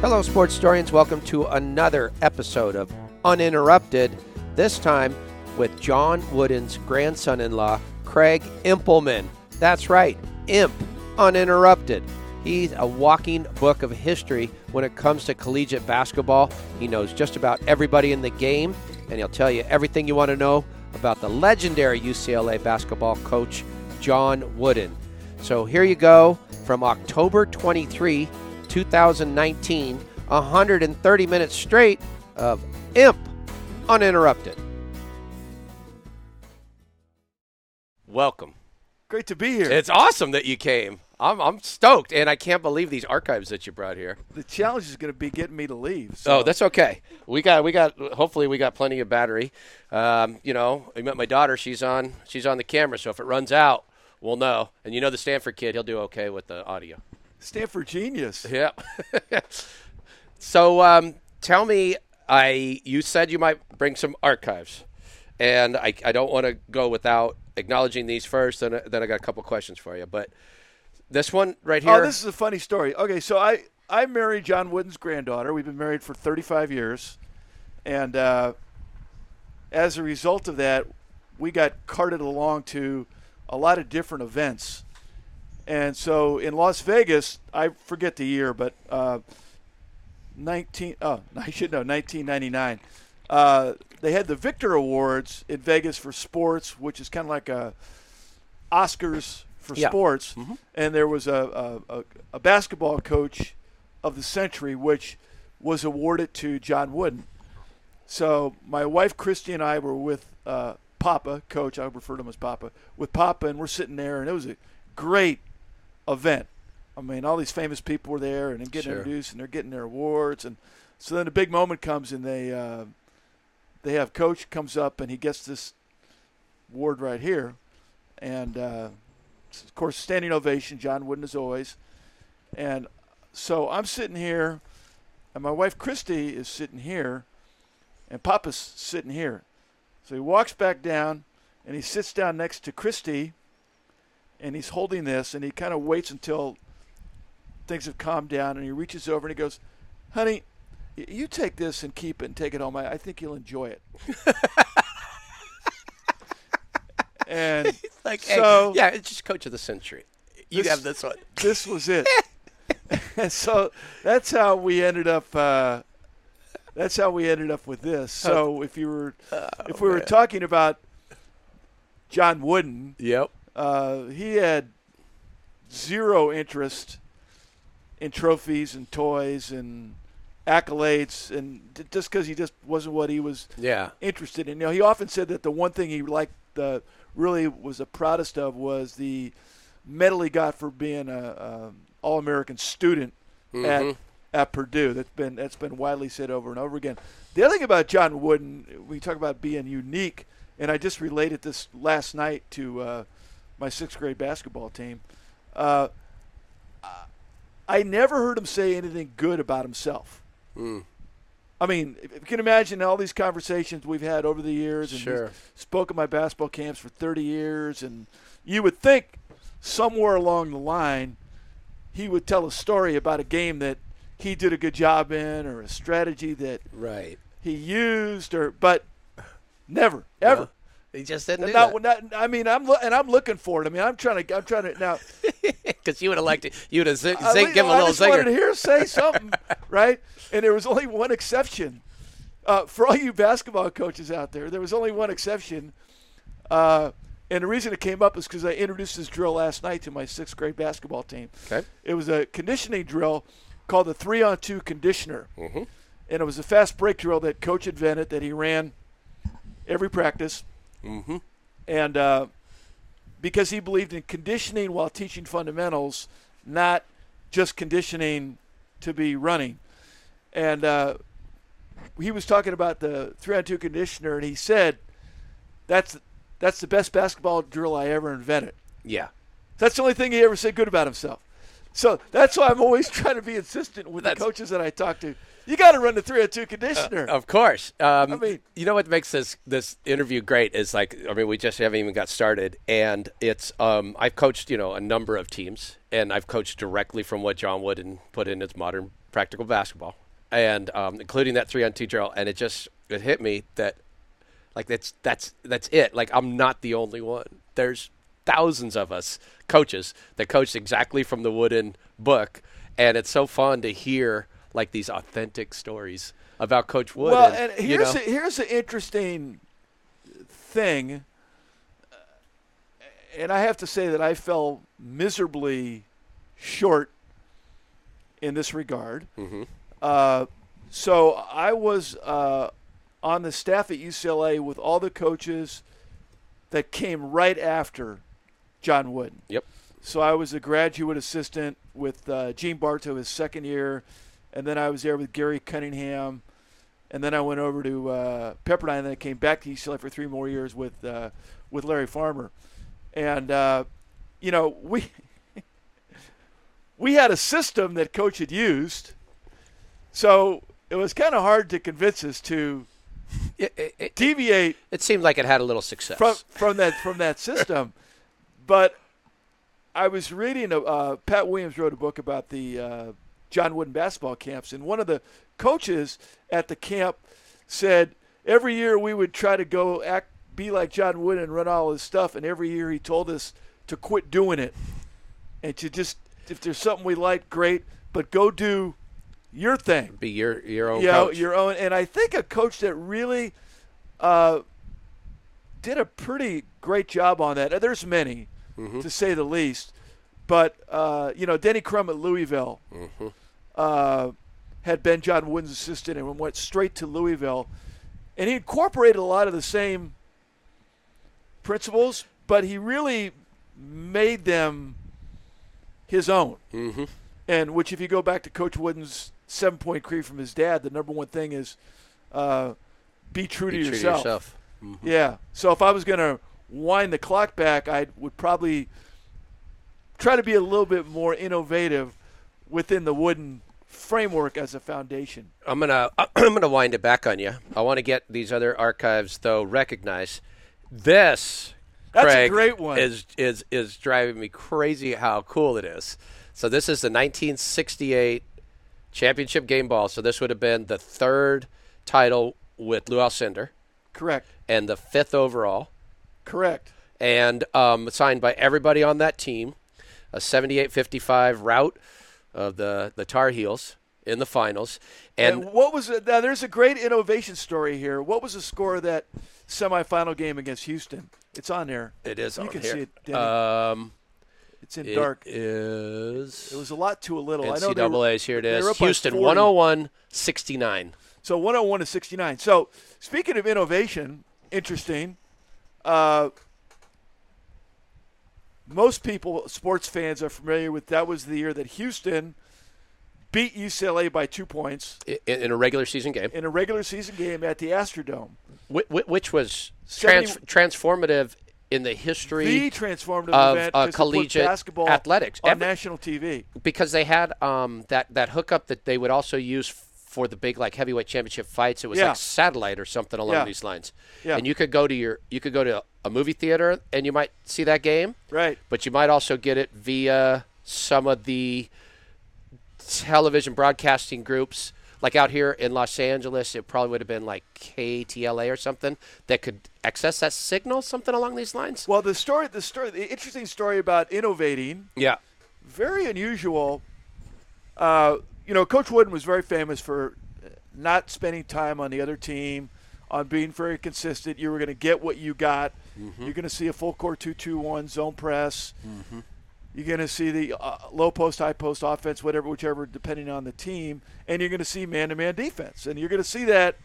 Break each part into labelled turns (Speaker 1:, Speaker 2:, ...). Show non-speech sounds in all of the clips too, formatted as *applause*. Speaker 1: Hello, sports historians. Welcome to another episode of Uninterrupted, this time with John Wooden's grandson in law, Craig Impelman. That's right, Imp, uninterrupted. He's a walking book of history when it comes to collegiate basketball. He knows just about everybody in the game, and he'll tell you everything you want to know about the legendary UCLA basketball coach, John Wooden. So here you go from October 23, 2019, 130 minutes straight of Imp uninterrupted. Welcome.
Speaker 2: Great to be here.
Speaker 1: It's awesome that you came. I'm, I'm stoked, and I can't believe these archives that you brought here.
Speaker 2: the challenge is going to be getting me to leave. So
Speaker 1: Oh, that's okay. We got we got. Hopefully, we got plenty of battery. Um, you know, I met my daughter. She's on she's on the camera, so if it runs out, we'll know. And you know the Stanford kid, he'll do okay with the audio.
Speaker 2: Stanford genius.
Speaker 1: Yeah. *laughs* so um, tell me, I you said you might bring some archives, and I, I don't want to go without acknowledging these first. Then then I got a couple questions for you, but this one right here.
Speaker 2: Oh, this is a funny story. Okay, so I I married John Wooden's granddaughter. We've been married for 35 years, and uh, as a result of that, we got carted along to a lot of different events. And so in Las Vegas, I forget the year, but uh, 19 oh *laughs* I should know 1999. Uh, they had the Victor Awards in Vegas for sports, which is kind of like a Oscars for
Speaker 1: Yeah. Mm-hmm.
Speaker 2: sports, and there was a, a, a, a basketball coach of the century, which was awarded to John Wooden. So my wife Christy and I were with uh, Papa, coach. I refer to him as Papa. With Papa, and we're sitting there, and it was a great event. I mean, all these famous people were there, and they're getting
Speaker 1: Sure.
Speaker 2: introduced, and they're getting their awards, and so then a big moment comes, and they uh, they have coach comes up, and he gets this award right here, and uh, of course, standing ovation. John Wooden, as always, and so I'm sitting here, and my wife Christy is sitting here, and Papa's sitting here. So he walks back down, and he sits down next to Christy, and he's holding this, and he kind of waits until things have calmed down, and he reaches over and he goes, "Honey, y- you take this and keep it and take it home. I, I think you'll enjoy it." and
Speaker 1: like,
Speaker 2: so-
Speaker 1: yeah, it's just coach of the century. You
Speaker 2: This-
Speaker 1: have this one.
Speaker 2: this was it. *laughs* and so that's how we ended up. Uh, that's how we ended up with this. So if you were,
Speaker 1: Oh,
Speaker 2: if we were talking about John Wooden,
Speaker 1: Yep.
Speaker 2: uh, he had zero interest in trophies and toys and accolades, and d- just because he just wasn't what he was
Speaker 1: Yeah.
Speaker 2: interested in. You know, he often said that the one thing he liked, uh, really was the proudest of, was the medal he got for being a, um All-American student at at Purdue. That's been that's been widely said over and over again. The other thing about John Wooden, we talk about being unique, and I just related this last night to uh, my sixth grade basketball team. Uh, I- I never heard him say anything good about himself. I mean, if if you can imagine all these conversations we've had over the years, and
Speaker 1: Sure.
Speaker 2: he's spoke at my basketball camps for 30 years, and you would think somewhere along the line he would tell a story about a game that he did a good job in, or a strategy that
Speaker 1: Right.
Speaker 2: he used, or but never, ever.
Speaker 1: He just didn't do
Speaker 2: And not,
Speaker 1: *laughs* that
Speaker 2: not, I mean, I'm lo- and I'm looking for it. I mean, I'm trying to, I'm trying to now.
Speaker 1: because you would have liked it. You would have zing,
Speaker 2: I
Speaker 1: zing,
Speaker 2: le-
Speaker 1: give him a
Speaker 2: I
Speaker 1: little
Speaker 2: just wanted to
Speaker 1: zinger. *laughs*
Speaker 2: hear say something, right? And there was only one exception. Uh, for all you basketball coaches out there, there was only one exception. Uh, and the reason it came up is because I introduced this drill last night to my sixth grade basketball team.
Speaker 1: Okay.
Speaker 2: It was a conditioning drill called the three on two conditioner. And it was a fast break drill that coach invented that he ran every practice. And uh, because he believed in conditioning while teaching fundamentals, not just conditioning to be running. And uh, he was talking about the three on two conditioner, and he said, "That's that's the best basketball drill I ever invented."
Speaker 1: Yeah.
Speaker 2: That's the only thing he ever said good about himself. So that's why I'm always *laughs* trying to be insistent with
Speaker 1: That's- Uh,
Speaker 2: the coaches that I talk to. You got to run the three on two conditioner.
Speaker 1: Of course. Um,
Speaker 2: I mean-
Speaker 1: you know what makes this this interview great is like I mean we just haven't even got started, and it's um, I've coached you know a number of teams, and I've coached directly from what John Wooden put in his modern practical basketball, and um, including that three on two drill. And it just it hit me that like that's that's that's it. Like I'm not the only one. There's thousands of us coaches that coach exactly from the wooden book, and it's so fun to hear like these authentic stories about Coach Wood.
Speaker 2: Well, and
Speaker 1: you
Speaker 2: here's
Speaker 1: know,
Speaker 2: a, here's an interesting thing, uh, and I have to say that I fell miserably short in this regard.
Speaker 1: Mhm.
Speaker 2: Uh, so I was uh, on the staff at UCLA with all the coaches that came right after John Wooden.
Speaker 1: Yep.
Speaker 2: So I was a graduate assistant with uh, Gene Bartow his second year, and then I was there with Gary Cunningham, and then I went over to uh, Pepperdine, and then I came back to UCLA for three more years with uh, with Larry Farmer, and uh, you know we *laughs* we had a system that coach had used, so it was kind of hard to convince us to
Speaker 1: it, it, it,
Speaker 2: deviate
Speaker 1: it seemed like it had a little success.
Speaker 2: from from that from that system. but I was reading a uh, Pat Williams wrote a book about the uh, John Wooden basketball camps, and one of the coaches at the camp said every year we would try to go act be like John Wooden and run all his stuff, and every year he told us to quit doing it and to just if there's something we like, great, but go do your thing
Speaker 1: Be your your own
Speaker 2: you know,
Speaker 1: coach.
Speaker 2: your own. And I think a coach that really uh, did a pretty great job on that. There's many,
Speaker 1: Mm-hmm.
Speaker 2: to say the least. But uh, you know, Denny Crum at Louisville
Speaker 1: Mm-hmm.
Speaker 2: uh, had been John Wooden's assistant and went straight to Louisville, and he incorporated a lot of the same principles, but he really made them his own.
Speaker 1: Mhm.
Speaker 2: And which, if you go back to Coach Wooden's seven point creed from his dad, the number one thing is uh, be true,
Speaker 1: Be
Speaker 2: to,
Speaker 1: true
Speaker 2: yourself.
Speaker 1: to yourself. Mhm.
Speaker 2: Yeah. So if I was going to wind the clock back, I would probably try to be a little bit more innovative within the Wooden framework as a foundation.
Speaker 1: I'm gonna *clears throat* I'm gonna wind it back on you. I want to get these other archives though recognized. This
Speaker 2: That's a
Speaker 1: Craig,
Speaker 2: great one.
Speaker 1: Is is is driving me crazy how cool it is. So this is the 1968 championship game ball. So this would have been the third title with Lou Alcindor
Speaker 2: Correct.
Speaker 1: and the fifth overall
Speaker 2: Correct.
Speaker 1: and um, signed by everybody on that team. A 78-55 route of the the Tar Heels in the finals, and
Speaker 2: And what was it? Now, there's a great innovation story here. What was the score of that semifinal game against Houston? It's on there.
Speaker 1: it is
Speaker 2: you
Speaker 1: on
Speaker 2: can
Speaker 1: here.
Speaker 2: see it, Danny.
Speaker 1: um,
Speaker 2: It's in
Speaker 1: it
Speaker 2: dark.
Speaker 1: is.
Speaker 2: It was a lot to a little. I know they were-
Speaker 1: NCAA's. Here it
Speaker 2: they were up
Speaker 1: is.
Speaker 2: by
Speaker 1: Houston
Speaker 2: 40.
Speaker 1: 101 69.
Speaker 2: So 101 to 69. So speaking of innovation, interesting. Uh, most people, sports fans, are familiar with that was the year that Houston beat UCLA by two points
Speaker 1: In, in a regular season game,
Speaker 2: in a regular season game at the Astrodome.
Speaker 1: whi- whi- which was trans-
Speaker 2: 70
Speaker 1: transformative in the history
Speaker 2: The transformative
Speaker 1: of,
Speaker 2: event
Speaker 1: uh,
Speaker 2: to support
Speaker 1: collegiate
Speaker 2: basketball
Speaker 1: athletics.
Speaker 2: on
Speaker 1: Every-
Speaker 2: national TV.
Speaker 1: because they had um, that, that hookup that they would also use for the big like heavyweight championship fights. It was
Speaker 2: Yeah.
Speaker 1: like satellite or something along
Speaker 2: Yeah.
Speaker 1: these lines.
Speaker 2: Yeah.
Speaker 1: And you could go to your you could go to a movie theater and you might see that game.
Speaker 2: Right.
Speaker 1: but you might also get it via some of the television broadcasting groups. Like out here in Los Angeles, it probably would have been like KTLA or something that could access that signal, something along these lines.
Speaker 2: Well, the story, the story, the interesting story about innovating
Speaker 1: Yeah.
Speaker 2: very unusual. Uh, you know, Coach Wooden was very famous for not spending time on the other team, on being very consistent. You were going to get what you got.
Speaker 1: Mm-hmm.
Speaker 2: You're going to see a full court two-two-one zone press. You're going to see the uh, low post, high post offense, whatever, whichever, depending on the team. And you're going to see man to man defense. And you're going to see that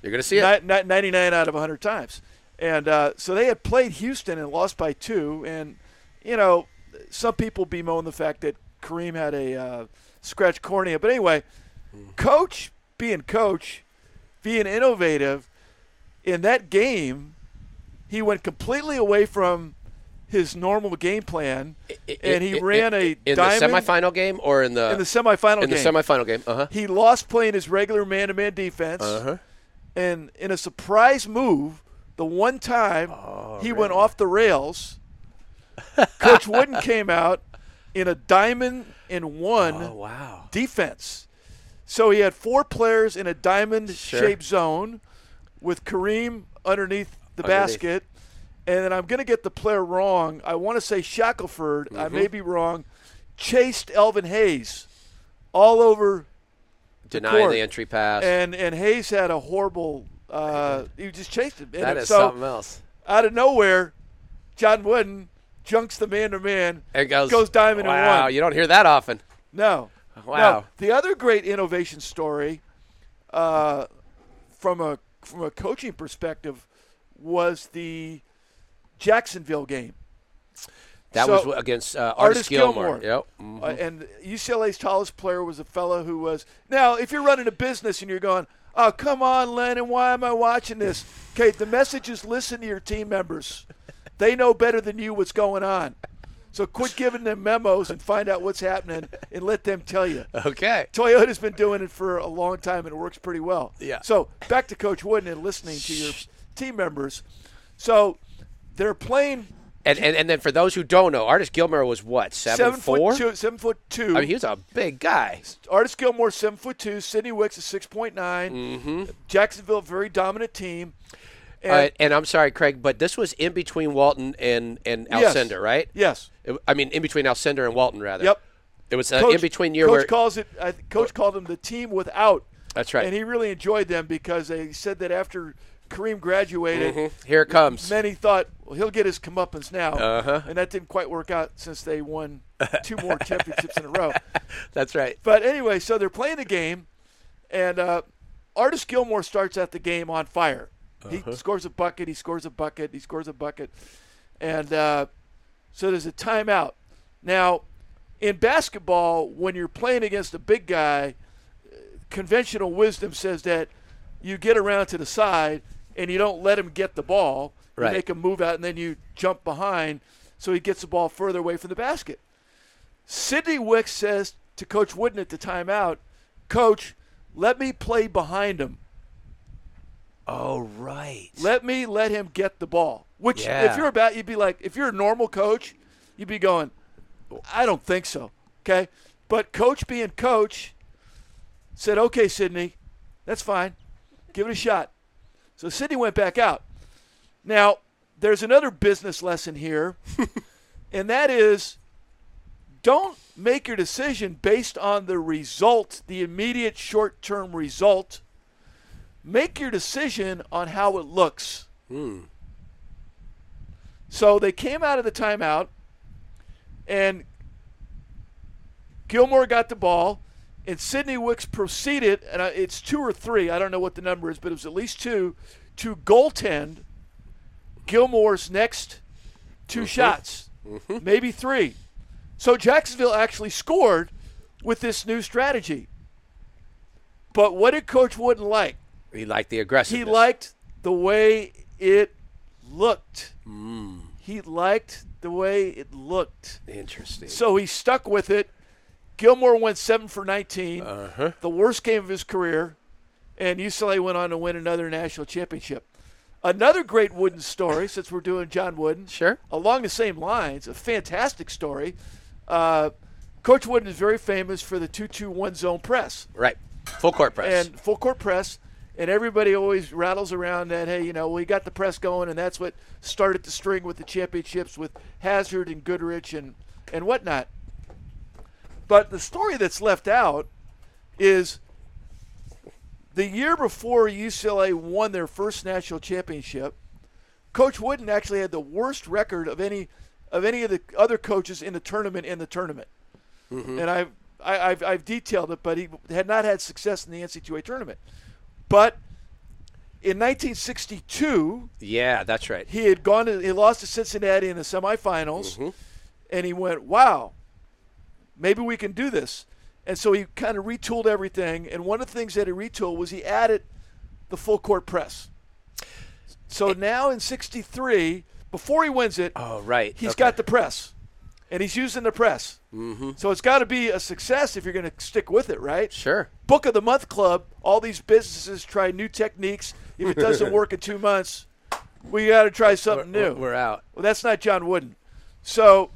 Speaker 1: You're going to see it.
Speaker 2: ni- ni- 99 out of 100 times. And uh, so they had played Houston and lost by two. And, you know, some people bemoan the fact that Kareem had a uh, scratch cornea. But anyway, coach being coach, being innovative, in that game, he went completely away from his normal game plan. and he ran a
Speaker 1: in
Speaker 2: diamond
Speaker 1: the semifinal game or in the
Speaker 2: in the semifinal
Speaker 1: in the
Speaker 2: game.
Speaker 1: semifinal game. Uh huh.
Speaker 2: he lost playing his regular man to man defense.
Speaker 1: Uh huh.
Speaker 2: and in a surprise move, the one
Speaker 1: Oh, *laughs*
Speaker 2: time he went off the rails, Coach Wooden came out in a diamond in one
Speaker 1: Oh wow.
Speaker 2: defense. So he had four players in a diamond shaped zone with Kareem underneath the
Speaker 1: Underneath.
Speaker 2: basket. And then I'm going to get the player wrong. I want to say Shackelford. I may
Speaker 1: Mm-hmm.
Speaker 2: be wrong. Chased Elvin Hayes all over,
Speaker 1: Denying
Speaker 2: court.
Speaker 1: the entry pass.
Speaker 2: and, and Hayes had a horrible. Uh, he just chased him. And
Speaker 1: that is
Speaker 2: so
Speaker 1: something else.
Speaker 2: out of nowhere, John Wooden junks the man to man.
Speaker 1: It goes,
Speaker 2: goes diamond in
Speaker 1: wow,
Speaker 2: one.
Speaker 1: you don't hear that often.
Speaker 2: No.
Speaker 1: Wow.
Speaker 2: No. The other great innovation story, uh, from a from a coaching perspective, was the Jacksonville game,
Speaker 1: That
Speaker 2: So-
Speaker 1: was against uh,
Speaker 2: Artis
Speaker 1: Artis Gilmore.
Speaker 2: Gilmore.
Speaker 1: Yep. Mhm.
Speaker 2: Uh, and UCLA's tallest player was a fellow who was. Now, if you're running a business and you're going, "Oh, come on, Lennon, why am I watching this?" Okay, the message is listen to your team members. They know better than you what's going on. So quit giving them memos and find out what's happening and let them tell you.
Speaker 1: Okay.
Speaker 2: Toyota's been doing it for a long time and it works pretty well.
Speaker 1: Yeah.
Speaker 2: So back to Coach Wooden and listening to your team members. So they're playing
Speaker 1: And, and and then for those who don't know, Artis Gilmore was what seven,
Speaker 2: seven
Speaker 1: four.
Speaker 2: foot two. Seven foot two.
Speaker 1: I mean, he was a big guy.
Speaker 2: Artis Gilmore seven foot two. Sidney Wicks is six point
Speaker 1: Mm-hmm.
Speaker 2: Jacksonville very dominant team.
Speaker 1: And,
Speaker 2: And
Speaker 1: Uh, and I'm sorry, Craig, but this was in between Walton and and
Speaker 2: Yes.
Speaker 1: Alcindor, right?
Speaker 2: yes,
Speaker 1: It- I mean, in between Alcindor and Walton, rather.
Speaker 2: Yep.
Speaker 1: It was uh, in between year
Speaker 2: Coach
Speaker 1: where
Speaker 2: calls it. I, th- coach called them the team without.
Speaker 1: That's right.
Speaker 2: And he really enjoyed them because they said that after Kareem graduated,
Speaker 1: here it comes.
Speaker 2: Many thought well, he'll get his comeuppance now,
Speaker 1: Uh-huh.
Speaker 2: and that didn't quite work out since they won
Speaker 1: *laughs*
Speaker 2: two more championships in a row.
Speaker 1: That's right.
Speaker 2: But anyway, so they're playing the game, and uh, Artis Gilmore starts out the game on fire. He scores a bucket. He scores a bucket. He scores a bucket, and uh, so there's a timeout. Now, in basketball, when you're playing against a big guy, conventional wisdom says that you get around to the side and you don't let him get the ball.
Speaker 1: Right.
Speaker 2: You make him move out and then you jump behind so he gets the ball further away from the basket. Sidney Wicks says to Coach Wooden at the timeout, Coach, let me play behind him.
Speaker 1: Oh, right.
Speaker 2: Let me let him get the ball. Which,
Speaker 1: Yeah.
Speaker 2: if you're about, you'd be like, if you're a normal coach, you'd be going, I don't think so. Okay, but coach being coach said, okay, Sydney, that's fine. Give it a shot. So Sydney went back out. Now there's another business lesson here, and that is, don't make your decision based on the result, the immediate short-term result. Make your decision on how it looks. So they came out of the timeout, and Gilmore got the ball, and Sidney Wicks proceeded, and I- it's two or three, I don't know what the number is, but it was at least two, to goaltend Gilmore's next 2 shots, maybe three. So Jacksonville actually scored with this new strategy. But what did Coach Wooden like?
Speaker 1: He liked the aggressiveness.
Speaker 2: He liked the way it looked.
Speaker 1: Mm.
Speaker 2: He liked the way it looked.
Speaker 1: Interesting.
Speaker 2: So he stuck with it. Gilmore went seven for 19,
Speaker 1: Uh-huh.
Speaker 2: the worst game of his career, and UCLA went on to win another national championship. Another great Wooden
Speaker 1: *coughs*
Speaker 2: story, since we're doing John Wooden.
Speaker 1: Sure.
Speaker 2: Along the same lines, a fantastic story. Uh, Coach Wooden is very famous for the 2 2 1 zone press
Speaker 1: Right. Full court press.
Speaker 2: and full court press, and everybody always rattles around that hey, you know, we got the press going, and that's what started the string with the championships with Hazard and Goodrich and and whatnot. But the story that's left out is the year before UCLA won their first national championship. Coach Wooden actually had the worst record of any of any of the other coaches in the tournament in the tournament and I've I, I've, I've detailed it, but he had not had success in the NCAA tournament. But in 1962,
Speaker 1: yeah, that's right.
Speaker 2: he had gone to he lost to Cincinnati in the semifinals, and he went, "Wow, maybe we can do this." And so he kind of retooled everything, and one of the things that he retooled was he added the full court press. So now in '63, before he wins it,
Speaker 1: Oh, right.
Speaker 2: He's
Speaker 1: Okay.
Speaker 2: got the press, and he's using the press. Mm-hmm. So it's got to be a success if you're going to stick with it, right?
Speaker 1: Sure.
Speaker 2: Book of the Month Club. All these businesses try new techniques. If it doesn't
Speaker 1: *laughs*
Speaker 2: work in two months, we got to try something
Speaker 1: We're-
Speaker 2: new.
Speaker 1: We're out.
Speaker 2: Well, that's not John Wooden. So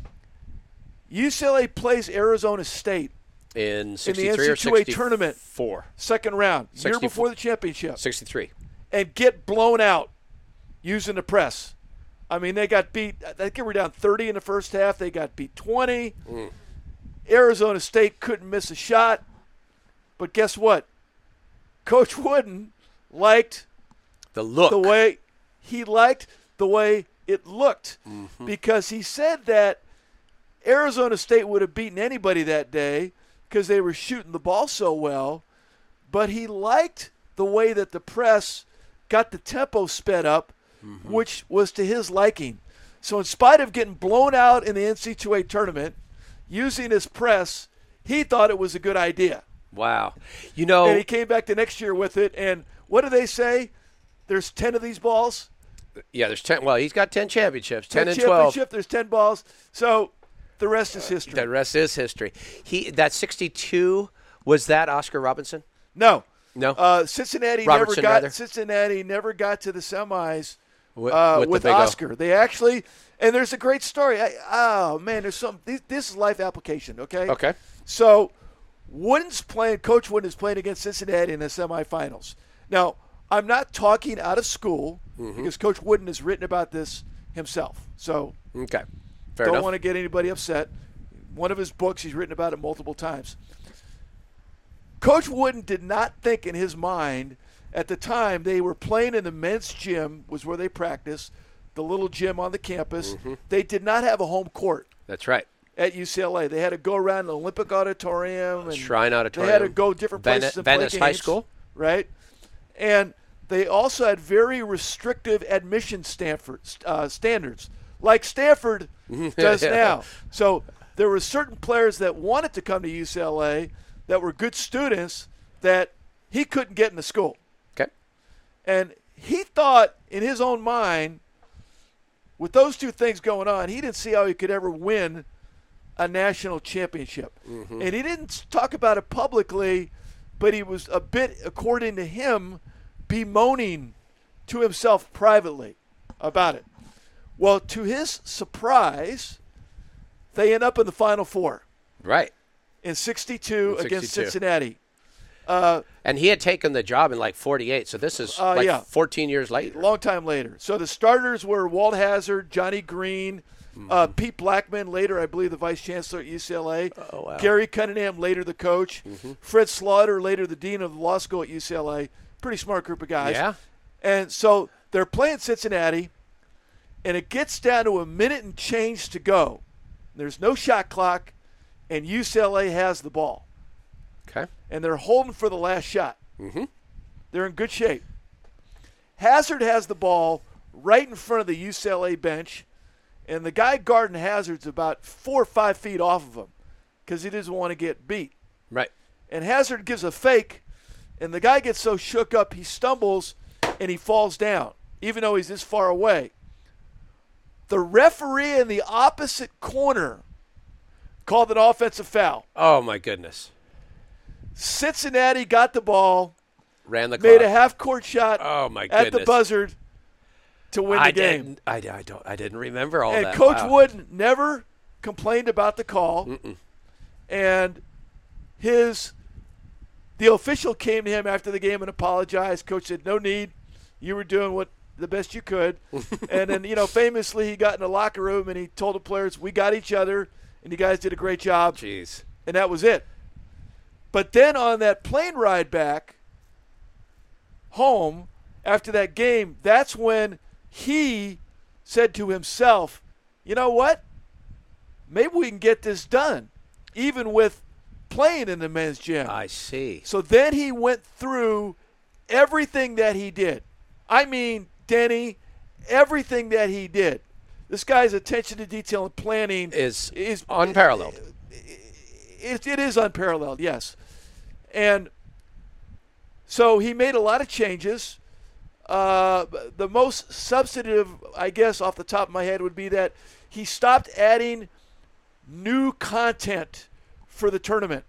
Speaker 2: UCLA plays Arizona State
Speaker 1: in
Speaker 2: in the
Speaker 1: 63 or
Speaker 2: NCAA
Speaker 1: 64.
Speaker 2: tournament, second round, year
Speaker 1: 64.
Speaker 2: before the championship,
Speaker 1: 63.
Speaker 2: and get blown out using the press. I mean, they got beat. I think they were down 30 in the first half. They got beat 20. Arizona State couldn't miss a shot. But guess what? Coach Wooden liked
Speaker 1: The look.
Speaker 2: the way he liked the way it looked because he said that Arizona State would have beaten anybody that day because they were shooting the ball so well, but he liked the way that the press got the tempo sped up, which was to his liking. So, in spite of getting blown out in the NC2A tournament, using his press, he thought it was a good idea.
Speaker 1: wow. You know,
Speaker 2: And he came back the next year with it. And what do they say? There's 10 of these balls.
Speaker 1: yeah, there's 10. Well, he's got 10 championships, 10,
Speaker 2: 10
Speaker 1: and 12.
Speaker 2: championship, There's 10 balls. So the rest is history.
Speaker 1: The rest is history. He That 62, was that Oscar Robinson?
Speaker 2: No.
Speaker 1: No.
Speaker 2: Uh, Cincinnati
Speaker 1: Robertson,
Speaker 2: never got
Speaker 1: rather.
Speaker 2: Cincinnati never got to the semis
Speaker 1: Wi-
Speaker 2: uh,
Speaker 1: with
Speaker 2: with,
Speaker 1: the big O.
Speaker 2: Oscar. They actually and there's a great story. I, oh man, there's some this, this is life application, okay?
Speaker 1: Okay.
Speaker 2: So Wooden's playing coach Wooden is playing against Cincinnati in the semifinals. Now, I'm not talking out of school
Speaker 1: Mm-hmm.
Speaker 2: because coach Wooden has written about this himself. So
Speaker 1: Okay. Fair
Speaker 2: don't
Speaker 1: enough.
Speaker 2: want to get anybody upset. One of his books, he's written about it multiple times. Coach Wooden did not think in his mind at the time they were playing in the men's gym was where they practiced, the little gym on the campus.
Speaker 1: Mm-hmm.
Speaker 2: They did not have a home court
Speaker 1: That's right.
Speaker 2: at UCLA. They had to go around the Olympic Auditorium and
Speaker 1: Shrine Auditorium.
Speaker 2: They had to go different
Speaker 1: Vene-
Speaker 2: places. and
Speaker 1: Venice
Speaker 2: play
Speaker 1: High
Speaker 2: games,
Speaker 1: School.
Speaker 2: right? And they also had very restrictive admission Stanford uh, standards,
Speaker 1: *laughs*
Speaker 2: like Stanford does
Speaker 1: Yeah.
Speaker 2: now. So there were certain players that wanted to come to UCLA that were good students that he couldn't get into school.
Speaker 1: Okay.
Speaker 2: And he thought in his own mind, with those two things going on, he didn't see how he could ever win a national championship. And he didn't talk about it publicly, but he was a bit, according to him, bemoaning to himself privately about it. Well, to his surprise, they end up in the Final Four
Speaker 1: Right.
Speaker 2: in 62, against
Speaker 1: 62.
Speaker 2: Cincinnati.
Speaker 1: And he had taken the job in like 48, so this is
Speaker 2: Uh,
Speaker 1: like
Speaker 2: yeah.
Speaker 1: 14 years later.
Speaker 2: long time later. So the starters were Walt Hazard, Johnny Green,
Speaker 1: Mm-hmm.
Speaker 2: uh, Pete Blackman, later, I believe, the vice chancellor at UCLA.
Speaker 1: Oh, wow. Mm-hmm.
Speaker 2: Gary Cunningham, later, the coach. Fred Slaughter, later, the dean of the law school at UCLA. Pretty smart group of guys.
Speaker 1: Yeah.
Speaker 2: And so they're playing Cincinnati, and it gets down to a minute and change to go. There's no shot clock, and UCLA has the ball,
Speaker 1: Okay.
Speaker 2: and they're holding for the last shot. Mm-hmm. They're in good shape. Hazard has the ball right in front of the UCLA bench, and the guy guarding Hazard's about four or five feet off of him because he doesn't want to get beat.
Speaker 1: Right.
Speaker 2: And Hazard gives a fake, and the guy gets so shook up he stumbles and he falls down, even though he's this far away. The referee in the opposite corner called an offensive foul.
Speaker 1: Oh my goodness.
Speaker 2: Cincinnati got the ball,
Speaker 1: Ran the
Speaker 2: made
Speaker 1: clock.
Speaker 2: a half court shot
Speaker 1: Oh, my
Speaker 2: at the
Speaker 1: goodness.
Speaker 2: buzzard to win the
Speaker 1: I
Speaker 2: game.
Speaker 1: didn't. I, I don't. I didn't remember all
Speaker 2: and
Speaker 1: that.
Speaker 2: Coach
Speaker 1: Wow.
Speaker 2: Wooden never complained about the call. And his the official came to him after the game and apologized. Coach said, "No need. You were doing what the best
Speaker 1: *laughs*
Speaker 2: you could." and then you know, famously, he got in the locker room and he told the players, "We got each other, and you guys did a great job."
Speaker 1: Jeez.
Speaker 2: and that was it. But then on that plane ride back home after that game, that's when he said to himself, "You know what? Maybe we can get this done, even with playing in the men's gym."
Speaker 1: I see.
Speaker 2: So then he went through everything that he did. I mean, Denny, everything that he did. This guy's attention to detail and planning
Speaker 1: Is
Speaker 2: is
Speaker 1: unparalleled.
Speaker 2: it, it is unparalleled, yes. And so he made a lot of changes. Uh, the most substantive, I guess, off the top of my head, would be that he stopped adding new content for the tournament.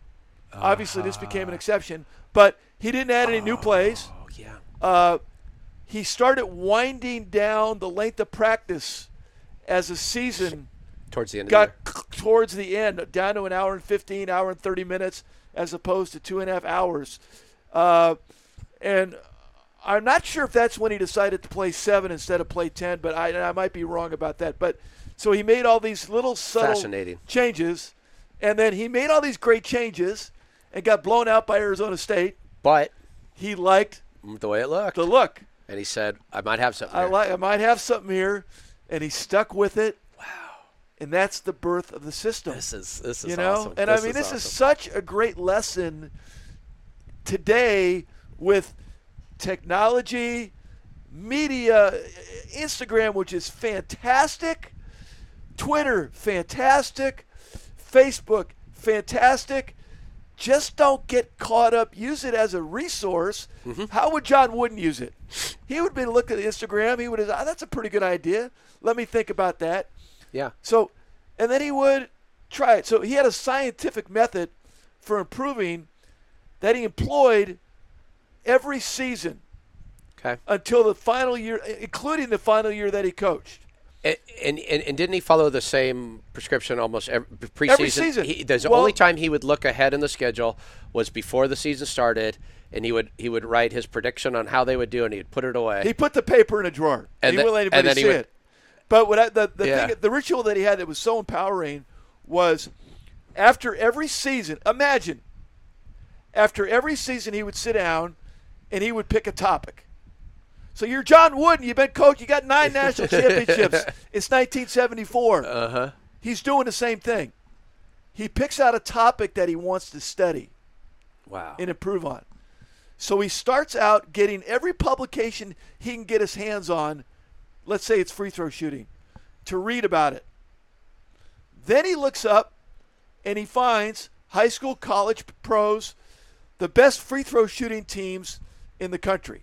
Speaker 2: Obviously, this became an exception, but he didn't add any new plays.
Speaker 1: Oh yeah.
Speaker 2: Uh, he started winding down the length of practice as a season
Speaker 1: towards the end.
Speaker 2: got
Speaker 1: of the
Speaker 2: towards the end, down to an hour and 15, hour and 30 minutes, as opposed to two and a half hours. Uh, and I'm not sure if that's when he decided to play seven instead of play 10, but I, and I might be wrong about that. But so he made all these little subtle
Speaker 1: Fascinating.
Speaker 2: changes, and then he made all these great changes and got blown out by Arizona State.
Speaker 1: But mm,
Speaker 2: He liked
Speaker 1: the way it looked,
Speaker 2: the look.
Speaker 1: and he said, "I might have something."
Speaker 2: I
Speaker 1: here."
Speaker 2: like. I might have something here, and he stuck with it. Wow. And that's the birth of the system.
Speaker 1: this is this is
Speaker 2: you know,
Speaker 1: awesome.
Speaker 2: and I mean, this is
Speaker 1: awesome.
Speaker 2: such a great lesson today with technology, media, Instagram, which is fantastic, Twitter, fantastic, Facebook, fantastic. Just don't get caught up. Use it as a resource.
Speaker 1: Mm-hmm.
Speaker 2: How would John Wooden use it? He would be looking at Instagram. He would have, "Ah, that's a pretty good idea. Let me think about that.
Speaker 1: yeah.
Speaker 2: So, and then he would try it. So he had a scientific method for improving that he employed every season
Speaker 1: Okay.
Speaker 2: until the final year, including the final year that he coached.
Speaker 1: And, and and didn't he follow the same prescription almost every preseason?
Speaker 2: season.
Speaker 1: He, there's the
Speaker 2: Well-
Speaker 1: only time he would look ahead in the schedule was before the season started, and he would he would write his prediction on how they would do, and he'd put it away.
Speaker 2: He put the paper in a drawer.
Speaker 1: And
Speaker 2: he
Speaker 1: the-
Speaker 2: wouldn't let
Speaker 1: and
Speaker 2: anybody
Speaker 1: then
Speaker 2: see
Speaker 1: he would-
Speaker 2: it. But what I, the the,
Speaker 1: Yeah.
Speaker 2: thing, the ritual that he had that was so empowering was after every season. Imagine after every season he would sit down and he would pick a topic. So you're John Wooden. You've been coach. You got nine
Speaker 1: *laughs*
Speaker 2: national championships. It's 1974. Uh
Speaker 1: Uh-huh.
Speaker 2: huh. He's doing the same thing. He picks out a topic that he wants to study
Speaker 1: wow.
Speaker 2: and improve on. So he starts out getting every publication he can get his hands on, let's say it's free throw shooting, to read about it. Then he looks up and he finds high school, college pros, the best free throw shooting teams in the country.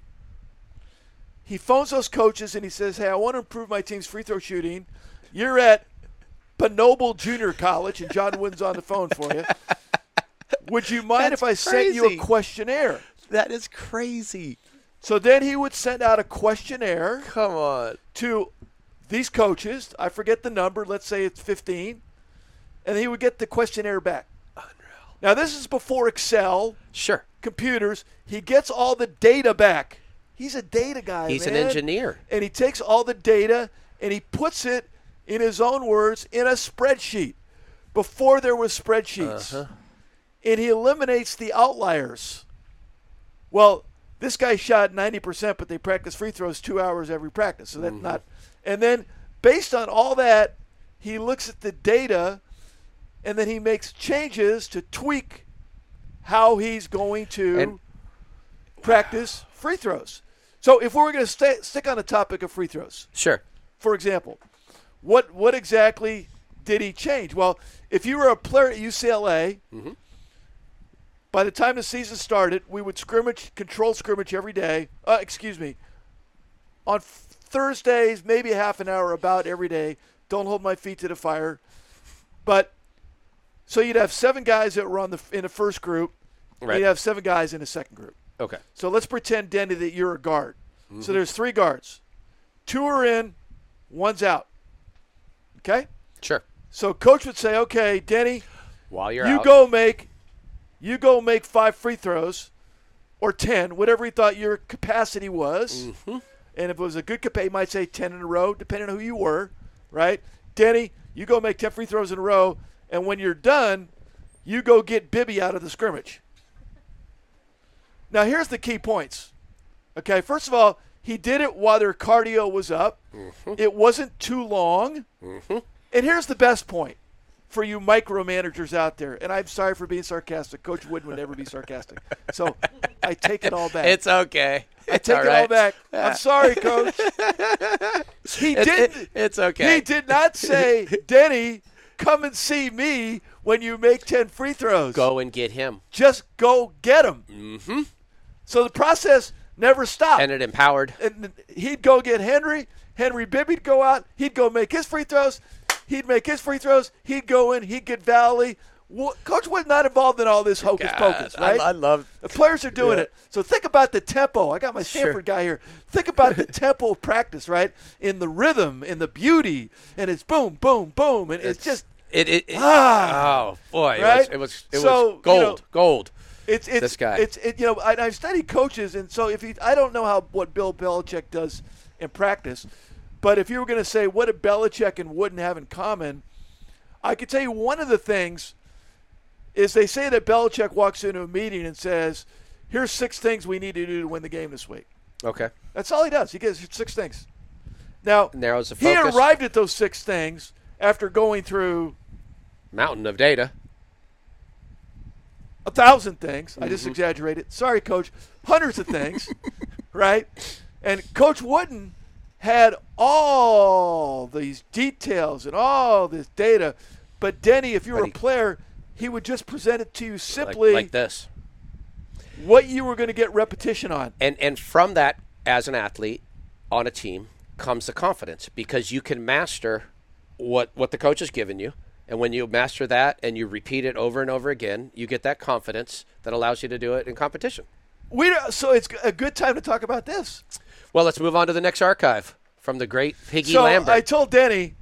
Speaker 2: He phones those coaches and he says, Hey, I want to improve my team's free throw shooting. You're at Penoble Junior College, and John Wooden's on the phone for you. Would you mind
Speaker 1: That's
Speaker 2: if I sent you a
Speaker 1: crazy.
Speaker 2: questionnaire?
Speaker 1: that is crazy.
Speaker 2: So then he would send out a questionnaire
Speaker 1: Come on.
Speaker 2: to these coaches. I forget the number. Let's say it's 15. And he would get the questionnaire back. Now, this is before Excel,
Speaker 1: Sure.
Speaker 2: computers. He gets all the data back. He's a data guy.
Speaker 1: He's an
Speaker 2: man.
Speaker 1: engineer.
Speaker 2: And he takes all the data and he puts it, in his own words, in a spreadsheet before there was spreadsheets. And he eliminates the outliers. Well, this guy shot 90%, but they practice free throws two hours every practice. So that's not. And then based on all that, he looks at the data and then he makes changes to tweak how he's going to
Speaker 1: And-
Speaker 2: practice free throws. So if we were going to stay, stick on the topic of free throws,
Speaker 1: Sure.
Speaker 2: for example, what what exactly did he change? Well, if you were a player at UCLA, by the time the season started, we would scrimmage, control scrimmage every day. Uh, excuse me, on f- Thursdays, maybe half an hour about every day. Don't hold my feet to the fire, but so you'd have seven guys that were on the in the first group. and
Speaker 1: Right.
Speaker 2: You'd have seven guys in the second group.
Speaker 1: Okay.
Speaker 2: So let's pretend, Denny, that you're a guard.
Speaker 1: Mm-hmm.
Speaker 2: So there's three guards. Two are in, one's out. Okay?
Speaker 1: Sure.
Speaker 2: So coach would say, okay, Denny,
Speaker 1: While you're
Speaker 2: you
Speaker 1: out,
Speaker 2: go make you go make five free throws or ten, whatever he thought your capacity was.
Speaker 1: Mm-hmm.
Speaker 2: And if it was a good capacity, he might say ten in a row, depending on who you were, right? Denny, you go make ten free throws in a row, and when you're done, you go get Bibby out of the scrimmage. Now here's the key points. Okay, first of all, he did it while their cardio was up. It wasn't too long. And here's the best point for you micromanagers out there, and I'm sorry for being sarcastic. Coach Wood would never be sarcastic. So I take it all back.
Speaker 1: it's okay.
Speaker 2: I take it all back. I'm sorry, Coach. He didn't.
Speaker 1: it's okay.
Speaker 2: He did not say, Denny, come and see me when you make 10 free throws.
Speaker 1: Go and get him.
Speaker 2: Just go get him. Mm-hmm. So the process never stopped
Speaker 1: And it empowered.
Speaker 2: and he'd go get Henry. Henry Bibby'd go out. He'd go make his free throws. He'd make his free throws. He'd go in. He'd get Valley. Wo- Coach was not involved in all this hocus
Speaker 1: God,
Speaker 2: pocus, right?
Speaker 3: I, I love
Speaker 2: the players are doing
Speaker 3: Yeah.
Speaker 2: it. So think about the tempo. I got my
Speaker 3: Sure.
Speaker 2: Stanford guy here. Think about the tempo of practice, right? In the rhythm, in the beauty, and it's boom, boom, boom, and it's, just
Speaker 1: it. it, it
Speaker 2: Ah!
Speaker 1: oh boy,
Speaker 2: Right?
Speaker 1: it was it was, it
Speaker 2: So, you
Speaker 1: was gold,
Speaker 2: know-
Speaker 1: gold.
Speaker 2: it's it's
Speaker 1: This guy.
Speaker 2: It's it, you know I, I've studied coaches, and so if you, I don't know how what Bill Belichick does in practice, but if you were going to say what did Belichick and Wooden have in common, I could tell you one of the things is they say that Belichick walks into a meeting and says, "Here's six things we need to do to win the game this week."
Speaker 1: Okay,
Speaker 2: That's all he does. He gives six things. Now
Speaker 1: Narrows the
Speaker 2: he
Speaker 1: focus.
Speaker 2: arrived at those six things after going through
Speaker 1: mountain of data.
Speaker 2: a thousand things. I
Speaker 1: Mm-hmm.
Speaker 2: just exaggerated. Sorry, coach. Hundreds
Speaker 1: *laughs*
Speaker 2: of things, right? And Coach Wooden had all these details and all this data, but Denny, if you were
Speaker 1: But he-
Speaker 2: a player, he would just present it to you
Speaker 1: like,
Speaker 2: simply
Speaker 1: like this.
Speaker 2: what you were going to get repetition on.
Speaker 1: And and from that, as an athlete on a team, comes the confidence because you can master what what the coach has given you. And when you master that and you repeat it over and over again, you get that confidence that allows you to do it in competition.
Speaker 2: We don't- so it's a good time to talk about this.
Speaker 1: Well, let's move on to the next archive from the great Piggy
Speaker 2: so
Speaker 1: E. Lambert.
Speaker 2: I told Denny,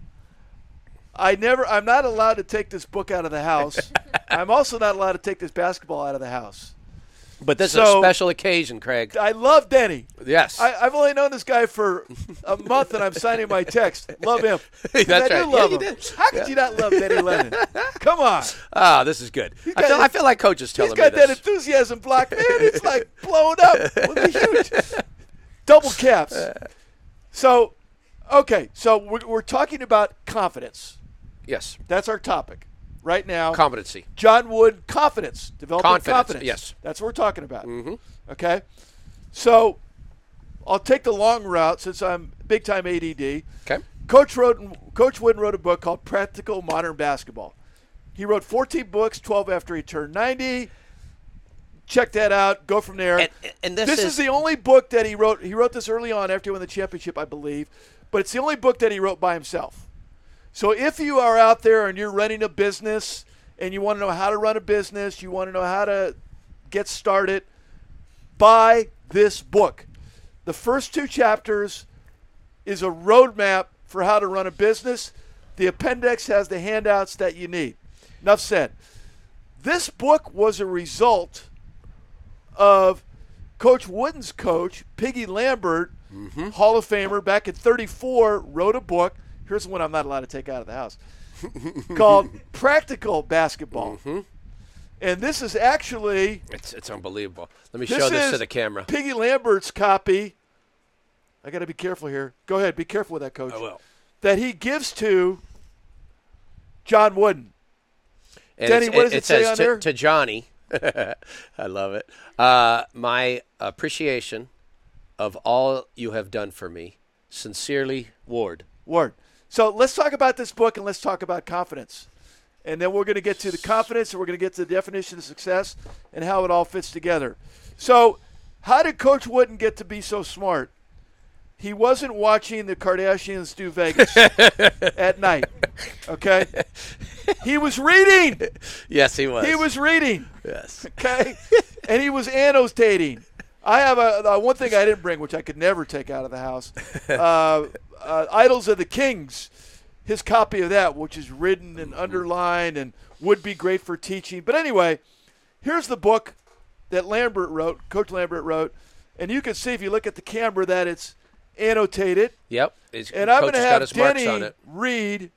Speaker 2: I never. I'm not allowed to take this book out of the
Speaker 1: *laughs*
Speaker 2: house. I'm also not allowed to take this basketball out of the house.
Speaker 1: but this is a
Speaker 2: so-
Speaker 1: special occasion, Craig.
Speaker 2: I love Denny.
Speaker 1: Yes.
Speaker 2: I, I've only known this guy for
Speaker 1: *laughs*
Speaker 2: a month, and I'm signing my text. Love him. 'Cause
Speaker 1: That's
Speaker 2: I do
Speaker 1: right.
Speaker 2: love
Speaker 1: Yeah, you
Speaker 2: him.
Speaker 1: did.
Speaker 2: How could you not love
Speaker 1: *laughs*
Speaker 2: Denny Lennon? Come on.
Speaker 1: Ah, this is good. I
Speaker 2: got
Speaker 1: feel,
Speaker 2: it.
Speaker 1: I feel like coach is telling
Speaker 2: He's got
Speaker 1: me this.
Speaker 2: that enthusiasm
Speaker 1: *laughs*
Speaker 2: block, man. It's like blown up with a huge double caps. So, okay, so we're, we're talking about confidence.
Speaker 1: yes.
Speaker 2: That's our topic right now.
Speaker 1: Competency.
Speaker 2: John Wood, confidence, developing
Speaker 1: Confidence,
Speaker 2: confidence.
Speaker 1: yes.
Speaker 2: that's what we're talking about. Okay, so I'll take the long route since I'm big time ADD.
Speaker 1: Okay.
Speaker 2: Coach wrote, Coach Wooden wrote a book called Practical Modern Basketball. He wrote 14 books, 12 after he turned 90. Check that out. Go from there.
Speaker 1: And- and this
Speaker 2: is,
Speaker 1: is-
Speaker 2: the only book that he wrote. He wrote this early on after he won the championship, I believe, but it's the only book that he wrote by himself. So if you are out there and you're running a business and you want to know how to run a business, you want to know how to get started, buy this book. The first two chapters is a roadmap for how to run a business. The appendix has the handouts that you need. Enough said. This book was a result of Coach Wooden's coach, Piggy Lambert,
Speaker 1: Mm-hmm.
Speaker 2: Hall of Famer, back in 34, wrote a book. Here's one I'm not allowed to take out of
Speaker 1: *laughs*
Speaker 2: the house called Practical Basketball.
Speaker 1: Mm-hmm.
Speaker 2: And this is actually
Speaker 1: It's, it's unbelievable. Let me
Speaker 2: this
Speaker 1: show this
Speaker 2: is
Speaker 1: to the camera.
Speaker 2: Piggy Lambert's copy. I got to be careful here. Go ahead, be careful with that, coach.
Speaker 1: I will.
Speaker 2: That he gives to John Wooden.
Speaker 1: And
Speaker 2: Denny,
Speaker 1: it's-
Speaker 2: what does it say
Speaker 1: says
Speaker 2: on
Speaker 1: to,
Speaker 2: there?
Speaker 1: To Johnny. *laughs* I love it. Uh, my appreciation of all you have done for me. Sincerely, Ward.
Speaker 2: Ward. So let's talk about this book and let's talk about confidence. And then we're going to get to the confidence and we're going to get to the definition of success and how it all fits together. So, how did Coach Wooden get to be so smart? He wasn't watching the Kardashians do Vegas at night. Okay? He was reading.
Speaker 1: Yes, he was.
Speaker 2: He was reading. *laughs*
Speaker 1: Yes.
Speaker 2: Okay? and he was annotating. I have a, uh one thing I didn't bring, which I could never take out of
Speaker 1: *laughs*
Speaker 2: the house. Uh, uh, Idols of the Kings, his copy of that, which is written
Speaker 1: Mm-hmm.
Speaker 2: and underlined and would be great for teaching. But anyway, here's the book that Lambert wrote, Coach Lambert wrote, and you can see if you look at the camera that it's annotated.
Speaker 1: Yep. His
Speaker 2: And I'm
Speaker 1: coach
Speaker 2: going to
Speaker 1: has got
Speaker 2: have
Speaker 1: his marks on
Speaker 2: Denny
Speaker 1: it.
Speaker 2: read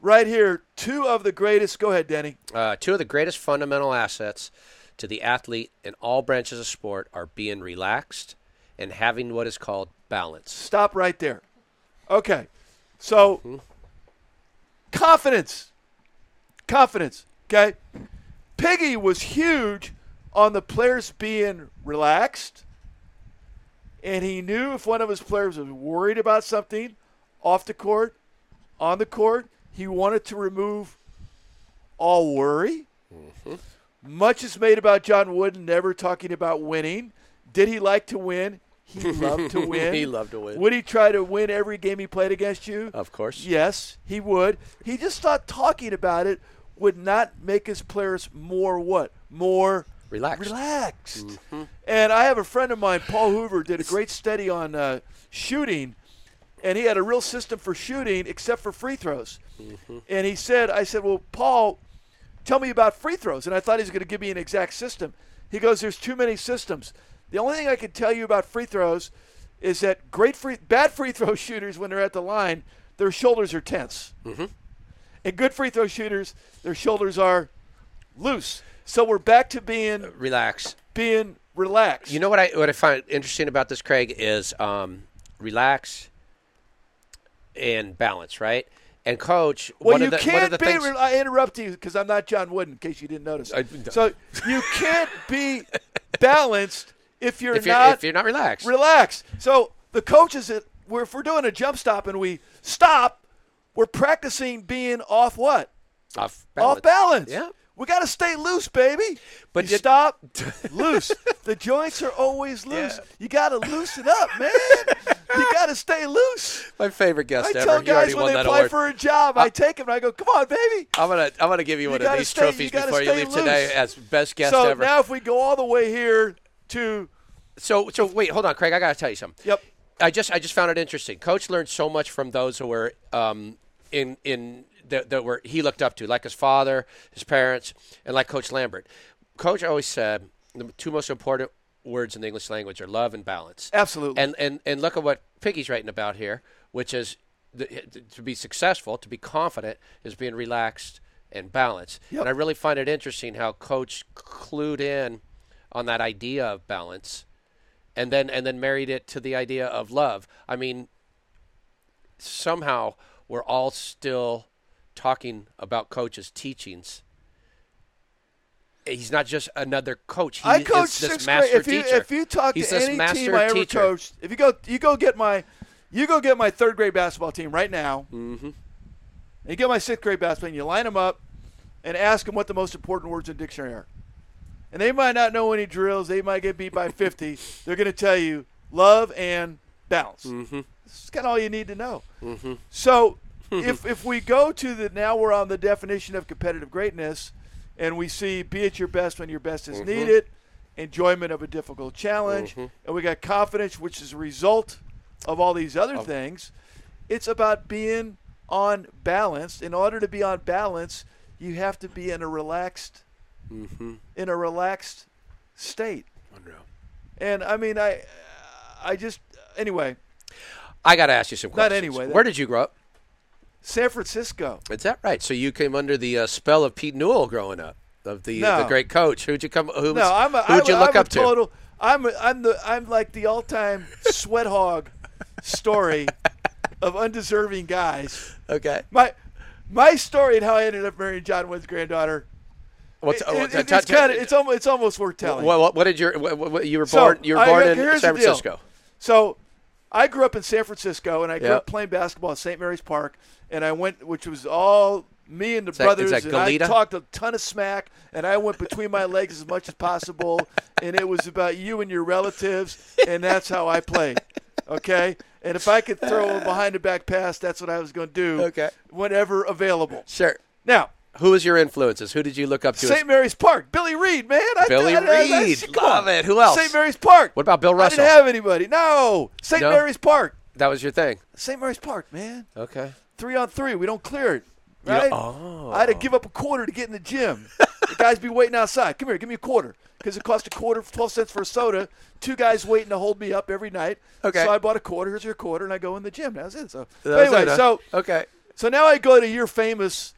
Speaker 2: right here two of the greatest. Go ahead, Denny.
Speaker 1: Uh, two of the greatest fundamental assets to the athlete in all branches of sport are being relaxed and having what is called balance.
Speaker 2: Stop right there. Okay. So confidence. Confidence. Okay. Piggy was huge on the players being relaxed. And he knew if one of his players was worried about something off the court, on the court, he wanted to remove all worry.
Speaker 1: Mm-hmm.
Speaker 2: Much is made about John Wooden never talking about winning. Did he like to win?
Speaker 1: *laughs*
Speaker 2: He loved to win.
Speaker 1: He loved to win.
Speaker 2: Would he try to win every game he played against you?
Speaker 1: Of course.
Speaker 2: Yes, he would. He just not talking about it would not make his players more what? More
Speaker 1: Relaxed.
Speaker 2: Relaxed. And I have a friend of mine, Paul Hoover, did a great study on uh, shooting, and he had a real system for shooting except for free throws.
Speaker 1: Mm-hmm.
Speaker 2: And he said, I said, well, Paul, tell me about free throws. And I thought he was going to give me an exact system. He goes, there's too many systems. The only thing I can tell you about free throws is that great free, bad free throw *laughs* shooters, when they're at the line, their shoulders are tense.
Speaker 1: Mm-hmm.
Speaker 2: And good free throw shooters, their shoulders are loose. So we're back to being
Speaker 1: Relax.
Speaker 2: being relaxed.
Speaker 1: You know what I what I find interesting about this, Craig, is um, relax and balance, right? And coach,
Speaker 2: well,
Speaker 1: one
Speaker 2: you
Speaker 1: of the one
Speaker 2: can't
Speaker 1: of the
Speaker 2: be.
Speaker 1: things
Speaker 2: re- I interrupt you because I'm not John Wooden, in case you didn't notice.
Speaker 1: I-
Speaker 2: so you can't
Speaker 1: *laughs*
Speaker 2: be balanced if you're
Speaker 1: if, you're,
Speaker 2: not
Speaker 1: if you're not relaxed,
Speaker 2: relaxed. So the coaches, that we're, if we're doing a jump stop and we stop, we're practicing being off what?
Speaker 1: off balance.
Speaker 2: Off balance.
Speaker 1: Yeah.
Speaker 2: We got to stay loose, baby.
Speaker 1: But
Speaker 2: you
Speaker 1: did- *laughs*
Speaker 2: stop loose. The joints are always loose. You got to loosen up, man. you got to stay loose.
Speaker 1: My favorite guest
Speaker 2: I
Speaker 1: ever.
Speaker 2: tell
Speaker 1: you already
Speaker 2: guys
Speaker 1: won
Speaker 2: when they
Speaker 1: that
Speaker 2: apply
Speaker 1: award. Uh,
Speaker 2: for a job, I take them and I go, "Come on, baby."
Speaker 1: I'm gonna I'm gonna give you, one of
Speaker 2: gotta
Speaker 1: these
Speaker 2: stay- you
Speaker 1: trophies
Speaker 2: gotta
Speaker 1: before you
Speaker 2: stay
Speaker 1: leave today
Speaker 2: loose.
Speaker 1: as best guest
Speaker 2: so
Speaker 1: ever.
Speaker 2: now, if we go all the way here to
Speaker 1: so so wait, hold on, Craig. I gotta tell you something.
Speaker 2: Yep.
Speaker 1: I just I just found it interesting. Coach learned so much from those who were um, in in that, that were he looked up to, like his father, his parents, and like Coach Lambert. Coach always said the two most important words in the English language are love and balance.
Speaker 2: Absolutely.
Speaker 1: And and and look at what Piggy's writing about here, which is the, to be successful, to be confident, is being relaxed and balanced.
Speaker 2: Yep.
Speaker 1: And I really find it interesting how Coach clued in on that idea of balance, and then and then married it to the idea of love. I mean, somehow we're all still talking about Coach's teachings. He's not just another coach. He
Speaker 2: I coach
Speaker 1: is this
Speaker 2: sixth grade.
Speaker 1: master
Speaker 2: If you
Speaker 1: teacher.
Speaker 2: if you talk
Speaker 1: He's
Speaker 2: to
Speaker 1: this
Speaker 2: any
Speaker 1: master
Speaker 2: team I ever
Speaker 1: teacher.
Speaker 2: coached, if you go you go get my you go get my third grade basketball team right now, mm-hmm. and you get my sixth grade basketball, and you line them up, and ask them what the most important words in the dictionary are, and they might not know any drills. They might get beat by fifty. They're going to tell you love and balance. Mm-hmm. This is kind of all you need to know. Mm-hmm. So. if, if we go to the now we're on the definition of competitive greatness and we see be at your best when your best is needed enjoyment of a difficult challenge, and we got confidence, which is a result of all these other things. It's about being on balance. In order to be on balance, you have to be in a relaxed, in a relaxed state.
Speaker 1: Unreal.
Speaker 2: And I mean, I, I just anyway,
Speaker 1: I got to ask you some questions.
Speaker 2: anyway, that-
Speaker 1: Where did you grow up?
Speaker 2: San Francisco.
Speaker 1: Is that right? So you came under the uh, spell of Pete Newell growing up, of the, uh, the
Speaker 2: No.
Speaker 1: great coach. Who'd you come? Who was,
Speaker 2: No, I'm a,
Speaker 1: who'd
Speaker 2: I'm
Speaker 1: you
Speaker 2: a-
Speaker 1: look
Speaker 2: I'm a
Speaker 1: up to?
Speaker 2: total, I'm a, I'm the I'm like the all time sweat hog story of undeserving guys.
Speaker 1: Okay.
Speaker 2: my my story and how I ended up marrying John Wood's granddaughter.
Speaker 1: What's,
Speaker 2: it-
Speaker 1: uh, what's-
Speaker 2: it-
Speaker 1: tell-
Speaker 2: it's kind of it's almost it's almost worth telling.
Speaker 1: what, what, what did your what, what- what- you were
Speaker 2: So,
Speaker 1: born? you were
Speaker 2: I-
Speaker 1: born in
Speaker 2: here's
Speaker 1: San
Speaker 2: the deal.
Speaker 1: Francisco.
Speaker 2: So, I grew up in San Francisco, and I grew
Speaker 1: Yeah.
Speaker 2: up playing basketball at St. Mary's Park, and I went, which was all me and the
Speaker 1: that- is
Speaker 2: brothers,
Speaker 1: that
Speaker 2: and I
Speaker 1: Goleta?
Speaker 2: talked a ton of smack, and I went between my legs as much
Speaker 1: *laughs*
Speaker 2: as possible, and it was about you and your relatives, and that's how I played. Okay, and if I could throw a behind the back pass, that's what I was going to do.
Speaker 1: Okay.
Speaker 2: whenever available.
Speaker 1: Sure.
Speaker 2: Now.
Speaker 1: Who was your influences? Who did you look up to?
Speaker 2: St. Mary's Park. Billy Reed, man. I,
Speaker 1: Billy
Speaker 2: I, I, I,
Speaker 1: Reed.
Speaker 2: come on.
Speaker 1: Love it. Who else?
Speaker 2: St. Mary's Park.
Speaker 1: What about Bill
Speaker 2: I
Speaker 1: Russell?
Speaker 2: didn't have anybody. No. St.
Speaker 1: No?
Speaker 2: Mary's Park.
Speaker 1: that was your thing.
Speaker 2: St. Mary's Park, man.
Speaker 1: Okay.
Speaker 2: Three on three. We don't clear it. Right?
Speaker 1: oh.
Speaker 2: I had to give up a quarter to get in the gym. the guys be waiting outside. Come here, give me a quarter. Because it cost a quarter, 12 cents for a soda. Two guys waiting to hold me up every night.
Speaker 1: Okay.
Speaker 2: So I bought a quarter. Here's your quarter. And I go in the gym. That was it. So, but
Speaker 1: That's
Speaker 2: anyway,
Speaker 1: enough.
Speaker 2: so
Speaker 1: okay.
Speaker 2: so now I go to your famous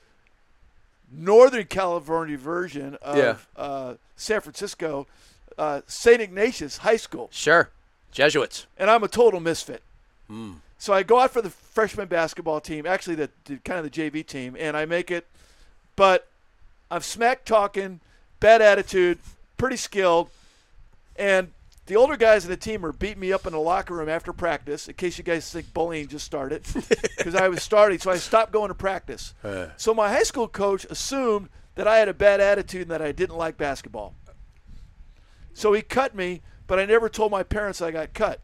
Speaker 2: Northern California version of
Speaker 1: Yeah.
Speaker 2: uh, San Francisco, uh, St. Ignatius High School,
Speaker 1: Sure. Jesuits.
Speaker 2: and I'm a total misfit. So I go out for the freshman basketball team, actually the, the kind of the JV team, and I make it, but I'm smack talking, bad attitude, pretty skilled, and the older guys in the team are beating me up in the locker room after practice. In case you guys think bullying just *laughs* started, because I was starting, so I stopped going to practice. So my high school coach assumed that I had a bad attitude and that I didn't like basketball. So he cut me, but I never told my parents I got cut.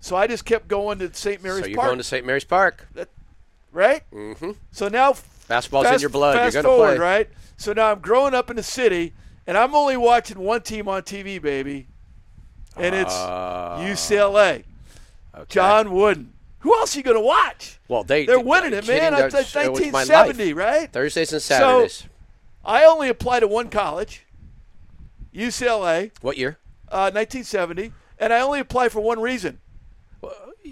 Speaker 2: So I just kept Hmm. going to St. Mary's
Speaker 1: so you're
Speaker 2: Park
Speaker 1: going to St. Mary's Park.
Speaker 2: right? Mm-hmm. So now, f-
Speaker 1: Basketball's in
Speaker 2: Fast-
Speaker 1: your blood.
Speaker 2: Fast
Speaker 1: You're going to
Speaker 2: forward,
Speaker 1: play.
Speaker 2: right? So now I'm growing up in the city, and I'm only watching one team on TV, baby, and it's
Speaker 1: Ah,
Speaker 2: UCLA.
Speaker 1: okay.
Speaker 2: John Wooden. Who else are you going to watch?
Speaker 1: Well, they
Speaker 2: They're winning
Speaker 1: are you
Speaker 2: it, man.
Speaker 1: kidding?
Speaker 2: That's
Speaker 1: They're-
Speaker 2: that's
Speaker 1: it was my life.
Speaker 2: 1970, right?
Speaker 1: Thursdays and Saturdays.
Speaker 2: I only applied to one college, UCLA,
Speaker 1: what year?
Speaker 2: uh, 1970, and I only applied for one reason.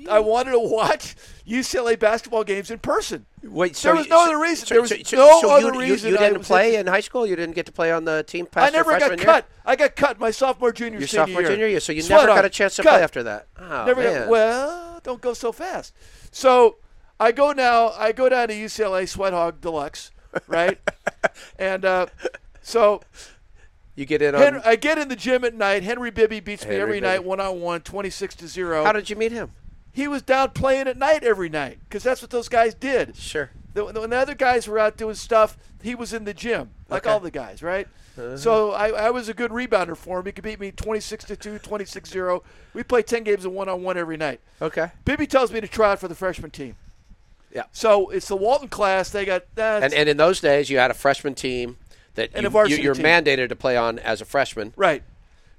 Speaker 2: I wanted to watch UCLA basketball games in person.
Speaker 1: Wait,
Speaker 2: There was no other reason. There was no
Speaker 1: so
Speaker 2: other
Speaker 1: you,
Speaker 2: reason
Speaker 1: You, you
Speaker 2: I
Speaker 1: didn't
Speaker 2: was
Speaker 1: play
Speaker 2: interested.
Speaker 1: in high school. You didn't get to play on the team.
Speaker 2: I
Speaker 1: Past your
Speaker 2: never got
Speaker 1: freshman year?
Speaker 2: cut. I got cut my sophomore, junior,
Speaker 1: Your
Speaker 2: senior
Speaker 1: sophomore,
Speaker 2: year.
Speaker 1: junior year. So you
Speaker 2: Sweat
Speaker 1: never
Speaker 2: on.
Speaker 1: got a chance to
Speaker 2: Cut.
Speaker 1: play after that. Oh,
Speaker 2: Never
Speaker 1: man.
Speaker 2: got, well, don't go so fast. So I go now. I go down to UCLA Sweat Hog Deluxe,
Speaker 1: *laughs*
Speaker 2: right? and uh, so
Speaker 1: you get in on.
Speaker 2: Hen- I get in the gym at night. Henry Bibby beats me
Speaker 1: Um, Henry
Speaker 2: every
Speaker 1: Bibby.
Speaker 2: night, one on one, 26 to 0.
Speaker 1: how did you meet him?
Speaker 2: he was down playing at night every night because that's what those guys did.
Speaker 1: Sure.
Speaker 2: The, when the other guys were out doing stuff, he was in the gym, like
Speaker 1: Okay. Uh-huh.
Speaker 2: all the guys, right? So I, I was a good rebounder for him. He could beat me 26 to 2, 26 0. We play 10 games of one on one every night.
Speaker 1: Okay.
Speaker 2: Bibby tells me to try out for the freshman team.
Speaker 1: Yeah.
Speaker 2: So it's the Walton class. They got that.
Speaker 1: And and in those days, you had a freshman team that
Speaker 2: And
Speaker 1: you,
Speaker 2: a varsity
Speaker 1: you, you're
Speaker 2: team.
Speaker 1: mandated to play on as a freshman.
Speaker 2: right.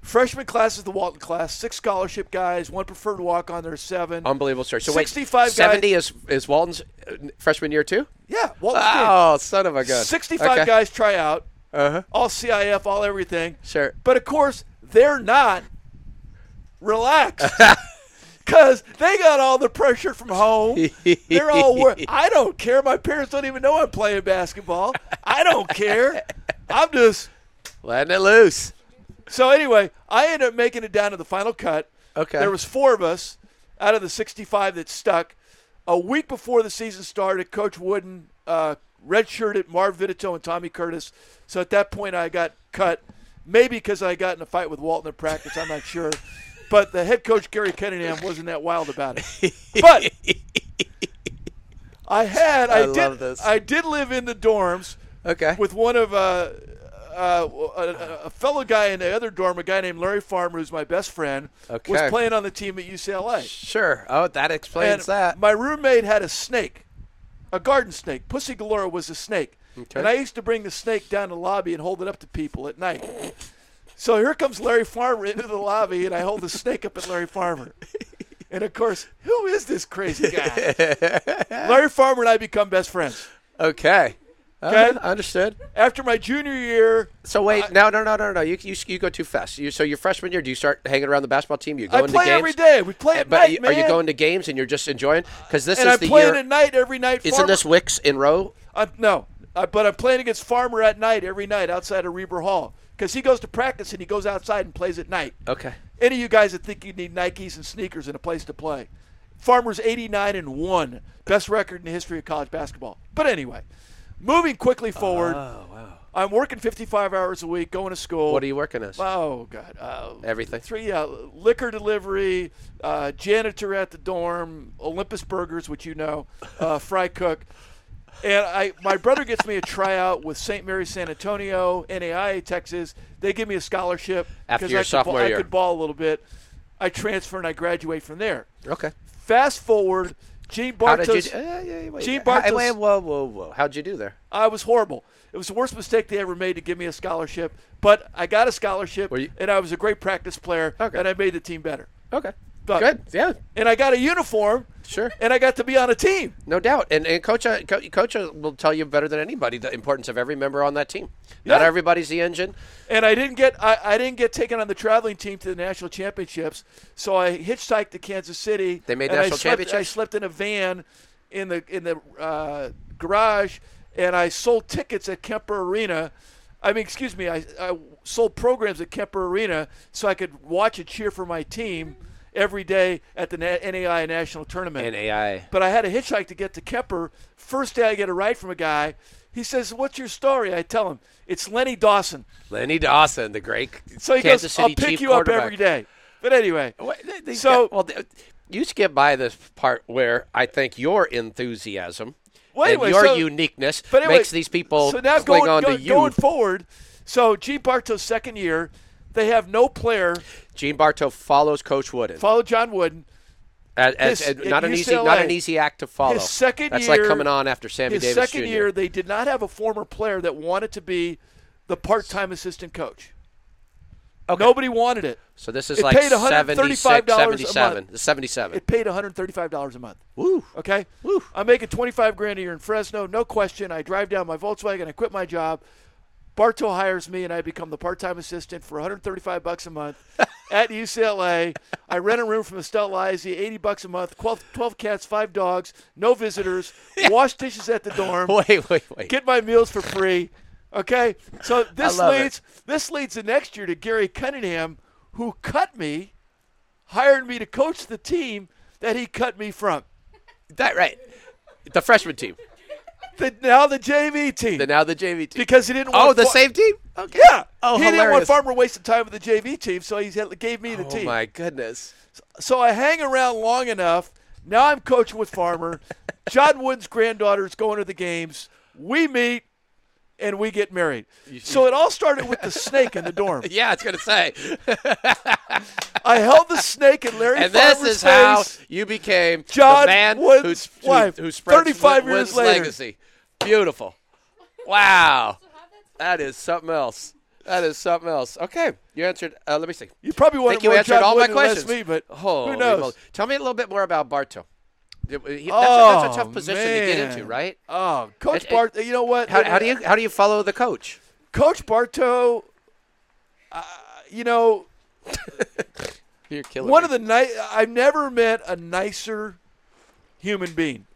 Speaker 2: Freshman class is the Walton class. Six scholarship guys, one preferred walk on. There's seven.
Speaker 1: Unbelievable story. So
Speaker 2: 65
Speaker 1: wait,
Speaker 2: guys-
Speaker 1: seventy is is Walton's uh, freshman year too?
Speaker 2: yeah, Walton's team.
Speaker 1: Oh, son of a gun!
Speaker 2: 65
Speaker 1: Okay.
Speaker 2: guys try out,
Speaker 1: Uh-huh.
Speaker 2: all CIF, all everything.
Speaker 1: Sure.
Speaker 2: But of course, they're not relaxed because they got all the pressure from home. They're all wor- I don't care. My parents don't even know I'm playing basketball. I don't care. I'm just.
Speaker 1: Letting it loose.
Speaker 2: So anyway, I ended up making it down to the final cut.
Speaker 1: Okay.
Speaker 2: There was four of us out of the 65 that stuck. A week before the season started, Coach Wooden uh, redshirted Marv Vitito and Tommy Curtis. So at that point, I got cut, maybe because I got in a fight with Walton at practice. I'm not sure. But the head coach, Gary Cunningham, wasn't that wild about it.
Speaker 1: *laughs*
Speaker 2: But I had, I,
Speaker 1: I
Speaker 2: did,
Speaker 1: love this.
Speaker 2: I did live in the dorms
Speaker 1: Okay.
Speaker 2: with one of uh, uh, a, a fellow guy in the other dorm, a guy named Larry Farmer, who's my best friend, was
Speaker 1: Okay.
Speaker 2: playing on the team at UCLA.
Speaker 1: sure. Oh, that explains
Speaker 2: And
Speaker 1: that.
Speaker 2: My roommate had a snake, a garden snake. Pussy Galore was a snake. And I used to bring the snake down to the lobby and hold it up to people at night. So here comes Larry Farmer into the lobby, and I hold the snake up at Larry Farmer. And of course, who is this
Speaker 1: *laughs*
Speaker 2: crazy guy? Larry Farmer and I become best friends.
Speaker 1: Okay.
Speaker 2: Okay.
Speaker 1: Uh, understood.
Speaker 2: After my junior year,
Speaker 1: So wait, no, no, no, no, no. You, you you go too fast. You, so your freshman year, do you start hanging around the basketball team? You go
Speaker 2: I
Speaker 1: into
Speaker 2: play
Speaker 1: games.
Speaker 2: every day. We play
Speaker 1: Uh,
Speaker 2: at
Speaker 1: But are
Speaker 2: night,
Speaker 1: you, are you
Speaker 2: man.
Speaker 1: going to games and you're just enjoying? Because this
Speaker 2: and
Speaker 1: is
Speaker 2: I'm
Speaker 1: the
Speaker 2: playing
Speaker 1: year.
Speaker 2: at night every night.
Speaker 1: isn't
Speaker 2: Farmer-
Speaker 1: this Wicks in row?
Speaker 2: Uh, no, I, but I'm playing against Farmer at night every night outside of Reber Hall because he goes to practice and he goes outside and plays at night.
Speaker 1: Okay.
Speaker 2: Any of you guys that think you need Nikes and sneakers and a place to play? Farmer's 89 and one, best record in the history of college basketball. But anyway, moving quickly forward.
Speaker 1: Oh, wow.
Speaker 2: I'm working 55 hours a week, going to school.
Speaker 1: What are you working as?
Speaker 2: Oh God! Uh,
Speaker 1: Everything.
Speaker 2: Three. Yeah, liquor delivery, uh, janitor at the dorm, Olympus Burgers, which you know,
Speaker 1: *laughs*
Speaker 2: uh, fry cook, and I. My brother gets me a tryout with St. Mary's San Antonio, NAIA Texas. They give me a scholarship
Speaker 1: After
Speaker 2: 'cause
Speaker 1: your
Speaker 2: I could
Speaker 1: sophomore
Speaker 2: ball,
Speaker 1: year.
Speaker 2: I could ball a little bit. I transfer and I graduate from there.
Speaker 1: okay.
Speaker 2: Fast forward, Gene
Speaker 1: How did you?
Speaker 2: Bartos.
Speaker 1: do- Uh, yeah, wait,
Speaker 2: Gene
Speaker 1: How-
Speaker 2: Bartos-
Speaker 1: wait, whoa, whoa, whoa! How'd you do there?
Speaker 2: I was horrible. It was the worst mistake they ever made to give me a scholarship, but I got a scholarship,
Speaker 1: Were you-
Speaker 2: and I was a great practice player,
Speaker 1: Okay.
Speaker 2: and I made the team better.
Speaker 1: Okay.
Speaker 2: But-
Speaker 1: Good. Yeah.
Speaker 2: And I got a uniform,
Speaker 1: Sure.
Speaker 2: and I got to be on a team.
Speaker 1: No doubt. And and coach uh, Co- coach uh, will tell you better than anybody the importance of every member on that team. Not
Speaker 2: Yeah.
Speaker 1: everybody's the engine.
Speaker 2: And I didn't get I, I didn't get taken on the traveling team to the national championships, so I hitchhiked to Kansas City.
Speaker 1: They made
Speaker 2: and I
Speaker 1: national
Speaker 2: slept- I
Speaker 1: championships?
Speaker 2: slept in a van in the in the uh, garage, and I sold tickets at Kemper Arena. I mean, excuse me, I, I sold programs at Kemper Arena so I could watch and cheer for my team every day at the Na- NAI national tournament.
Speaker 1: NAI.
Speaker 2: But I had a hitchhike to get to Kemper. First day I get a ride from a guy. He says, "What's your story?" I tell him, "It's Lenny Dawson."
Speaker 1: Lenny Dawson, the great
Speaker 2: So he
Speaker 1: Kansas
Speaker 2: goes,
Speaker 1: City
Speaker 2: "I'll pick
Speaker 1: Chief
Speaker 2: you up
Speaker 1: quarterback."
Speaker 2: every day." But anyway,
Speaker 1: Wha- they- they've
Speaker 2: So-
Speaker 1: got- well, they- you skip by this part where I think your enthusiasm
Speaker 2: Well, anyway,
Speaker 1: and your
Speaker 2: so-
Speaker 1: uniqueness
Speaker 2: but anyway,
Speaker 1: makes these people
Speaker 2: so now
Speaker 1: cling
Speaker 2: going,
Speaker 1: on
Speaker 2: go-
Speaker 1: to you.
Speaker 2: going forward. So Gene Bartow's second year, they have no player.
Speaker 1: Gene Bartow follows Coach Wooden.
Speaker 2: Follow John Wooden.
Speaker 1: As, as,
Speaker 2: His-
Speaker 1: and not
Speaker 2: at
Speaker 1: an easy,
Speaker 2: UCLA,
Speaker 1: not an easy act to follow.
Speaker 2: his second
Speaker 1: That's
Speaker 2: year,
Speaker 1: like coming on after Sammy
Speaker 2: his
Speaker 1: Davis
Speaker 2: second
Speaker 1: Jr.
Speaker 2: year, they did not have a former player that wanted to be the part-time assistant coach.
Speaker 1: Okay.
Speaker 2: Nobody wanted it.
Speaker 1: So this is
Speaker 2: It
Speaker 1: like
Speaker 2: paid
Speaker 1: 76,
Speaker 2: $135 a
Speaker 1: 77.
Speaker 2: month.
Speaker 1: It's 77.
Speaker 2: It paid $135 a month.
Speaker 1: Woo. *laughs*
Speaker 2: Okay,
Speaker 1: Woo.
Speaker 2: I'm making 25 grand a year in Fresno, no question. I drive down my Volkswagen, I quit my job. Bartow hires me, and I become the part-time assistant for 135 bucks
Speaker 1: *laughs*
Speaker 2: a month at UCLA. I rent a room from Estelle Lizzie, 80 bucks a month, 12, 12 cats, five dogs,
Speaker 1: *laughs*
Speaker 2: no visitors, wash dishes at the dorm.
Speaker 1: Wait, wait, wait.
Speaker 2: get my meals for free. Okay,
Speaker 1: *laughs*
Speaker 2: so this
Speaker 1: love it.
Speaker 2: leads this leads the next year to Gary Cunningham, who cut me, hired me to coach the team that he cut me from.
Speaker 1: that right. The freshman team.
Speaker 2: The, now the JV team
Speaker 1: The now the JV team.
Speaker 2: because he didn't. Want
Speaker 1: oh, the
Speaker 2: Far-
Speaker 1: same team? Okay.
Speaker 2: Yeah.
Speaker 1: Oh,
Speaker 2: he didn't want
Speaker 1: hilarious.
Speaker 2: Farmer wasting time with the JV team, so he had- gave me the
Speaker 1: oh
Speaker 2: team.
Speaker 1: my goodness.
Speaker 2: So I hang around long enough. Now I'm coaching
Speaker 1: *laughs*
Speaker 2: with Farmer. John Wood's granddaughter's going to the games. We meet, and we get married. So it all started with the snake in the dorm.
Speaker 1: *laughs* Yeah, it's going to
Speaker 2: *laughs*
Speaker 1: say.
Speaker 2: I held the snake in Larry
Speaker 1: And
Speaker 2: Farmer's
Speaker 1: this is
Speaker 2: face.
Speaker 1: how you became
Speaker 2: John
Speaker 1: the man
Speaker 2: Wood's
Speaker 1: who,
Speaker 2: wife,
Speaker 1: who, who spreads
Speaker 2: 35
Speaker 1: Wood-
Speaker 2: years
Speaker 1: Wood's
Speaker 2: later.
Speaker 1: legacy. Beautiful. Wow. That is something else. That is something else. Okay, you answered. Uh, let me see.
Speaker 2: you probably
Speaker 1: I
Speaker 2: want
Speaker 1: think you
Speaker 2: more
Speaker 1: answered
Speaker 2: John
Speaker 1: all
Speaker 2: Wood
Speaker 1: my
Speaker 2: and less
Speaker 1: questions.
Speaker 2: me, but
Speaker 1: Holy
Speaker 2: who knows?
Speaker 1: moly. Tell me a little bit more about Bartow. He- That's, a, that's a tough position to get into,
Speaker 2: Oh, man.
Speaker 1: right?
Speaker 2: Oh,
Speaker 1: It-
Speaker 2: Coach
Speaker 1: it-
Speaker 2: Bart, you know what?
Speaker 1: How, how do you how do you follow the coach?
Speaker 2: Coach Bartow? Uh, you know,
Speaker 1: You're killing
Speaker 2: one of the ni- I've never met a nicer human being.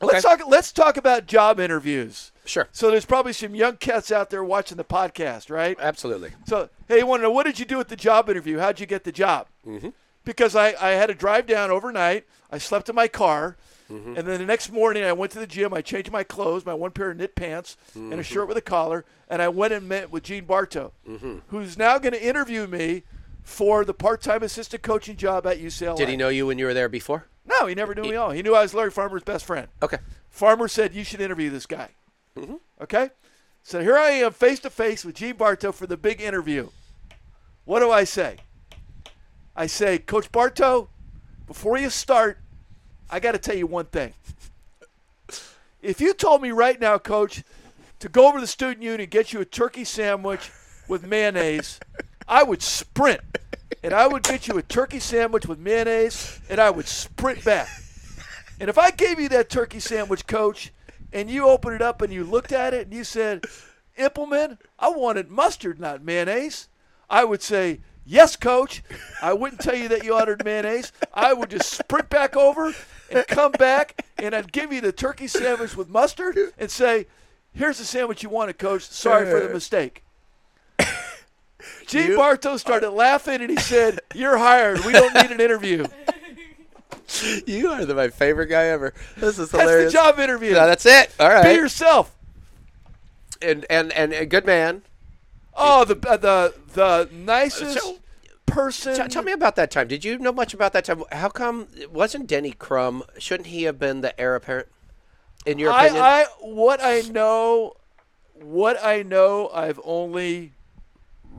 Speaker 2: Let's talk. Let's talk about job interviews.
Speaker 1: Sure,
Speaker 2: So there's probably some young cats out there watching the podcast, right?
Speaker 1: absolutely.
Speaker 2: So, hey, you want to know what did you do at the job interview? How'd you get the job? Mm-hmm. Because I, I had to drive down overnight. I slept in my car.
Speaker 1: Mm-hmm.
Speaker 2: And then the next morning, I went to the gym. I changed my clothes, my one pair of knit pants
Speaker 1: Mm-hmm.
Speaker 2: and a shirt with a collar. And I went and met with Gene Bartow,
Speaker 1: Mm-hmm.
Speaker 2: who's now going to interview me for the part time assistant coaching job at UCLA.
Speaker 1: Did he know you when you were there before?
Speaker 2: No, he never knew me at all. He knew I was Larry Farmer's best friend.
Speaker 1: Okay,
Speaker 2: Farmer said, You should interview this guy. Okay? So here I am face to face with Gene Bartow for the big interview. What do I say? I say, Coach Bartow, before you start, I got to tell you one thing. If you told me right now, Coach, to go over to the student union and get you a turkey sandwich with mayonnaise, I would sprint. And I would get you a turkey sandwich with mayonnaise, and I would sprint back. And if I gave you that turkey sandwich, coach, and you opened it up and you looked at it and you said, Implement, I wanted mustard, not mayonnaise, I would say, Yes, coach. I wouldn't tell you that you ordered mayonnaise. I would just sprint back over and come back, and I'd give you the turkey sandwich with mustard and say, Here's the sandwich you wanted, coach. Sorry for
Speaker 1: *laughs*
Speaker 2: the mistake. Gene Bartow started laughing and he said, You're hired. We don't need an interview.
Speaker 1: *laughs* you are the, my favorite guy ever. This is
Speaker 2: That's the
Speaker 1: hilarious.
Speaker 2: job interview.
Speaker 1: No, that's it. All
Speaker 2: Be
Speaker 1: right,
Speaker 2: yourself.
Speaker 1: and and and a good man.
Speaker 2: Oh, the uh, the the nicest
Speaker 1: So-
Speaker 2: person.
Speaker 1: T- tell me about that time. Did you know much about that time? How come wasn't Denny Crum? Shouldn't he have been the heir apparent? In your
Speaker 2: I,
Speaker 1: opinion,
Speaker 2: I what I know, what I know, I've only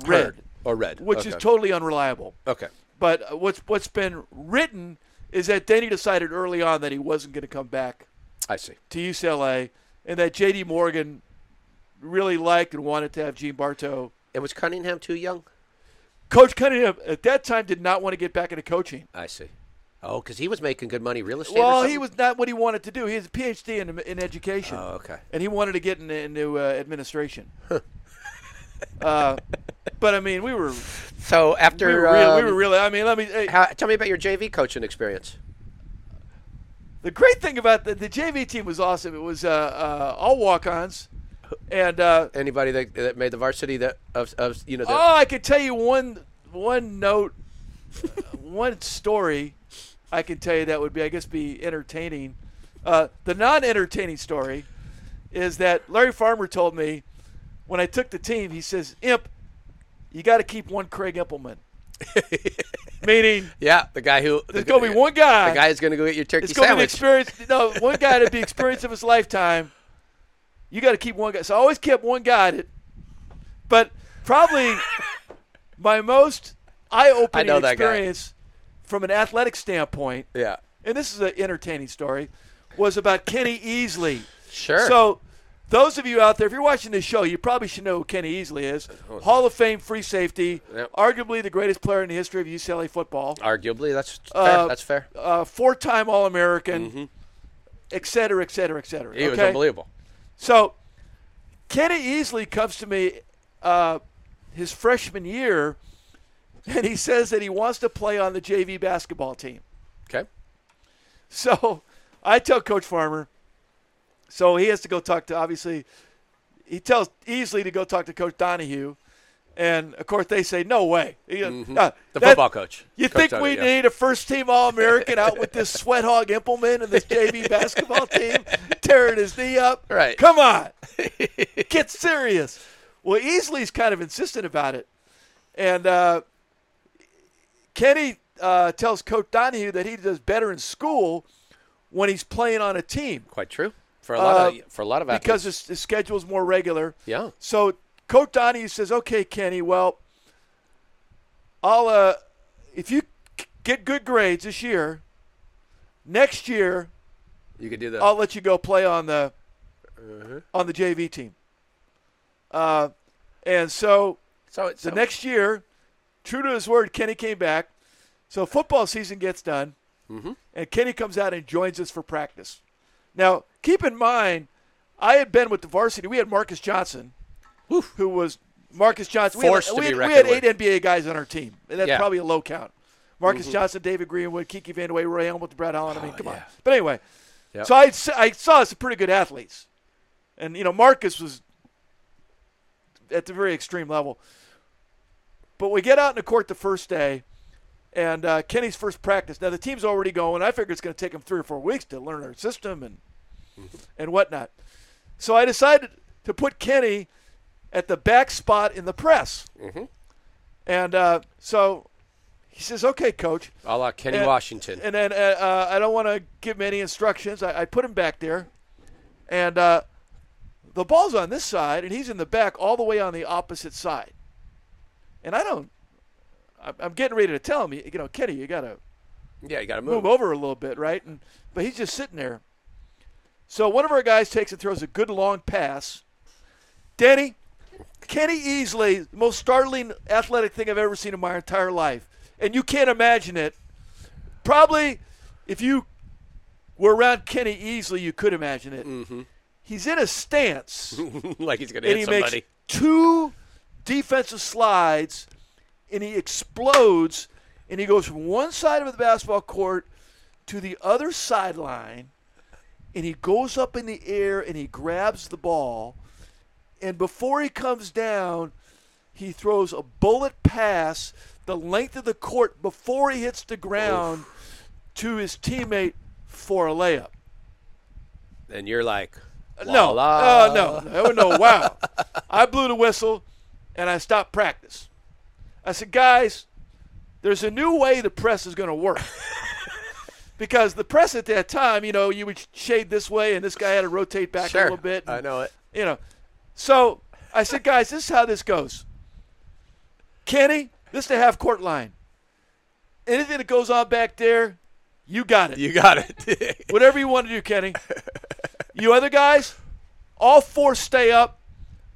Speaker 2: read,
Speaker 1: Heard. or red,
Speaker 2: which is
Speaker 1: Okay. Uh,
Speaker 2: totally unreliable.
Speaker 1: okay.
Speaker 2: But uh, what's what's been written is that Denny decided early on that he wasn't going to come back
Speaker 1: I see.
Speaker 2: to UCLA, and that J.D. Morgan really liked and wanted to have Gene Bartow.
Speaker 1: And was Cunningham too young?
Speaker 2: Coach Cunningham at that time did not want to get back into coaching.
Speaker 1: I see. Oh, because he was making good money real estate. or
Speaker 2: Well, he
Speaker 1: something?
Speaker 2: was not what he wanted to do. He has a PhD in, in education.
Speaker 1: Oh, okay.
Speaker 2: and he wanted to get in- into uh,
Speaker 1: *laughs*
Speaker 2: administration. uh, but I mean, we were
Speaker 1: So after
Speaker 2: we were, real, we
Speaker 1: um,
Speaker 2: were really. I mean, let me. hey,
Speaker 1: How, tell me about your JV coaching experience.
Speaker 2: the great thing about the, the JV team was awesome. It was uh, uh, all walk-ons, and uh,
Speaker 1: Anybody that, that made the varsity that of, of you know the,
Speaker 2: oh, I could tell you one one note, uh, one story. I can tell you that would be, I guess, be entertaining. Uh, the non-entertaining story is that Larry Farmer told me when I took the team. He says, "Imp, you got to keep one Craig Impleman," meaning
Speaker 1: *laughs* yeah the guy who
Speaker 2: Oh. there's
Speaker 1: *laughs*
Speaker 2: gonna be one guy.
Speaker 1: the guy is going to go get your turkey
Speaker 2: It's going to be the
Speaker 1: sandwich.
Speaker 2: experience. No, one
Speaker 1: *laughs*
Speaker 2: guy to be experience of his lifetime. You got to keep one guy. So I always kept one guy. That,
Speaker 1: *laughs*
Speaker 2: but probably my most
Speaker 1: I know
Speaker 2: eye-opening
Speaker 1: that guy.
Speaker 2: experience from an athletic standpoint,
Speaker 1: Yeah.
Speaker 2: and this is an entertaining story, was about Kenny Easley.
Speaker 1: Sure.
Speaker 2: So, those of you out there, if you're watching this show, you probably should know who Kenny Easley is. Hall of Fame free safety,
Speaker 1: Yep.
Speaker 2: arguably the greatest player in the history of UCLA football,
Speaker 1: arguably, that's fair.
Speaker 2: Uh,
Speaker 1: that's fair.
Speaker 2: uh, four-time All-American, et cetera, et cetera, et cetera.
Speaker 1: Mm-hmm. He was
Speaker 2: okay?
Speaker 1: unbelievable.
Speaker 2: So, Kenny Easley comes to me uh, his freshman year, *laughs* and he says that he wants to play on the JV basketball team.
Speaker 1: Okay.
Speaker 2: So I tell Coach Farmer, so he has to go talk to, obviously, he tells Easley to go talk to Coach Donahue. And of course, they say, no way. He- uh,
Speaker 1: Mm-hmm. The
Speaker 2: that-
Speaker 1: football coach.
Speaker 2: You
Speaker 1: Coach
Speaker 2: think
Speaker 1: Doty,
Speaker 2: we
Speaker 1: yeah.
Speaker 2: need a first team All American out with this sweat hog implement and
Speaker 1: *laughs*
Speaker 2: this JV basketball team tearing his knee up?
Speaker 1: Right.
Speaker 2: Come
Speaker 1: *laughs*
Speaker 2: on. Get serious. Well, Easley's kind of insistent about it. And uh, Kenny uh, tells Coach Donahue that he does better in school when he's playing on a team
Speaker 1: Quite true. For a lot
Speaker 2: Uh,
Speaker 1: of for a lot of athletes.
Speaker 2: because his, his schedule's more regular.
Speaker 1: yeah.
Speaker 2: So Coach Donahue says, "Okay, Kenny. Well, I'll uh, if you c- get good grades this year, next year
Speaker 1: You could do that.
Speaker 2: I'll let you go play on the on the JV team." Uh, and so
Speaker 1: so it's
Speaker 2: the next year, true to his word, Kenny came back. So football season gets done,
Speaker 1: Mm-hmm.
Speaker 2: and Kenny comes out and joins us for practice. Now, keep in mind, I had been with the varsity. We had Marcus Johnson, who was Marcus Johnson. We had-
Speaker 1: Forced to
Speaker 2: we
Speaker 1: be
Speaker 2: had, we had
Speaker 1: reckoned
Speaker 2: eight
Speaker 1: with.
Speaker 2: NBA guys on our team, and that's
Speaker 1: Yeah. Mm-hmm.
Speaker 2: probably a low count. Marcus Johnson, David Greenwood, Kiki Vandeweghe, Roy Helmut, Brad Allen. I mean, come on.
Speaker 1: Oh, yeah.
Speaker 2: But anyway,
Speaker 1: Yep.
Speaker 2: so I, s- I saw some pretty good athletes, and you know Marcus was at the very extreme level. But we get out in the court the first day, and uh, Kenny's first practice. Now the team's already going. I figure it's going to take them three or four weeks to learn our system and
Speaker 1: Mm-hmm.
Speaker 2: and whatnot. So I decided to put Kenny at the back spot in the press.
Speaker 1: Mm-hmm.
Speaker 2: And uh, so he says, "Okay, coach."
Speaker 1: a la Kenny
Speaker 2: and-
Speaker 1: Washington.
Speaker 2: And then uh, uh, I don't want to give him any instructions. I, I put him back there, and uh, the ball's on this side, and he's in the back all the way on the opposite side. And I don't. I'm- I'm getting ready to tell him, you know, Kenny, you gotta
Speaker 1: yeah, you got to move.
Speaker 2: move over a little bit, right? And but he's just sitting there. So one of our guys takes and throws a good long pass. Danny, Kenny Easley, the most startling athletic thing I've ever seen in my entire life, and you can't imagine it. Probably, if you were around Kenny Easley, you could imagine it. He's in a stance
Speaker 1: *laughs* like he's going to hit
Speaker 2: and he
Speaker 1: somebody.
Speaker 2: makes two defensive slides, and he explodes, and he goes from one side of the basketball court to the other sideline, and he goes up in the air and he grabs the ball, and before he comes down, he throws a bullet pass the length of the court before he hits the ground to his teammate for a layup.
Speaker 1: and you're like, la,
Speaker 2: No,
Speaker 1: la.
Speaker 2: uh, no, no, There was no. Wow, I blew the whistle, and I stopped practice. I said, guys, there's a new way the press is going
Speaker 1: *laughs*
Speaker 2: to work, because the press at that time, you know, you would shade this way, and this guy had to rotate back
Speaker 1: Sure.
Speaker 2: a little bit.
Speaker 1: I
Speaker 2: and-
Speaker 1: know it.
Speaker 2: you know. So I said, guys, this is how this goes. Kenny, this is the half court line. Anything that goes on back there, you got it.
Speaker 1: You got it. *laughs*
Speaker 2: Whatever you want to do, Kenny. You other guys, all four stay up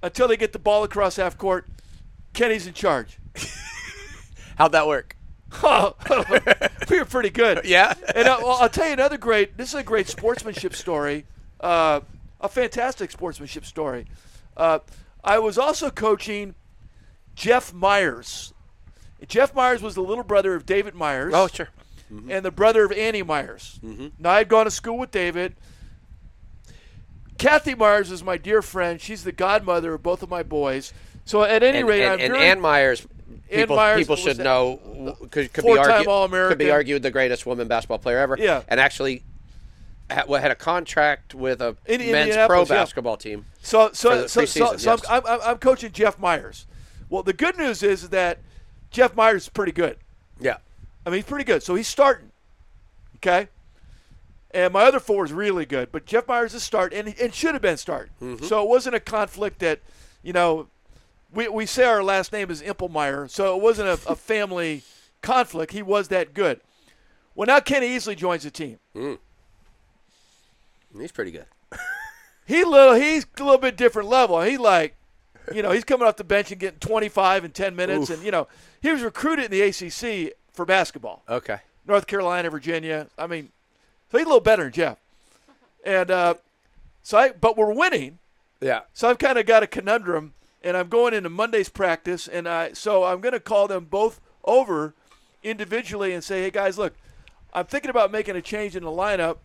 Speaker 2: until they get the ball across half court. Kenny's
Speaker 1: *laughs*
Speaker 2: in charge. *laughs*
Speaker 1: How'd that work?
Speaker 2: we were pretty good.
Speaker 1: Yeah.
Speaker 2: And uh, well, I'll tell you another great. This is a great sportsmanship story. Uh, a fantastic sportsmanship story. Uh, I was also coaching Jeff Myers. Jeff Myers was the little brother of David Myers
Speaker 1: *laughs* Oh, sure.
Speaker 2: Mm-hmm. and the brother of Annie Myers.
Speaker 1: Mm-hmm.
Speaker 2: Now I'd gone to school with David. Kathy Myers is my dear friend. She's the godmother of both of my boys. So at any
Speaker 1: And,
Speaker 2: rate,
Speaker 1: and,
Speaker 2: I'm
Speaker 1: and
Speaker 2: very-
Speaker 1: Ann Myers, people,
Speaker 2: Myers
Speaker 1: people
Speaker 2: was
Speaker 1: should
Speaker 2: the-
Speaker 1: know, w- could, could, be
Speaker 2: four-time
Speaker 1: argued, could
Speaker 2: All-American.
Speaker 1: be argued the greatest woman basketball player ever.
Speaker 2: Yeah.
Speaker 1: And actually had, had a contract with a
Speaker 2: In
Speaker 1: men's pro
Speaker 2: Indianapolis, yeah.
Speaker 1: basketball team.
Speaker 2: So
Speaker 1: For
Speaker 2: so
Speaker 1: the
Speaker 2: so, so,
Speaker 1: preseason,
Speaker 2: so I'm-
Speaker 1: yes.
Speaker 2: I'm, I'm, I'm coaching Jeff Myers. Well, the good news is, is that Jeff Myers is pretty good.
Speaker 1: Yeah.
Speaker 2: I mean, he's pretty good. So he's starting. Okay. And my other four is really good, but Jeff Myers is start and and should have been start. So it wasn't a conflict that, you know, we, we say our last name is Impelmeyer, so it wasn't a, a family conflict. He was that good. Well, now Kenny Easley joins the team.
Speaker 1: He's pretty good.
Speaker 2: He little he's a little bit different level. He like, you know, he's coming off the bench and getting 25 in 10 minutes, and you know, he was recruited in the ACC for basketball.
Speaker 1: Okay.
Speaker 2: North Carolina, Virginia. I mean, so he's a little better than Jeff. And uh, so, I, but we're winning.
Speaker 1: Yeah.
Speaker 2: So I've kind of got a conundrum, and I'm going into Monday's practice, and I so I'm going to call them both over individually and say, hey guys, look, I'm thinking about making a change in the lineup,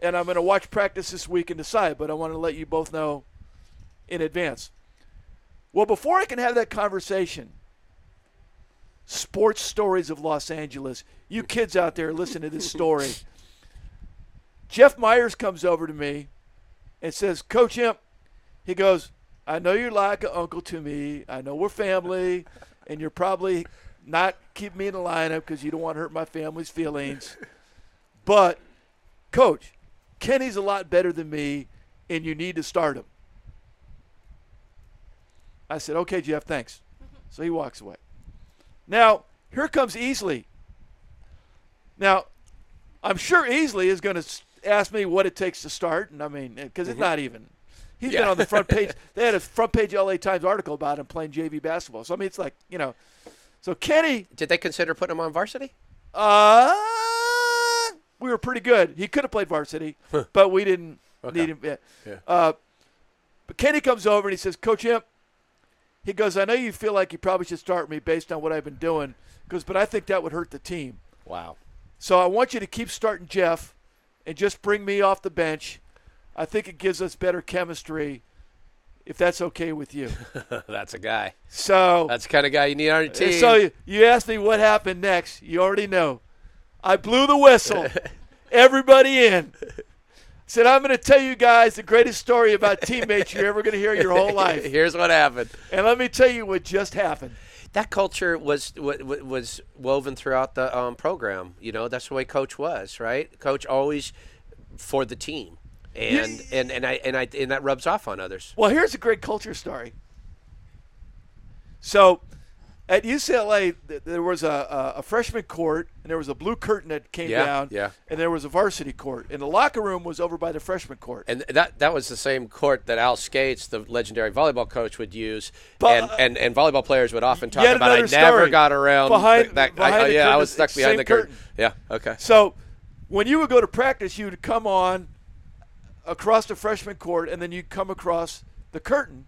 Speaker 2: and I'm going to watch practice this week and decide. But I want to let you both know in advance. Well, before I can have that conversation, sports stories of Los Angeles. You kids out there, listen to this story. Jeff Myers comes over to me and says, Coach Imp, he goes, I know you're like an uncle to me. I know we're family, and you're probably not keeping me in the lineup because you don't want to hurt my family's feelings. But, Coach, Kenny's a lot better than me, and you need to start him. I said, Okay, Jeff, thanks. So he walks away. Now, here comes Easley. Now, I'm sure Easley is going to ask me what it takes to start, and I mean, because it's not even. He's been
Speaker 1: Yeah.
Speaker 2: on the front page. They had a front page LA Times article about him playing JV basketball. So I mean, it's like you know. So Kenny,
Speaker 1: Did they consider putting him on varsity?
Speaker 2: uh, we were pretty good. He could have
Speaker 1: *laughs*
Speaker 2: played varsity, but we didn't need him. Yeah.
Speaker 1: Yeah.
Speaker 2: Uh, but Kenny comes over and he says, Coach Imp, he goes, I know you feel like you probably should start me based on what I've been doing. He goes, but I think that would hurt the team.
Speaker 1: Wow.
Speaker 2: So I want you to keep starting Jeff and just bring me off the bench. I think it gives us better chemistry if that's okay with
Speaker 1: *laughs*
Speaker 2: you.
Speaker 1: *laughs* That's a guy.
Speaker 2: So
Speaker 1: That's the kind of guy you need on your
Speaker 2: and
Speaker 1: team.
Speaker 2: So you- you asked me what happened next. You already know. I blew
Speaker 1: *laughs*
Speaker 2: the whistle. Everybody in. Said, I'm going to tell you guys the greatest story about teammates you're ever going to hear your
Speaker 1: *laughs*
Speaker 2: whole life.
Speaker 1: Here's what happened.
Speaker 2: And let me tell you what just happened.
Speaker 1: That culture was wa- wa- was woven throughout the um, program. You know, that's the way coach was, right? Coach always for the team, and and and I and I and that rubs off on others.
Speaker 2: Well, here's a great culture story. So, at UCLA, th- there was a, a, a freshman court, and there was a blue curtain that came
Speaker 1: Yeah,
Speaker 2: down,
Speaker 1: yeah.
Speaker 2: and there was a varsity court, and the locker room was over by the freshman court.
Speaker 1: And that that was the same court that Al Skates, the legendary volleyball coach, would use,
Speaker 2: But,
Speaker 1: and,
Speaker 2: uh,
Speaker 1: and and volleyball players would often talk
Speaker 2: yet
Speaker 1: about. I
Speaker 2: another
Speaker 1: never
Speaker 2: story.
Speaker 1: got around
Speaker 2: Behind-
Speaker 1: th- that. I,
Speaker 2: behind
Speaker 1: oh,
Speaker 2: the
Speaker 1: yeah, I
Speaker 2: curtain,
Speaker 1: was stuck behind
Speaker 2: same
Speaker 1: the curtain.
Speaker 2: curtain.
Speaker 1: Yeah. Okay. *laughs*
Speaker 2: So, when you would go to practice, you would come on across the freshman court, and then you'd come across the curtain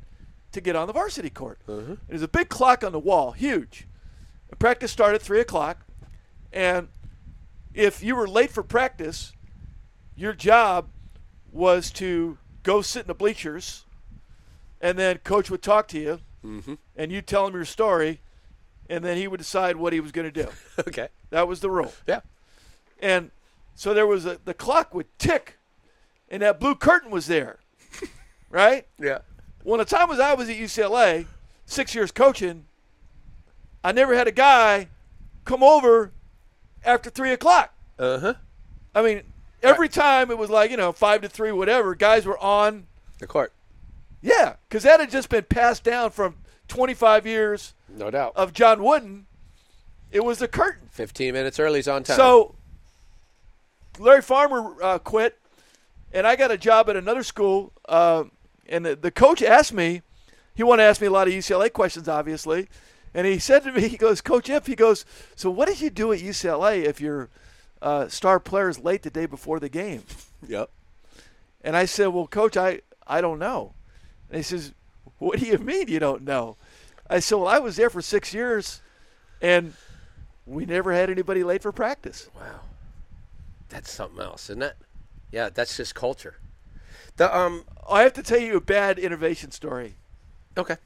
Speaker 2: to get on the varsity court. There's a big clock on the wall, huge. And practice started at 3 o'clock, and if you were late for practice, your job was to go sit in the bleachers, and then coach would talk to you, and you'd tell him your story, and then he would decide what he was going to do.
Speaker 1: Okay.
Speaker 2: that was the rule.
Speaker 1: Yeah.
Speaker 2: And so there was a the clock would tick, and that blue curtain was there, right?
Speaker 1: Yeah.
Speaker 2: Well, the time was I was at UCLA, six years coaching, I never had a guy come over after three o'clock.
Speaker 1: Uh huh.
Speaker 2: I mean, every time it was like you know five to three, whatever. Guys were on,
Speaker 1: The court.
Speaker 2: yeah, because that had just been passed down from 25 years
Speaker 1: No doubt.
Speaker 2: of John Wooden. It was the curtain.
Speaker 1: Fifteen minutes early is on time.
Speaker 2: So Larry Farmer uh, quit, and I got a job at another school. Uh, and the, the coach asked me, he wanted to ask me a lot of UCLA questions, obviously. And he said to me, *laughs* he goes, Coach F, he goes, so what did you do at UCLA if your uh, star player is late the day before the game?
Speaker 1: Yep.
Speaker 2: And I said, Well, coach, I, I don't know. And he says, What do you mean you don't know? I said, Well, I was there for six years, and we never had anybody late for practice.
Speaker 1: Wow. That's something else, isn't it? Yeah, that's just culture. The um
Speaker 2: I have to tell you a bad innovation story.
Speaker 1: okay.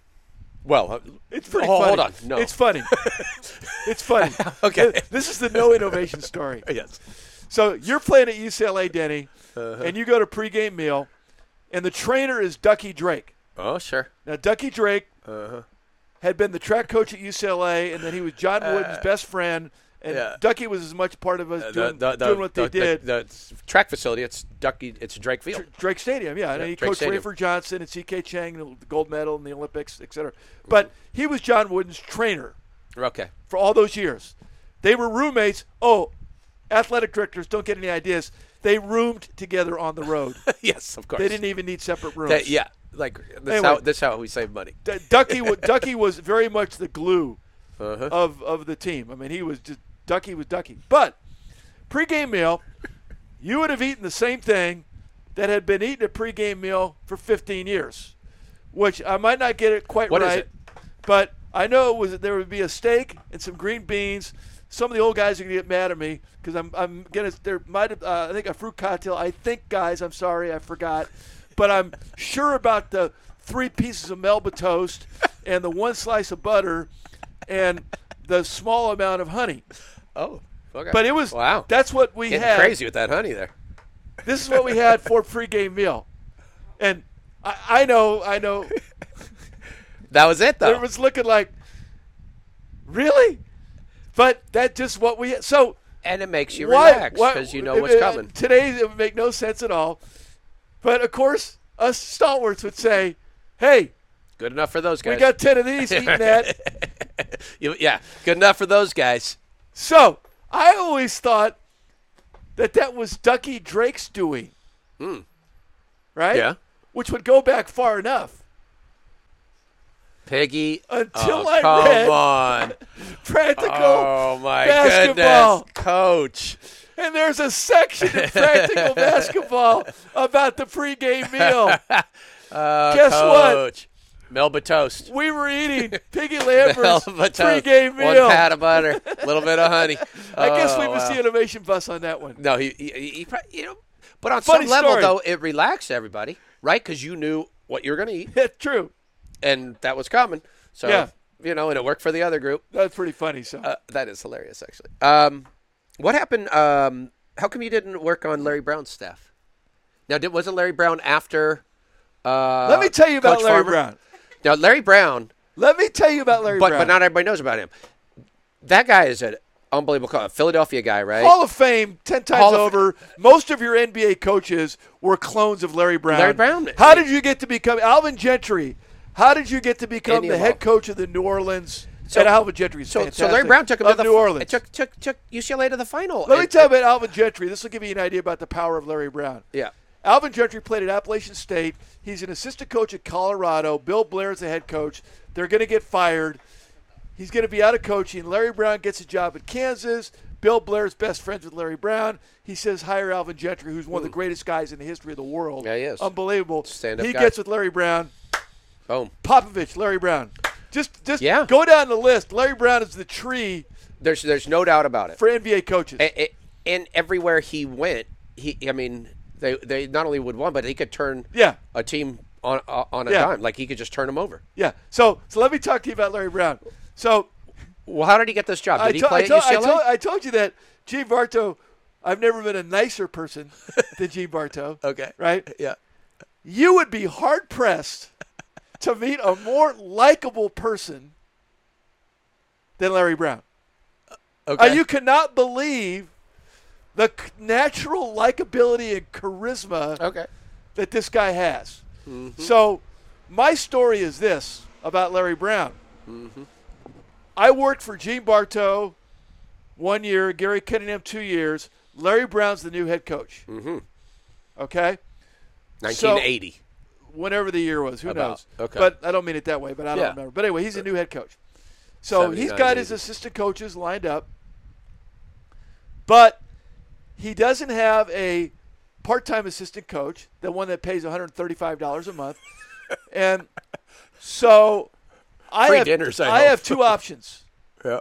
Speaker 1: Well, uh,
Speaker 2: It's pretty
Speaker 1: oh,
Speaker 2: funny.
Speaker 1: Hold on. No.
Speaker 2: It's funny. *laughs* it's *laughs* funny.
Speaker 1: Okay.
Speaker 2: Th- This is the no innovation story.
Speaker 1: yes.
Speaker 2: So you're playing at UCLA, Denny, and you go to pregame meal, and the trainer is Ducky Drake.
Speaker 1: Oh, sure.
Speaker 2: Now, Ducky Drake had been the track coach at UCLA, and then he was John Wooden's best friend, and
Speaker 1: yeah.
Speaker 2: Ducky was as much part of us doing,
Speaker 1: the, the,
Speaker 2: doing what
Speaker 1: the,
Speaker 2: they did.
Speaker 1: The, the track facility. It's Ducky. It's Drake Field.
Speaker 2: Drake Stadium, yeah. And
Speaker 1: Yeah,
Speaker 2: he
Speaker 1: Drake
Speaker 2: coached
Speaker 1: Stadium.
Speaker 2: Rafer Johnson and C.K. Chang, the gold medal in the Olympics, et cetera. But he was John Wooden's trainer *laughs*
Speaker 1: Okay.
Speaker 2: for all those years. They were roommates. Oh, athletic directors don't get any ideas. They roomed together on the road.
Speaker 1: yes, *laughs* of course.
Speaker 2: they didn't even need separate rooms.
Speaker 1: That- yeah, like that's
Speaker 2: Anyway.
Speaker 1: how that's how we save money.
Speaker 2: D- Ducky, wa- Ducky was very much the glue
Speaker 1: Uh-huh.
Speaker 2: of of the team. I mean, he was just Ducky was Ducky. But pregame meal, you would have eaten the same thing that had been eaten at pregame meal for 15 years, which I might not get it quite
Speaker 1: What is
Speaker 2: right.
Speaker 1: it?
Speaker 2: But I know it was there would be a steak and some green beans. Some of the old guys are gonna get mad at me because I'm I'm gonna there might have, uh, I think a fruit cocktail. I think guys, I'm sorry, I forgot, but I'm sure about the three pieces of Melba toast and the one slice of butter and the small amount of honey.
Speaker 1: Oh, okay.
Speaker 2: But it was
Speaker 1: wow.
Speaker 2: That's what we
Speaker 1: Getting
Speaker 2: had
Speaker 1: crazy with that honey there.
Speaker 2: this is what we had for pregame meal, and I, I know, I know,
Speaker 1: That was it though.
Speaker 2: it was looking like, really, but that just what we so
Speaker 1: and it makes you
Speaker 2: why-
Speaker 1: relax
Speaker 2: why-
Speaker 1: because you know
Speaker 2: it-
Speaker 1: what's
Speaker 2: it-
Speaker 1: coming.
Speaker 2: Today it would make no sense at all, but of course us stalwarts would say, hey,
Speaker 1: Good enough for those guys.
Speaker 2: we got ten of
Speaker 1: *laughs*
Speaker 2: these eating that.
Speaker 1: You- yeah, good enough for those guys.
Speaker 2: So I always thought that that was Ducky Drake's doing, right?
Speaker 1: Hmm. Yeah.
Speaker 2: which would go back far enough.
Speaker 1: Piggy.
Speaker 2: Until
Speaker 1: oh,
Speaker 2: I
Speaker 1: come
Speaker 2: read- *laughs*
Speaker 1: on.
Speaker 2: Practical
Speaker 1: Oh my
Speaker 2: basketball.
Speaker 1: goodness, coach.
Speaker 2: And there's a section
Speaker 1: *laughs*
Speaker 2: in practical basketball about the pregame meal. Guess what?
Speaker 1: Uh, coach. Melba toast.
Speaker 2: We
Speaker 1: *laughs*
Speaker 2: were eating Piggy Lambert's
Speaker 1: Melba toast.
Speaker 2: pregame
Speaker 1: One
Speaker 2: meal.
Speaker 1: pat of butter, a little bit of honey.
Speaker 2: *laughs* I guess
Speaker 1: Oh,
Speaker 2: we missed
Speaker 1: wow.
Speaker 2: the innovation bus on that one. *laughs*
Speaker 1: No, he, he, he, he probably, you know, but on
Speaker 2: Funny
Speaker 1: some level
Speaker 2: story.
Speaker 1: though, it relaxed everybody, right? Because you knew what you were going to eat,
Speaker 2: That's true.
Speaker 1: and that was coming. So
Speaker 2: Yeah.
Speaker 1: you know, and it worked for the other group.
Speaker 2: That's pretty funny. So
Speaker 1: Uh, that is hilarious, actually. Um, what happened? Um, how come you didn't work on Larry Brown's staff? Now, did, wasn't Larry Brown after? Uh,
Speaker 2: let me tell you about
Speaker 1: Coach
Speaker 2: Larry
Speaker 1: Farmer?
Speaker 2: Brown.
Speaker 1: Now, Larry Brown,
Speaker 2: Let me tell you about Larry
Speaker 1: but
Speaker 2: Brown.
Speaker 1: but not everybody knows about him. That guy is an unbelievable, co- a Philadelphia guy, right?
Speaker 2: Hall of Fame, ten times
Speaker 1: Hall of-
Speaker 2: over. Most of your NBA coaches were clones of Larry Brown.
Speaker 1: Larry Brown.
Speaker 2: How did you get to become Alvin Gentry? How did you get to become
Speaker 1: Any
Speaker 2: the
Speaker 1: of
Speaker 2: head
Speaker 1: them.
Speaker 2: coach of the New Orleans? and Alvin Gentry is
Speaker 1: so,
Speaker 2: fantastic.
Speaker 1: so Larry Brown took him
Speaker 2: of
Speaker 1: to the
Speaker 2: New
Speaker 1: fi-
Speaker 2: Orleans.
Speaker 1: Took, took took UCLA to the final.
Speaker 2: Let me
Speaker 1: And-
Speaker 2: tell you about Alvin Gentry. This will give you an idea about the power of Larry Brown.
Speaker 1: Yeah.
Speaker 2: Alvin Gentry played at Appalachian State. He's an assistant coach at Colorado. Bill Blair is the head coach. They're going to get fired. He's going to be out of coaching. Larry Brown gets a job at Kansas. Bill Blair's best friends with Larry Brown. He says, hire Alvin Gentry, who's one of the greatest guys in the history of the world.
Speaker 1: Yeah, he is.
Speaker 2: Unbelievable.
Speaker 1: Stand-up
Speaker 2: he
Speaker 1: guy.
Speaker 2: gets with Larry Brown.
Speaker 1: Boom.
Speaker 2: Popovich, Larry Brown. Just, just
Speaker 1: Yeah.
Speaker 2: go down the list. Larry Brown is the tree
Speaker 1: There's there's no doubt about it.
Speaker 2: for NBA coaches.
Speaker 1: A- a- and everywhere he went, he I mean, they they not only would win, but he could turn
Speaker 2: Yeah.
Speaker 1: a team on uh, on a
Speaker 2: Yeah.
Speaker 1: dime. Like he could just turn them over.
Speaker 2: Yeah. So so let me talk to you about Larry Brown. So
Speaker 1: Well, how did he get this job? Did
Speaker 2: I,
Speaker 1: he
Speaker 2: to-
Speaker 1: play
Speaker 2: I, to-
Speaker 1: at
Speaker 2: I,
Speaker 1: UCLA?
Speaker 2: to- I told you that Gene Bartow, I've never been a
Speaker 1: *laughs*
Speaker 2: nicer person than Gene Bartow.
Speaker 1: Okay.
Speaker 2: Right?
Speaker 1: yeah.
Speaker 2: You would be hard pressed to meet a more likable person than Larry Brown. Uh,
Speaker 1: Okay.
Speaker 2: you cannot believe the c- natural likability and charisma
Speaker 1: okay.
Speaker 2: that this guy has. So, my story is this about Larry Brown. I worked for Gene Bartow one year, Gary Cunningham two years. Larry Brown's the new head coach. Mm-hmm. Okay,
Speaker 1: 1980.
Speaker 2: whenever the year was, who
Speaker 1: About,
Speaker 2: knows?
Speaker 1: okay.
Speaker 2: but I don't mean it that way. But I don't
Speaker 1: Yeah.
Speaker 2: remember. But anyway, he's a new head coach, so he's
Speaker 1: 79,
Speaker 2: got his
Speaker 1: 80.
Speaker 2: assistant coaches lined up. But he doesn't have a part-time assistant coach, the one that pays $135 a month. and so I
Speaker 1: Free
Speaker 2: have
Speaker 1: dinners, I hope.
Speaker 2: have two options.
Speaker 1: yeah.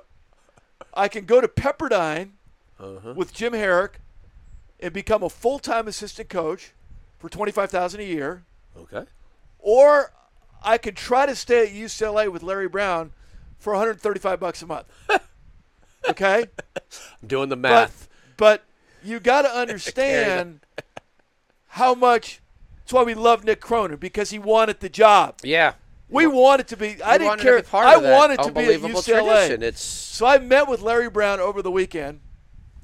Speaker 2: I can go to Pepperdine
Speaker 1: Uh-huh.
Speaker 2: with Jim Herrick and become a full-time assistant coach for 25,000 a year
Speaker 1: Okay.
Speaker 2: or I could try to stay at UCLA with Larry Brown for 135 bucks
Speaker 1: *laughs*
Speaker 2: a month. Okay?
Speaker 1: I'm doing the
Speaker 2: but
Speaker 1: math.
Speaker 2: but you got
Speaker 1: *laughs*
Speaker 2: to understand how much that's why we love Nick Cronin because he wanted the job.
Speaker 1: yeah.
Speaker 2: We wanted to be I
Speaker 1: You
Speaker 2: didn't
Speaker 1: wanted
Speaker 2: care
Speaker 1: To be part
Speaker 2: I
Speaker 1: of that
Speaker 2: wanted to be at
Speaker 1: unbelievable
Speaker 2: UCLA.
Speaker 1: Tradition. It's
Speaker 2: So I met with Larry Brown over the weekend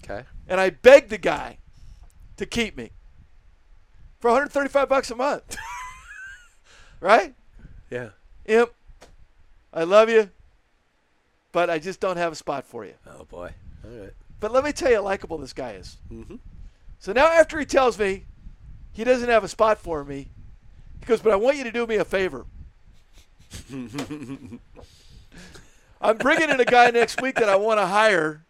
Speaker 1: okay.
Speaker 2: and I begged the guy to keep me for 135 bucks a
Speaker 1: *laughs*
Speaker 2: month. right?
Speaker 1: Yeah.
Speaker 2: Imp, I love you, but I just don't have a spot for you.
Speaker 1: Oh boy. All right. *laughs*
Speaker 2: But let me tell you how likable this guy is.
Speaker 1: Mhm.
Speaker 2: So now after he tells me he doesn't have a spot for me, he goes, "But I want you to do me a
Speaker 1: *laughs*
Speaker 2: favor." I'm bringing in a guy next week that I want to hire.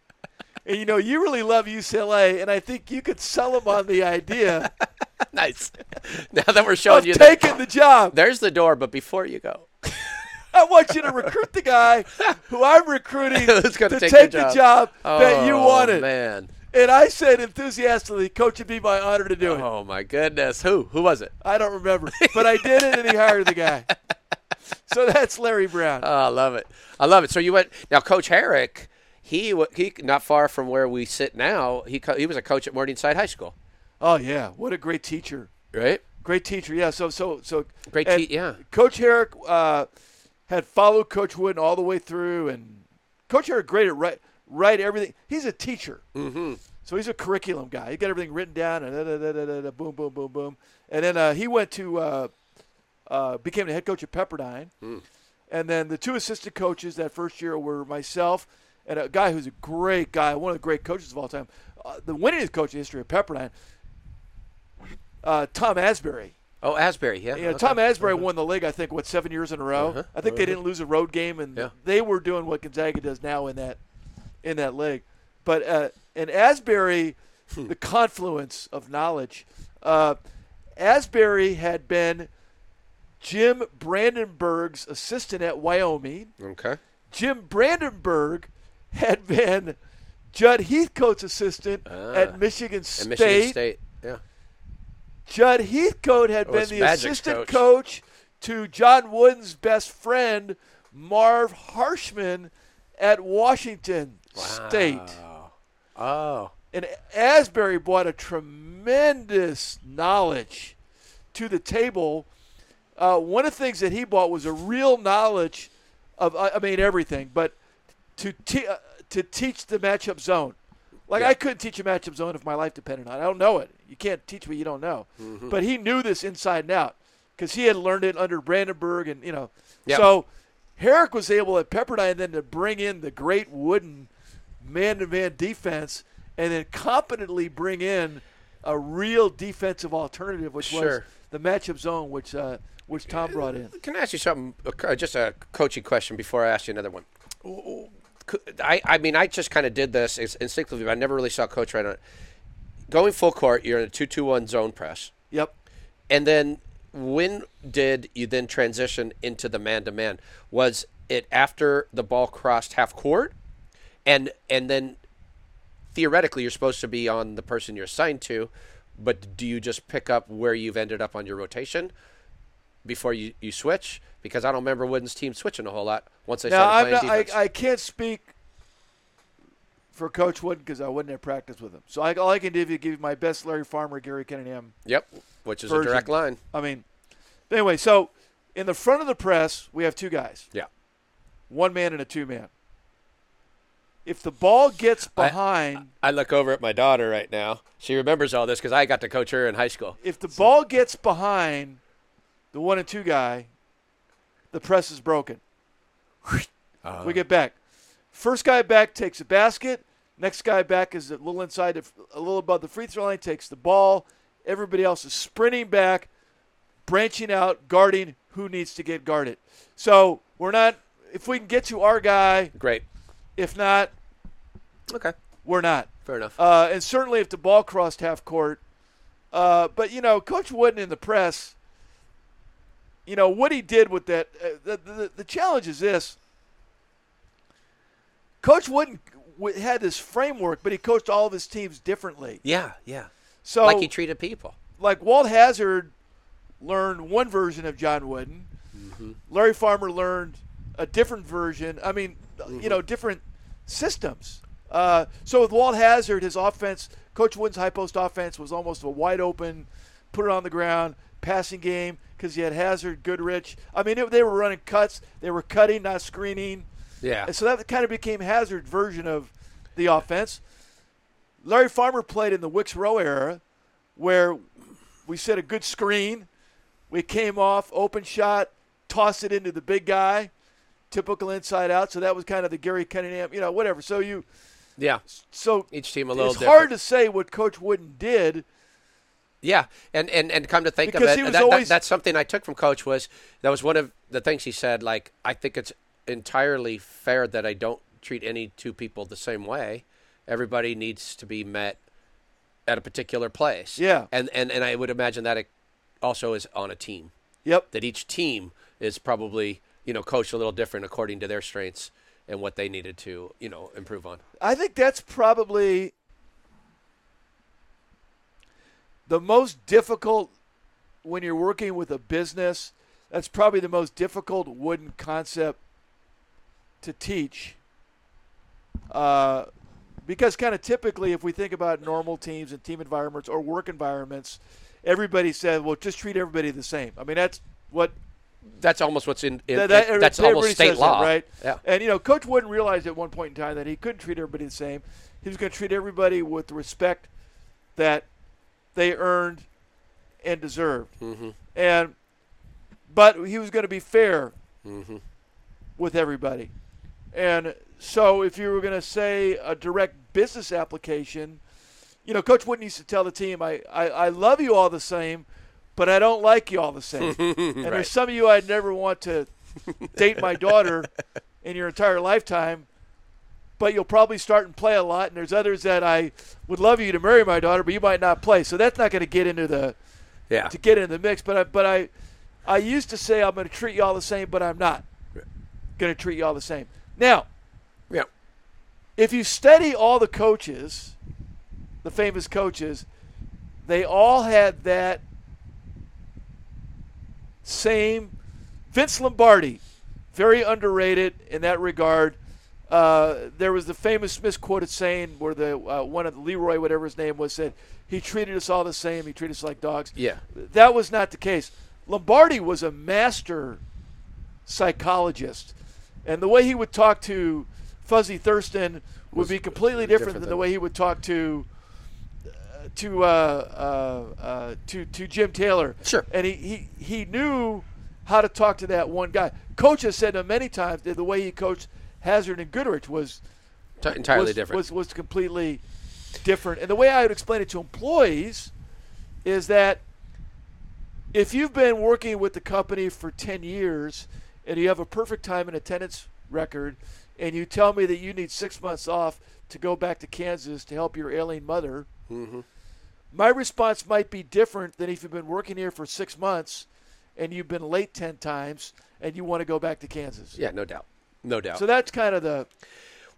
Speaker 2: And you know, you really love UCLA, and I think you could sell him on the idea
Speaker 1: nice. *laughs* now that we're showing
Speaker 2: of
Speaker 1: you, the,
Speaker 2: taking the job.
Speaker 1: there's the door, but before you
Speaker 2: *laughs*
Speaker 1: go,
Speaker 2: I want you to recruit the guy who I'm recruiting
Speaker 1: *laughs* Who's
Speaker 2: to
Speaker 1: gonna
Speaker 2: take,
Speaker 1: take your
Speaker 2: the
Speaker 1: job?
Speaker 2: job that you
Speaker 1: Oh,
Speaker 2: wanted.
Speaker 1: man.
Speaker 2: And I said enthusiastically, Coach, it'd be my honor to do it.
Speaker 1: Oh my goodness, who who was it?
Speaker 2: I don't remember, but I did it, and he hired
Speaker 1: *laughs*
Speaker 2: the guy. So that's Larry Brown.
Speaker 1: Oh, *laughs* I love it. I love it. So you went now, Coach Herrick. He wa- he not far from where we sit now. He co- he was a coach at Morningside High School,
Speaker 2: oh yeah, what a great teacher!
Speaker 1: right?
Speaker 2: Great teacher. Yeah. So so so
Speaker 1: Great
Speaker 2: and
Speaker 1: te- yeah.
Speaker 2: Coach Herrick uh, had followed Coach Wooden all the way through, and Coach Herrick great at write write everything. He's a teacher, mm-hmm. so he's a curriculum guy. He got everything written down, and da, da, da, da, da, da, boom, boom, boom, boom. And then uh, he went to uh, uh, became the head coach at Pepperdine,
Speaker 1: Hmm.
Speaker 2: and then the two assistant coaches that first year were myself and a guy who's a great guy, one of the great coaches of all time, uh, the winningest coach in the history of Pepperdine, uh, Tom Asbury.
Speaker 1: Oh, Asbury. Yeah.
Speaker 2: You know,
Speaker 1: okay.
Speaker 2: Tom Asbury won Uh-huh. the league, I think, what, seven years in a row? I think they didn't lose a road game, and
Speaker 1: Yeah.
Speaker 2: they were doing what Gonzaga does now in that in that league. But uh, and Asbury, the confluence of knowledge, uh, Asbury had been Jim Brandenburg's assistant at Wyoming.
Speaker 1: Okay.
Speaker 2: Jim Brandenburg had been Judd Heathcote's assistant
Speaker 1: Ah.
Speaker 2: at Michigan State.
Speaker 1: And Michigan State. Yeah.
Speaker 2: Judd Heathcote had
Speaker 1: Oh,
Speaker 2: been
Speaker 1: it's
Speaker 2: the
Speaker 1: Magic's
Speaker 2: assistant
Speaker 1: coach.
Speaker 2: coach. to John Wooden's best friend, Marv Harshman, at Washington State.
Speaker 1: Wow. Oh.
Speaker 2: And Asbury brought a tremendous knowledge to the table. Uh, one of the things that he brought was a real knowledge of, uh, I I mean, everything, but to, te- uh, to teach the matchup zone. Like,
Speaker 1: Yeah.
Speaker 2: I couldn't teach a matchup zone if my life depended on it. I don't know it. You can't teach what you don't know.
Speaker 1: Mm-hmm.
Speaker 2: But he knew this inside and out because he had learned it under Brandenburg and, you know.
Speaker 1: Yeah.
Speaker 2: So Herrick was able at Pepperdine then to bring in the great wooden man to man defense and then competently bring in a real defensive alternative, which was
Speaker 1: Sure.
Speaker 2: the matchup zone, which uh, which Tom brought in.
Speaker 1: Can I ask you something? a co- Just a coaching question before I ask you another one. Could- I, I mean, I just kind of did this ins- instinctively, but I never really saw coach right on it. Going full court, you're in a two-two-one zone press.
Speaker 2: Yep.
Speaker 1: And then when did you then transition into the man to man? Was it after the ball crossed half court? And and then theoretically you're supposed to be on the person you're assigned to, but do you just pick up where you've ended up on your rotation before you, you switch? Because I don't remember Wooden's team switching a whole lot once they
Speaker 2: Now
Speaker 1: started
Speaker 2: I'm
Speaker 1: playing
Speaker 2: not, I,
Speaker 1: defense.
Speaker 2: I can't speak for Coach Wooden because I wasn't at practice with him. So I, all I can do is give you my best Larry Farmer, Gary Cunningham
Speaker 1: yep, which is a
Speaker 2: version.
Speaker 1: direct line.
Speaker 2: I mean, anyway, so in the front of the press, we have two guys.
Speaker 1: Yeah.
Speaker 2: One man and a two man. If the ball gets
Speaker 1: I-
Speaker 2: behind,
Speaker 1: I look over at my daughter right now. She remembers all this because I got to coach her in high school.
Speaker 2: if the ball gets behind the one and two guy, the press is broken. We get back. First guy back takes a basket. Next guy back is a little inside, of, a little above the free throw line, takes the ball. Everybody else is sprinting back, branching out, guarding who needs to get guarded. So we're not, if we can get to our guy,
Speaker 1: Great.
Speaker 2: if not,
Speaker 1: Okay.
Speaker 2: we're not.
Speaker 1: Fair enough.
Speaker 2: Uh, and certainly if the ball crossed half court. Uh, but, you know, Coach Wooden in the press, you know, what he did with that, uh, the, the, the challenge is this. Coach Wooden w- had this framework, but he coached all of his teams differently.
Speaker 1: yeah, yeah.
Speaker 2: So,
Speaker 1: like he treated people.
Speaker 2: like Walt Hazard learned one version of John Wooden. Larry Farmer learned a different version. I mean, you know, different systems. Uh, so with Walt Hazard, his offense, Coach Wooden's high post offense was almost a wide open, put it on the ground, passing game because he had Hazard, Goodrich. I mean, it, they were running cuts. They were cutting, not screening.
Speaker 1: Yeah.
Speaker 2: And so that kind of became Hazard version of the offense. Larry Farmer played in the Wicks Row era, where we set a good screen, we came off open shot, tossed it into the big guy, typical inside out. So that was kind of the Gary Cunningham, you know, whatever. So you
Speaker 1: Yeah.
Speaker 2: So
Speaker 1: Each team a little
Speaker 2: it's
Speaker 1: different.
Speaker 2: hard to say what Coach Wooden did.
Speaker 1: Yeah, and and and come to think
Speaker 2: Because
Speaker 1: of
Speaker 2: he
Speaker 1: it,
Speaker 2: was
Speaker 1: that, that-
Speaker 2: always-
Speaker 1: that's something I took from Coach was that was one of the things he said. Like I think it's entirely fair that I don't treat any two people the same way. Everybody needs to be met at a particular place.
Speaker 2: Yeah.
Speaker 1: and and and I would imagine that it also is on a team.
Speaker 2: Yep.
Speaker 1: That each team is probably you know coached a little different according to their strengths and what they needed to you know improve on.
Speaker 2: I think that's probably the most difficult when you're working with a business. That's probably the most difficult wooden concept to teach. Uh, because, kind of typically, if we think about normal teams and team environments or work environments, everybody says, well, just treat everybody the same. I mean, that's what
Speaker 1: That's almost what's in. in
Speaker 2: that- that- every-
Speaker 1: that's almost
Speaker 2: everybody
Speaker 1: state
Speaker 2: says that,
Speaker 1: law,
Speaker 2: right?
Speaker 1: Yeah.
Speaker 2: And you know, Coach Wooden realized at one point in time that he couldn't treat everybody the same. He was going to treat everybody with the respect that they earned and deserved,
Speaker 1: Mm-hmm.
Speaker 2: and but he was going to be fair
Speaker 1: Mm-hmm.
Speaker 2: with everybody. And so, if you were going to say a direct business application, you know, Coach Wooden used to tell the team, I, I, I love you all the same, but I don't like you all
Speaker 1: *laughs*
Speaker 2: the same. and
Speaker 1: Right.
Speaker 2: there's some of you I'd never want to date my daughter in your entire lifetime, but you'll probably start and play a lot. And there's others that I would love you to marry my daughter, but you might not play. So that's not going to get into the
Speaker 1: Yeah.
Speaker 2: to get in the mix. But I, but I, I used to say I'm going to treat you all the same, but I'm not going to treat you all the same. Now,
Speaker 1: Yeah.
Speaker 2: if you study all the coaches, the famous coaches, they all had that same. Vince Lombardi, very underrated in that regard. Uh, there was the famous misquoted saying where the uh, one of the Leroy, whatever his name was, said he treated us all the same. He treated us like dogs.
Speaker 1: Yeah.
Speaker 2: That was not the case. Lombardi was a master psychologist. And the way he would talk to Fuzzy Thurston would be completely different,
Speaker 1: different
Speaker 2: than, the
Speaker 1: than-
Speaker 2: way he would talk to uh, to uh, uh, uh, to to Jim Taylor.
Speaker 1: Sure.
Speaker 2: And he, he he knew how to talk to that one guy. Coach has said to him many times that the way he coached Hazard and Goodrich was
Speaker 1: T- entirely
Speaker 2: was,
Speaker 1: different.
Speaker 2: Was was completely different. And the way I would explain it to employees is that if you've been working with the company for 10 years and you have a perfect time and attendance record and you tell me that you need 6 months off to go back to Kansas to help your ailing mother,
Speaker 1: Mm-hmm.
Speaker 2: my response might be different than if you've been working here for 6 months and you've been late 10 times and you want to go back to Kansas.
Speaker 1: yeah, no doubt. No doubt.
Speaker 2: So that's kind of the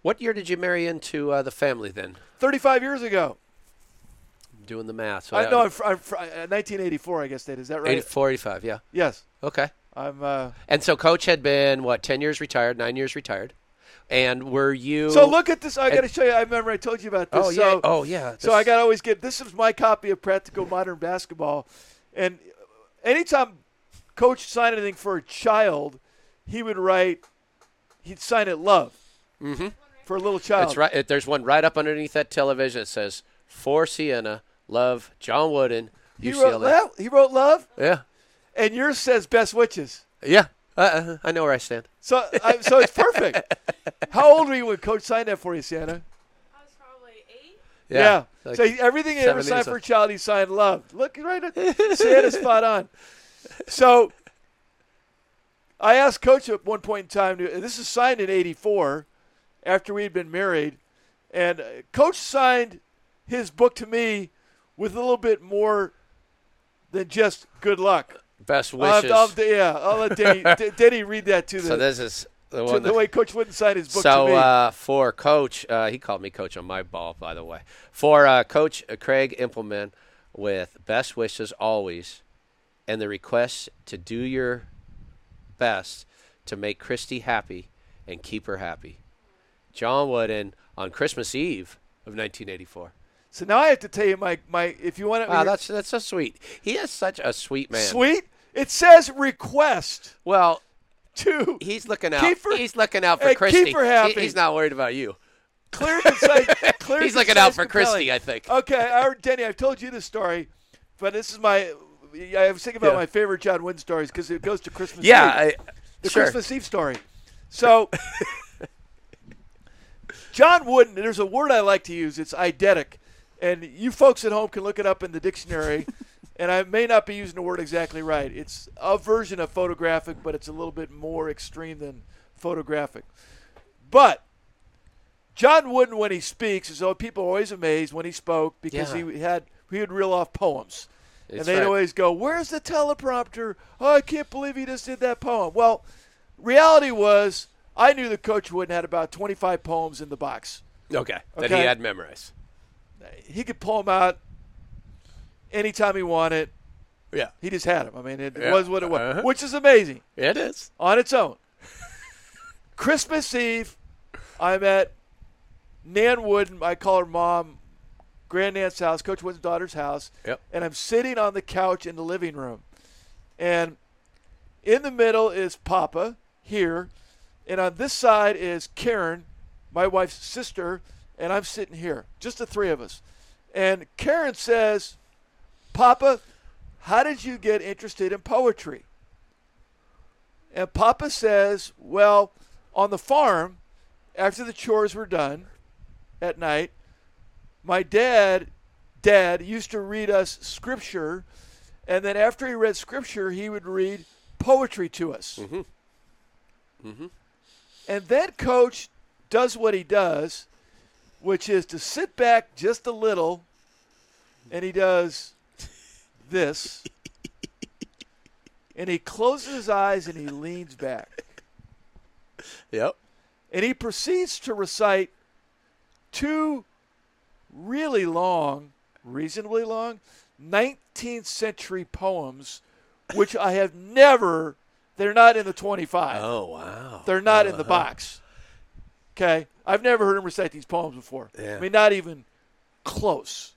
Speaker 1: What year did you marry into uh, the family then?
Speaker 2: 35 years ago.
Speaker 1: Doing the math. So
Speaker 2: I
Speaker 1: that
Speaker 2: know.
Speaker 1: would-
Speaker 2: I'm, fr- I'm fr- uh, 1984. I guess that is that right?
Speaker 1: 84, 85, yeah.
Speaker 2: Yes.
Speaker 1: Okay.
Speaker 2: I'm. Uh,
Speaker 1: And so coach had been, what, 10 years retired, nine years retired? And were you.
Speaker 2: so look at this. I got to show you. I remember I told you about this.
Speaker 1: Oh, yeah.
Speaker 2: so,
Speaker 1: oh, yeah.
Speaker 2: so I got to always get this is my copy of Practical Modern Basketball, and anytime coach signed anything for a child, he would write. He'd sign it love. Mm-hmm. For a little child.
Speaker 1: That's right. There's one right up underneath that television that says, for Sienna, love, John Wooden,
Speaker 2: He
Speaker 1: UCLA.
Speaker 2: wrote love. He wrote love,
Speaker 1: Yeah.
Speaker 2: and yours says best witches.
Speaker 1: Yeah. Uh, uh, I know where I stand.
Speaker 2: So, I, so it's *laughs* perfect. How old were you when coach signed that for you, Santa?
Speaker 3: I was probably eight.
Speaker 2: Yeah.
Speaker 1: Like-
Speaker 2: so he- everything he ever
Speaker 1: 70s
Speaker 2: signed
Speaker 1: or-
Speaker 2: for a child, he signed love. Look right at
Speaker 1: *laughs*
Speaker 2: Santa's spot on. So I asked Coach at one point in time, to- this is signed in 84 after we had been married. And uh, Coach signed his book to me with a little bit more than just good luck.
Speaker 1: Best
Speaker 2: I'll have
Speaker 1: wishes.
Speaker 2: to- I'll have to- yeah, I'll let Denny,
Speaker 1: *laughs*
Speaker 2: D- Denny read that to the,
Speaker 1: so this is the
Speaker 2: to
Speaker 1: one.
Speaker 2: the
Speaker 1: that-
Speaker 2: way Coach wouldn't sign his book
Speaker 1: So
Speaker 2: to me.
Speaker 1: uh, for coach, uh, he called me coach on my ball, by the way. For uh, coach uh, Craig Impleman, with best wishes always, and the request to do your best to make Christy happy and keep her happy. John Wooden on Christmas Eve of 1984.
Speaker 2: so now I have to tell you, my, my if you want to.
Speaker 1: Wow, that's that's so sweet. He is such a sweet man.
Speaker 2: Sweet. It says request
Speaker 1: Well,
Speaker 2: to
Speaker 1: *laughs* he's looking out.
Speaker 2: Keep her-
Speaker 1: he's looking out for
Speaker 2: Hey, keep
Speaker 1: Christy.
Speaker 2: her happy.
Speaker 1: He- he's not worried about you.
Speaker 2: clear concise. Clear
Speaker 1: He's
Speaker 2: concise,
Speaker 1: looking out for
Speaker 2: compelling.
Speaker 1: Christy, I think.
Speaker 2: Okay, I, heard- Denny, I've told you this story, but this is my. I was thinking about
Speaker 1: Yeah.
Speaker 2: my favorite John Wynn stories because it goes to Christmas.
Speaker 1: yeah,
Speaker 2: Eve,
Speaker 1: I,
Speaker 2: the
Speaker 1: sure.
Speaker 2: Christmas Eve story. So *laughs* John Wooden, there's a word I like to use. It's eidetic. And you folks at home can look it up in the dictionary. and I may not be using the word exactly right. It's a version of photographic, but it's a little bit more extreme than photographic. But John Wooden, when he speaks, is oh, people are always amazed when he spoke because
Speaker 1: Yeah.
Speaker 2: he had he would reel off poems.
Speaker 1: That's
Speaker 2: and they'd
Speaker 1: right.
Speaker 2: always go, Where's the teleprompter? Oh, I can't believe he just did that poem. Well, reality was I knew the coach Wooden had about 25 poems in the box.
Speaker 1: Okay. That he
Speaker 2: Okay.
Speaker 1: had memorized.
Speaker 2: He could pull them out anytime he wanted.
Speaker 1: Yeah.
Speaker 2: He just had them. I mean, it
Speaker 1: Yeah.
Speaker 2: was what it was,
Speaker 1: Uh-huh.
Speaker 2: which is amazing
Speaker 1: It is.
Speaker 2: on its own. Christmas Eve, I'm at Nan Wooden. I call her mom, Grandnan's house, Coach Wooden's daughter's house.
Speaker 1: Yep.
Speaker 2: And I'm sitting on the couch in the living room. And in the middle is Papa here. And on this side is Karen, my wife's sister. And I'm sitting here, just the three of us. And Karen says, Papa, how did you get interested in poetry? And Papa says, Well, on the farm, after the chores were done at night, my dad, dad used to read us scripture, and then after he read scripture, he would read poetry to us. Mm-hmm. Mm-hmm. And then Coach does what he does, which is to sit back just a little, and he does this and he closes his eyes and he leans back
Speaker 1: Yep.
Speaker 2: and he proceeds to recite two really long reasonably long 19th century poems which i have never they're not in the 25
Speaker 1: Oh Uh-huh. wow.
Speaker 2: they're not in the box okay i've never heard him recite these poems before
Speaker 1: Yeah.
Speaker 2: i mean not even close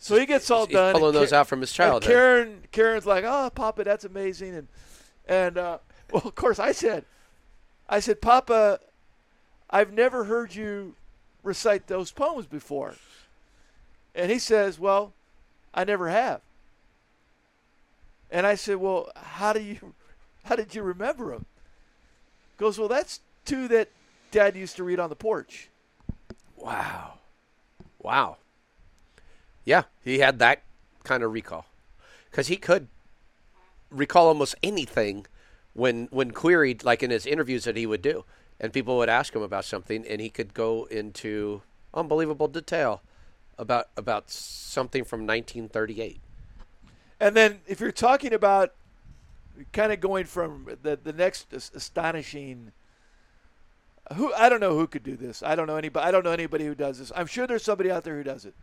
Speaker 2: so he gets all
Speaker 1: He's
Speaker 2: done and
Speaker 1: pulling those
Speaker 2: ca-
Speaker 1: out from his
Speaker 2: And
Speaker 1: childhood.
Speaker 2: Karen, Karen's like, "Oh, Papa, that's amazing," and and uh, *laughs* well, of course, I said, I said, Papa, I've never heard you recite those poems before, and he says, "Well, I never have," and I said, "Well, how do you, *laughs* how did you remember them?" Goes, "Well, that's two that Dad used to read on the porch."
Speaker 1: Wow. Wow. Yeah, he had that kind of recall. Cuz he could recall almost anything when when queried like in his interviews that he would do. And people would ask him about something and he could go into unbelievable detail about about something from 1938.
Speaker 2: And then if you're talking about kind of going from the the next as- astonishing who I don't know who could do this. I don't know anybody I don't know anybody who does this. I'm sure there's somebody out there who does it.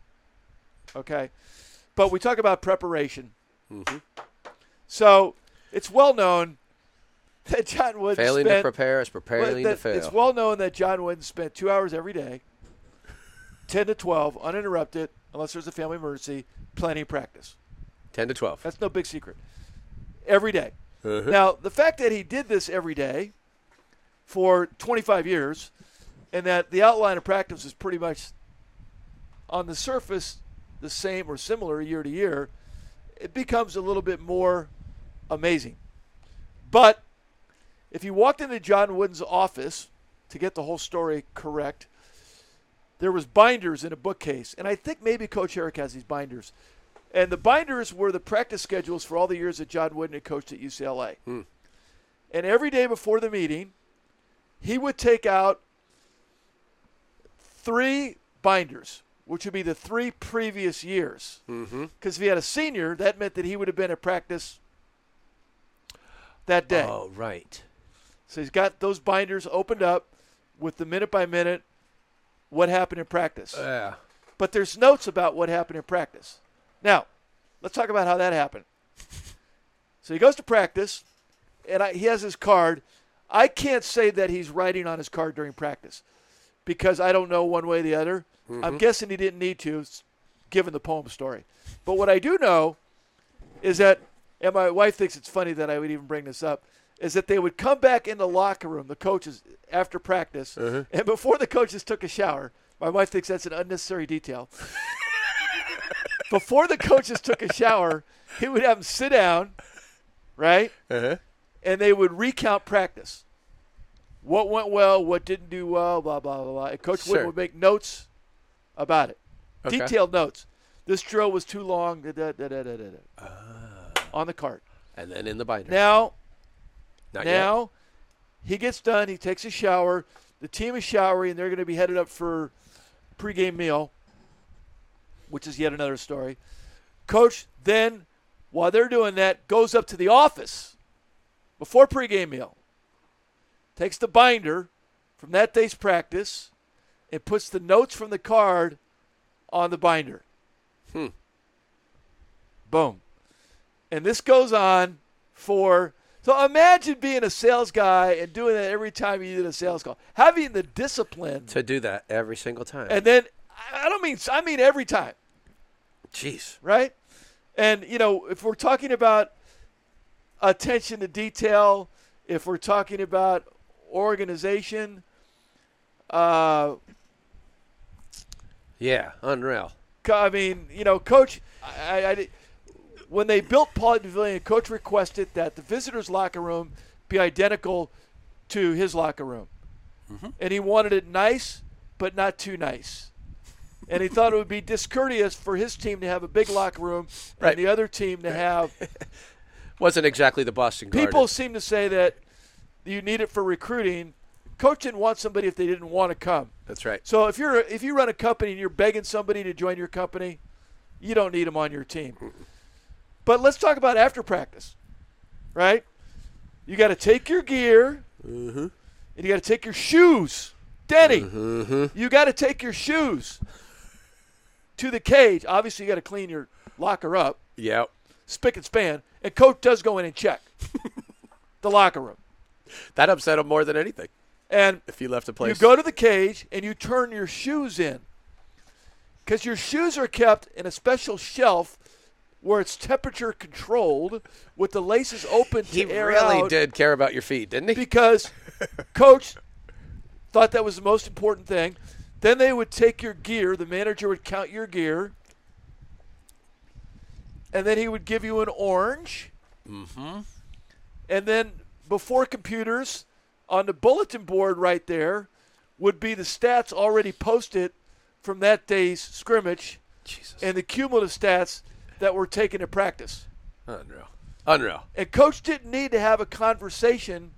Speaker 2: Okay. But we talk about preparation.
Speaker 1: Mm-hmm.
Speaker 2: So it's well known that John Wood
Speaker 1: Failing to
Speaker 2: spent-
Speaker 1: prepare is preparing
Speaker 2: well,
Speaker 1: to
Speaker 2: that-
Speaker 1: fail.
Speaker 2: It's well known that John Wooden spent two hours every day, 10 to 12, uninterrupted, unless there's a family emergency, planning practice.
Speaker 1: 10 to 12.
Speaker 2: That's no big secret. Every day. Now, the fact that he did this every day for 25 years and that the outline of practice is pretty much on the surface the same or similar year to year, it becomes a little bit more amazing. But if you walked into John Wooden's office to get the whole story correct, there was binders in a bookcase, and I think maybe Coach Eric has these binders. And the binders were the practice schedules for all the years that John Wooden had coached at UCLA. And every day before the meeting, he would take out three binders, which would be the three previous years. Because if he had a senior, that meant that he would have been at practice that day.
Speaker 1: Oh, right.
Speaker 2: So he's got those binders opened up with the minute by minute what happened in practice.
Speaker 1: Yeah.
Speaker 2: but there's notes about what happened in practice. Now, let's talk about how that happened. So he goes to practice, and I, he has his card. I can't say that he's writing on his card during practice because I don't know one way or the other. I'm guessing he didn't need to, s- given the poem story. But what I do know is that, and my wife thinks it's funny that I would even bring this up, is that they would come back in the locker room, the coaches, after practice, and before the coaches took a shower. My wife thinks that's an unnecessary detail. before the coaches took a shower, he would have them sit Uh-huh. down, right? And they would recount practice. what went well, what didn't do well, blah blah blah. blah. And Coach Wood
Speaker 1: Sure.
Speaker 2: would make notes about it,
Speaker 1: Okay.
Speaker 2: detailed notes. This drill was too long. Da, da, da, da, da, da, da.
Speaker 1: Ah.
Speaker 2: on the cart.
Speaker 1: and then in the binder.
Speaker 2: Now
Speaker 1: Not yet.
Speaker 2: now he gets done. He takes a shower. The team is showering. They're going to be headed up for pregame meal, which is yet another story. Coach then, while they're doing that, goes up to the office before pregame meal, takes the binder from that day's practice, and puts the notes from the card on the binder.
Speaker 1: Hmm.
Speaker 2: Boom. And this goes on for. So imagine being a sales guy and doing that every time you did a sales call. Having the discipline,
Speaker 1: to do that every single time.
Speaker 2: and then I I don't mean I mean every time,
Speaker 1: Jeez.
Speaker 2: right? And you know, if we're talking about attention to detail, if we're talking about organization, uh,
Speaker 1: Yeah. Unreal.
Speaker 2: Co- I mean, you know, coach. I, I, I- when they built Paulette Pavilion, coach requested that the visitors' locker room be identical to his locker room,
Speaker 1: Mm-hmm.
Speaker 2: and he wanted it nice but not too nice. And he thought it would be discourteous for his team to have a big locker room
Speaker 1: Right.
Speaker 2: and the other team to have.
Speaker 1: Wasn't exactly the Boston Garden.
Speaker 2: People seem to say that you need it for recruiting. Coach didn't want somebody if they didn't want to come.
Speaker 1: That's right.
Speaker 2: So if you're if you run a company and you're begging somebody to join your company, you don't need them on your team. But let's talk about after practice, right? You got to take your gear, and you got to take your shoes, Denny. You got to take your shoes to the cage. Obviously, you got to clean your locker up,
Speaker 1: Yep.
Speaker 2: spick and span. And coach does go in
Speaker 1: *laughs*
Speaker 2: and check the locker room,
Speaker 1: That upset him more than anything.
Speaker 2: and
Speaker 1: If he left the place.
Speaker 2: You go to the cage and you turn your shoes in. Because your shoes are kept in a special shelf where it's temperature controlled with the laces open to
Speaker 1: he
Speaker 2: air
Speaker 1: really
Speaker 2: out
Speaker 1: did care about your feet, didn't he?
Speaker 2: Because coach thought that was the most important thing. Then they would take your gear, the manager would count your gear, and then he would give you an orange. And then before computers, on the bulletin board right there would be the stats already posted from that day's scrimmage
Speaker 1: Jesus.
Speaker 2: and the cumulative stats that were taken at practice.
Speaker 1: Unreal. Unreal.
Speaker 2: And coach didn't need to have a conversation.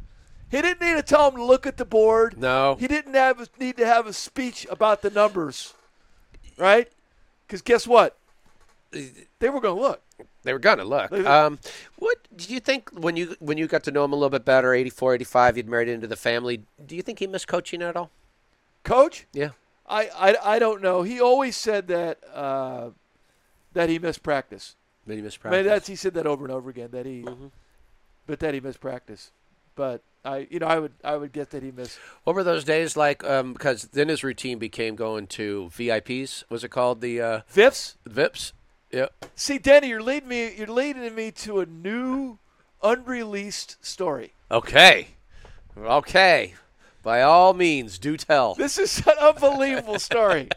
Speaker 2: He didn't need to tell him to look at the board.
Speaker 1: No.
Speaker 2: He didn't have need to have a speech about the numbers, right? Because guess what? They were going to look.
Speaker 1: They were gonna look.
Speaker 2: They-
Speaker 1: Um, what do you think when you when you got to know him a little bit better, 84, 85, you'd married into the family? Do you think he missed coaching at all?
Speaker 2: Coach,
Speaker 1: Yeah.
Speaker 2: I, I, I don't know. He always said that uh, that he missed practice.
Speaker 1: Did he miss
Speaker 2: I mean,
Speaker 1: practice?
Speaker 2: that's he said that over and over again that he, but that he missed practice. But I, you know, I would I would guess that he missed.
Speaker 1: What were those days like? Because then his routine became going to VIPs. Was it called the uh,
Speaker 2: Fifths.
Speaker 1: VIPs? Yeah.
Speaker 2: See, Danny, you're leading me. You're leading me to a new, unreleased story.
Speaker 1: Okay. Okay. By all means, do tell.
Speaker 2: This is an unbelievable story.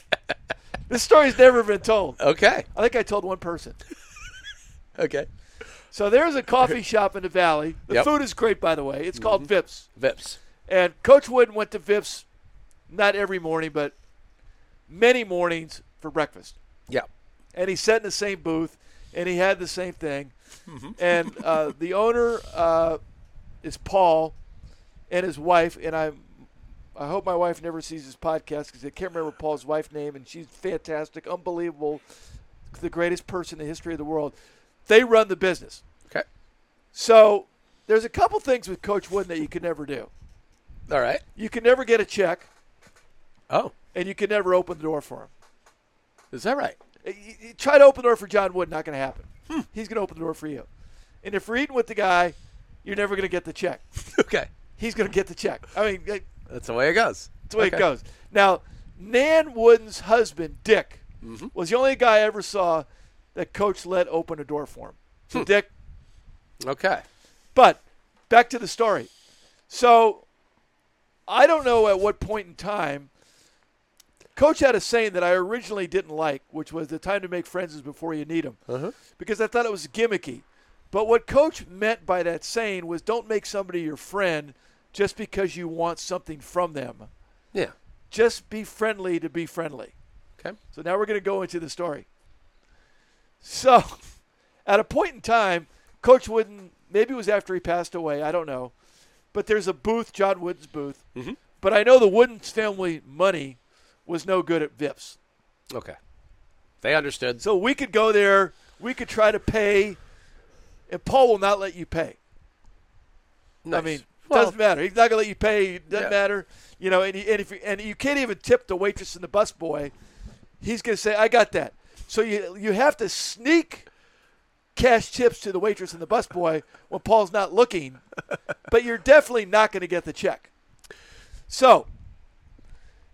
Speaker 2: this story's never been told.
Speaker 1: Okay.
Speaker 2: I think I told one person.
Speaker 1: Okay.
Speaker 2: So there's a coffee shop in the valley. The
Speaker 1: Yep.
Speaker 2: food is great, by the way. It's called Vips.
Speaker 1: VIPs.
Speaker 2: And Coach Wooden went to Vips, not every morning, but many mornings for breakfast.
Speaker 1: Yeah.
Speaker 2: and he sat in the same booth, and he had the same thing. And uh, the owner uh, is Paul, and his wife, and I. I hope my wife never sees this podcast because I can't remember Paul's wife's name, and she's fantastic, unbelievable, the greatest person in the history of the world. They run the business.
Speaker 1: Okay.
Speaker 2: So there's a couple things with Coach Wooden that you can never do.
Speaker 1: All right.
Speaker 2: You can never get a check,
Speaker 1: Oh,
Speaker 2: and you can never open the door for him.
Speaker 1: is that right? *laughs*
Speaker 2: You- you Uh, try to open the door for John Wood, not going to happen. He's going to open the door for you. And if you're eating with the guy, you're never going to get the check.
Speaker 1: okay.
Speaker 2: He's going to get the check. I mean, that-
Speaker 1: That's the way it goes.
Speaker 2: that's the way
Speaker 1: Okay.
Speaker 2: it goes. Now, Nan Wooden's husband, Dick, was the only guy I ever saw that coach let open a door for him. So, Dick,
Speaker 1: Okay.
Speaker 2: but back to the story. So I don't know at what point in time coach had a saying that I originally didn't like, which was the time to make friends is before you need them. Because I thought it was gimmicky. But what coach meant by that saying was don't make somebody your friend, just because you want something from them.
Speaker 1: Yeah.
Speaker 2: Just be friendly to be friendly.
Speaker 1: Okay.
Speaker 2: So now we're going to go into the story. So, *laughs* at a point in time, Coach Wooden, maybe it was after he passed away, I don't know, but there's a booth, John Wooden's booth.
Speaker 1: Mhm.
Speaker 2: But I know the Wooden's family money was no good at VIPS.
Speaker 1: Okay. They understood.
Speaker 2: So we could go there, we could try to pay, and Paul will not let you pay.
Speaker 1: Nice.
Speaker 2: I mean,
Speaker 1: Well,
Speaker 2: doesn't matter. He's not gonna let you pay. It doesn't
Speaker 1: Yeah.
Speaker 2: matter. You know, and, he, and if you, and you can't even tip the waitress and the busboy, he's gonna say, "I got that." So you you have to sneak cash tips to the waitress and the busboy when Paul's
Speaker 1: *laughs*
Speaker 2: not looking, but you're definitely not gonna get the check. So,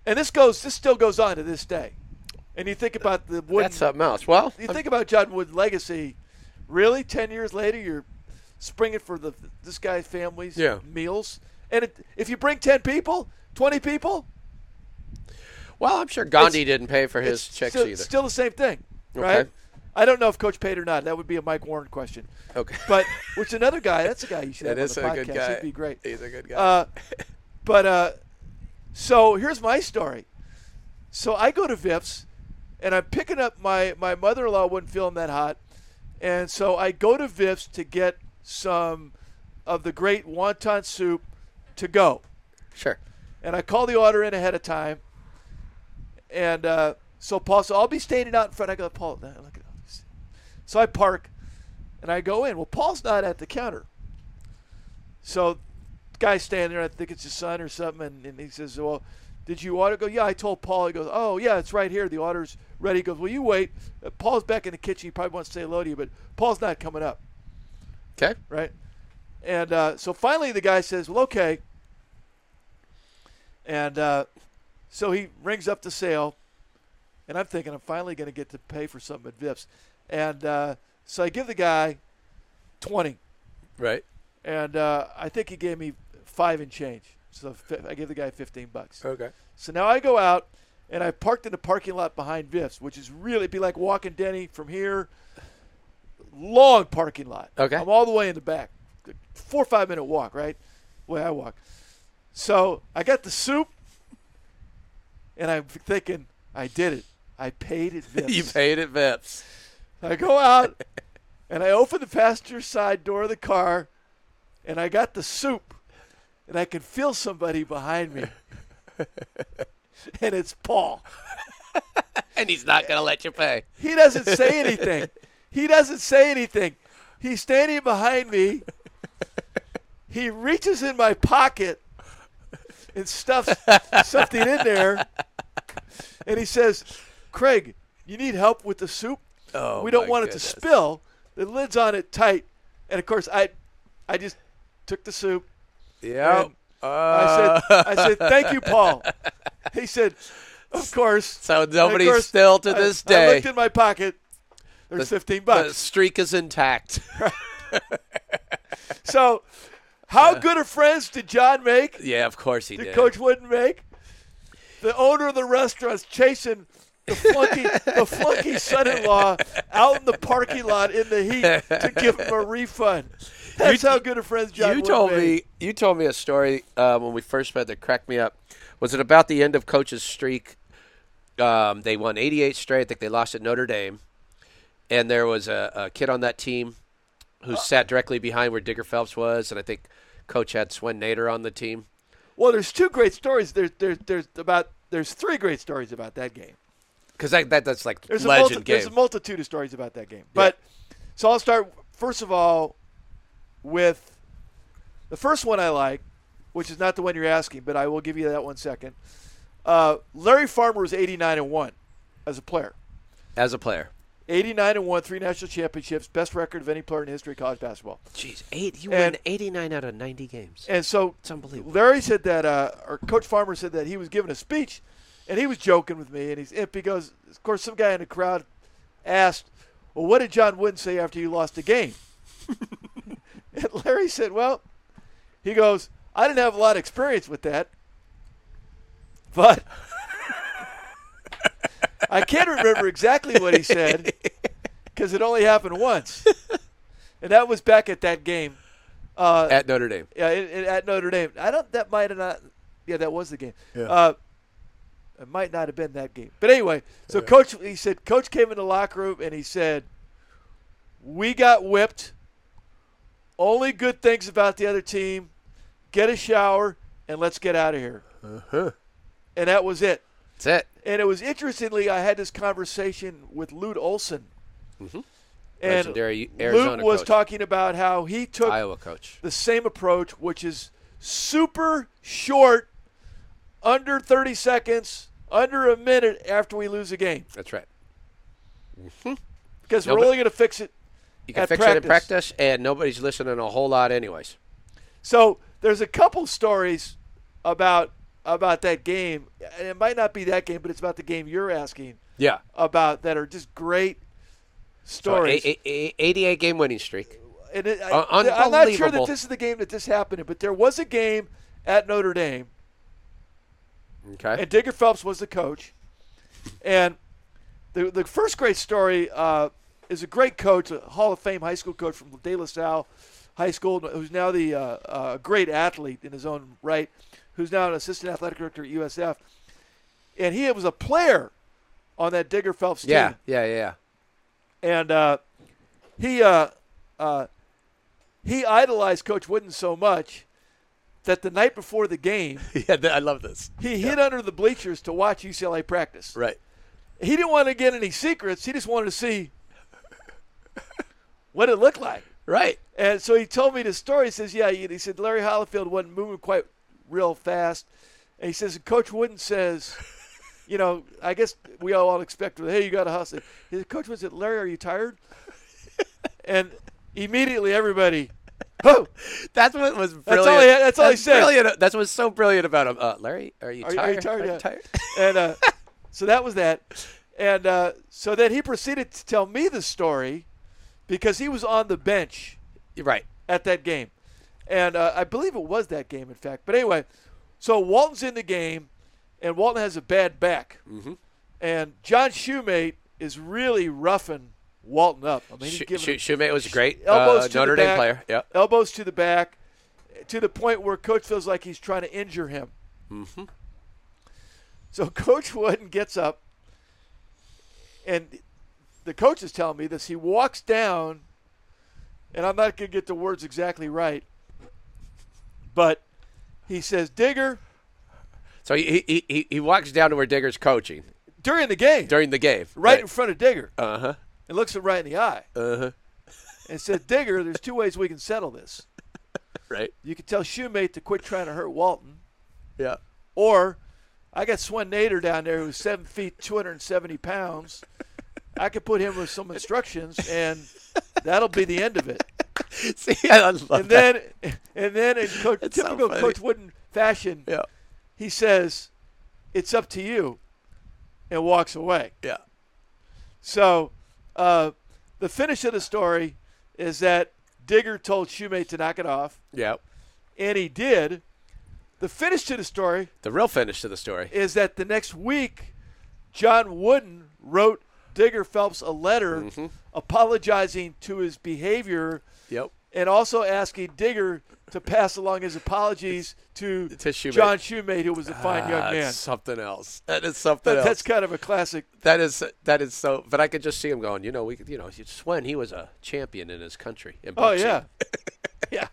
Speaker 2: and this goes this still goes on to this day, and you think about the wooden,
Speaker 1: that's something else. Well,
Speaker 2: you think about John Wood's legacy. Really, ten years later, you're springing for the this guy's family's
Speaker 1: Yeah.
Speaker 2: meals, and it, if you bring ten people, twenty people,
Speaker 1: well, I'm sure Gandhi
Speaker 2: It's-
Speaker 1: didn't pay for his
Speaker 2: it's
Speaker 1: checks
Speaker 2: still,
Speaker 1: either.
Speaker 2: still the same thing, right?
Speaker 1: Okay.
Speaker 2: I don't know if Coach paid or not. That would be a Mike Warren question.
Speaker 1: Okay.
Speaker 2: But which another guy? That's a guy you should
Speaker 1: That
Speaker 2: have
Speaker 1: is
Speaker 2: on the
Speaker 1: a
Speaker 2: podcast.
Speaker 1: good guy.
Speaker 2: He'd be great.
Speaker 1: He's a good guy.
Speaker 2: Uh, *laughs* but uh, so here's my story. So I go to Vips, and I'm picking up my my mother-in-law wasn't feeling that hot, and so I go to Vips to get some of the great wonton soup to go,
Speaker 1: sure.
Speaker 2: and I call the order in ahead of time. And uh, so Paul, so I'll be standing out in front. I go, Paul, nah, look at this. So I park, and I go in. Well, Paul's not at the counter. So, guy's standing there. I think it's his son or something, and, and he says, "Well, did you order?" I go, yeah, I told Paul. He goes, "Oh, yeah, it's right here. The order's ready." He goes, "Well, you wait. Uh, Paul's back in the kitchen. He probably wants to say hello to you, but Paul's not coming up."
Speaker 1: Okay.
Speaker 2: right? And uh, so finally, the guy says, "Well, okay." And uh, so he rings up the sale, and I'm thinking I'm finally going to get to pay for something at Vips, and uh, so I give the guy twenty,
Speaker 1: Right.
Speaker 2: and uh, I think he gave me five and change, so fi- I give the guy fifteen bucks.
Speaker 1: Okay.
Speaker 2: So now I go out and I parked in the parking lot behind Vips, which is really it'd be like walking Denny from here. Long parking lot.
Speaker 1: Okay.
Speaker 2: I'm all the way in the back. Four or five minute walk, right? Way I walk. So I got the soup and I'm thinking, I did it. I
Speaker 1: *laughs*
Speaker 2: paid at Vips.
Speaker 1: You paid at Vips.
Speaker 2: I go out and I open the passenger side door of the car and I got the soup and I can feel somebody behind me. and it's Paul.
Speaker 1: And he's not going to let you pay.
Speaker 2: He doesn't say anything. He doesn't say anything. He's standing behind me. He reaches in my pocket and stuffs something in there. And he says, Craig, you need help with the soup?
Speaker 1: Oh,
Speaker 2: we don't
Speaker 1: my
Speaker 2: want
Speaker 1: goodness.
Speaker 2: it to spill. The lid's on it tight. And of course, I, I just took the soup.
Speaker 1: Yeah.
Speaker 2: And
Speaker 1: Uh,
Speaker 2: I said, I said, thank
Speaker 1: *laughs*
Speaker 2: you, Paul. He said, of course.
Speaker 1: So nobody
Speaker 2: of course,
Speaker 1: still to
Speaker 2: I-
Speaker 1: this
Speaker 2: I
Speaker 1: day.
Speaker 2: looked in my pocket. There's
Speaker 1: The-
Speaker 2: 15
Speaker 1: the
Speaker 2: bucks.
Speaker 1: streak is intact. *laughs*
Speaker 2: so, how good of friends did John make?
Speaker 1: yeah, of course he
Speaker 2: That
Speaker 1: did.
Speaker 2: Coach wouldn't make. The owner of the restaurant's chasing the
Speaker 1: *laughs*
Speaker 2: flunky, the flunky son-in-law out in the parking lot in the heat to give him a refund. That's how good of friends John.
Speaker 1: you
Speaker 2: Wooden
Speaker 1: told
Speaker 2: made.
Speaker 1: me you told me a story uh, when we first met that cracked me up. Was it about the end of Coach's streak? Um, they won 88 straight. I think they lost at Notre Dame, and there was a, a kid on that team who sat directly behind where Digger Phelps was, and I think Coach had Swen Nader on the team.
Speaker 2: Well, there's two great stories. There's there's there's about there's three great stories about that game.
Speaker 1: Because that, that that's like
Speaker 2: There's a,
Speaker 1: legend
Speaker 2: multi-
Speaker 1: game.
Speaker 2: there's a multitude of stories about that game. But so I'll start first of all with the first one I like, which is not the one you're asking, but I will give you that one second. Uh, Larry Farmer was 89 and one as a player.
Speaker 1: as a player.
Speaker 2: 89 and one, three national championships, best record of any player in the history of college basketball.
Speaker 1: Jeez, eight. You
Speaker 2: And-
Speaker 1: won 89 out of 90 games.
Speaker 2: And so
Speaker 1: It's unbelievable.
Speaker 2: Larry said that, uh, or Coach Farmer said that he was giving a speech, and he was joking with me, and he's imp. He goes, of course, some guy in the crowd asked, "Well, what did John Wooden say after you lost the game?" and Larry said, "Well, he goes, I didn't have a lot of experience with that, but." I can't remember exactly what he said because it only happened once. And that was back at that game Uh,
Speaker 1: at Notre Dame.
Speaker 2: yeah, it, it- at Notre Dame. I don't. That might have not. Yeah, that was the game.
Speaker 4: Yeah.
Speaker 2: Uh, it might not have been that game. But anyway, so
Speaker 4: Yeah.
Speaker 2: coach, he said, coach came in the locker room and he said, "We got whipped. Only good things about the other team. Get a shower and let's get out of here."
Speaker 4: Uh-huh.
Speaker 2: And that was it.
Speaker 1: That's it.
Speaker 2: And it was interestingly, I had this conversation with Lute Olson. And
Speaker 1: Mm-hmm. Legendary Arizona
Speaker 2: Lute was
Speaker 1: coach.
Speaker 2: talking about how he took
Speaker 1: Iowa coach.
Speaker 2: the same approach, which is super short, under 30 seconds, under a minute after we lose a game.
Speaker 1: That's right.
Speaker 2: Because
Speaker 1: No,
Speaker 2: we're
Speaker 1: but-
Speaker 2: only going to fix it.
Speaker 1: You can
Speaker 2: At
Speaker 1: fix it in practice,
Speaker 2: practice.
Speaker 1: and nobody's listening a whole lot, anyways.
Speaker 2: So there's a couple stories about about that game, and it might not be that game, but it's about the game you're asking
Speaker 1: Yeah.
Speaker 2: about that are just great
Speaker 1: So,
Speaker 2: stories.
Speaker 1: a, a, a, 88 game winning streak.
Speaker 2: and it, I,
Speaker 1: Un-
Speaker 2: I'm not sure that
Speaker 1: unbelievable.
Speaker 2: this is the game that this happened in, but there was a game at Notre Dame,
Speaker 1: Okay.
Speaker 2: and Digger Phelps was the coach. And the the first great story uh, is a great coach, a Hall of Fame high school coach from De La Salle High School, who's now the uh, uh, great athlete in his own right, who's now an assistant athletic director at USF. And he was a player on that Digger Phelps team
Speaker 1: Yeah. Yeah. Yeah. yeah.
Speaker 2: and uh, he uh, uh, he idolized Coach Wooden so much that the night before the game,
Speaker 1: *laughs* Yeah, th- I love this.
Speaker 2: he hid under the bleachers to watch UCLA practice.
Speaker 1: Right.
Speaker 2: He didn't want to get any secrets. He just wanted to see what it looked like.
Speaker 1: Right.
Speaker 2: And so he told me this story. He says, "Yeah," he he said Larry Hollifield wasn't moving quite real fast, and he says, and Coach Wooden says, you know, I guess we all expect, hey, you got to hustle. He said, Coach Wooden said, Larry, are you *laughs* tired? and immediately everybody, oh,
Speaker 1: *laughs* That's what was brilliant.
Speaker 2: all he- that's all he said.
Speaker 1: Brilliant. That's what's so brilliant about him. Uh, Larry, are you
Speaker 2: Are you-
Speaker 1: tired?
Speaker 2: are you tired? Yeah.
Speaker 1: tired?
Speaker 2: *laughs*
Speaker 1: *laughs*
Speaker 2: and uh, so that was that. And uh, so then he proceeded to tell me the story because he was on the bench.
Speaker 1: You're right.
Speaker 2: at that game. And uh, I believe it was that game, in fact. But anyway, so Walton's in the game, and Walton has a bad back. Mm-hmm. And John Shoemate is really roughing Walton up. I mean, he's
Speaker 1: Sh-
Speaker 2: giving him
Speaker 1: Sh- Shoemate was a great.
Speaker 2: elbows
Speaker 1: uh,
Speaker 2: to
Speaker 1: Notre
Speaker 2: the
Speaker 1: Dame
Speaker 2: back,
Speaker 1: player. Yeah.
Speaker 2: Elbows to the back, to the point where coach feels like he's trying to injure him.
Speaker 1: Mm-hmm.
Speaker 2: So *laughs* Coach Wooden gets up, and the coach is telling me this. He walks down, and I'm not going to get the words exactly right, but he says, "Digger."
Speaker 1: So he, he, he, he walks down to where Digger's coaching
Speaker 2: During the game,
Speaker 1: during the game.
Speaker 2: right in front of Digger,
Speaker 1: Uh huh.
Speaker 2: and looks him right in the eye,
Speaker 1: Uh huh.
Speaker 2: and said, "Digger, there's two ways we can settle this.
Speaker 1: Right.
Speaker 2: You can tell Shoemate to quit trying to hurt Walton,
Speaker 1: Yeah. *laughs*
Speaker 2: Or I got Swen Nader down there who's seven feet, two hundred and seventy pounds. I could put him with some instructions, and that'll be the end of it.
Speaker 1: See, I *laughs* love
Speaker 2: And
Speaker 1: that.
Speaker 2: then, and then in coach,
Speaker 1: That's so
Speaker 2: typical
Speaker 1: funny.
Speaker 2: Coach Wooden fashion,
Speaker 1: Yeah.
Speaker 2: he says, "It's up to you," and walks away.
Speaker 1: Yeah.
Speaker 2: So, uh, the finish of the story is that Digger told Shoemate to knock it off,
Speaker 1: Yeah.
Speaker 2: and he did. The finish to the story
Speaker 1: The real finish to the story.
Speaker 2: is that the next week, John Wooden wrote Digger Phelps a letter
Speaker 1: Mm-hmm.
Speaker 2: apologizing to his behavior
Speaker 1: Yep.
Speaker 2: and also asking Digger to pass along his apologies to,
Speaker 1: To Shoemate.
Speaker 2: John Shoemate, who was a fine
Speaker 1: Ah,
Speaker 2: young
Speaker 1: it's
Speaker 2: man.
Speaker 1: something else. That is something
Speaker 2: That,
Speaker 1: else.
Speaker 2: that's kind of a classic.
Speaker 1: That is that is so. But I could just see him going. You know, we could- you know, Swen. He was a champion in his country. In
Speaker 2: Oh,
Speaker 1: boxing.
Speaker 2: yeah. *laughs* yeah.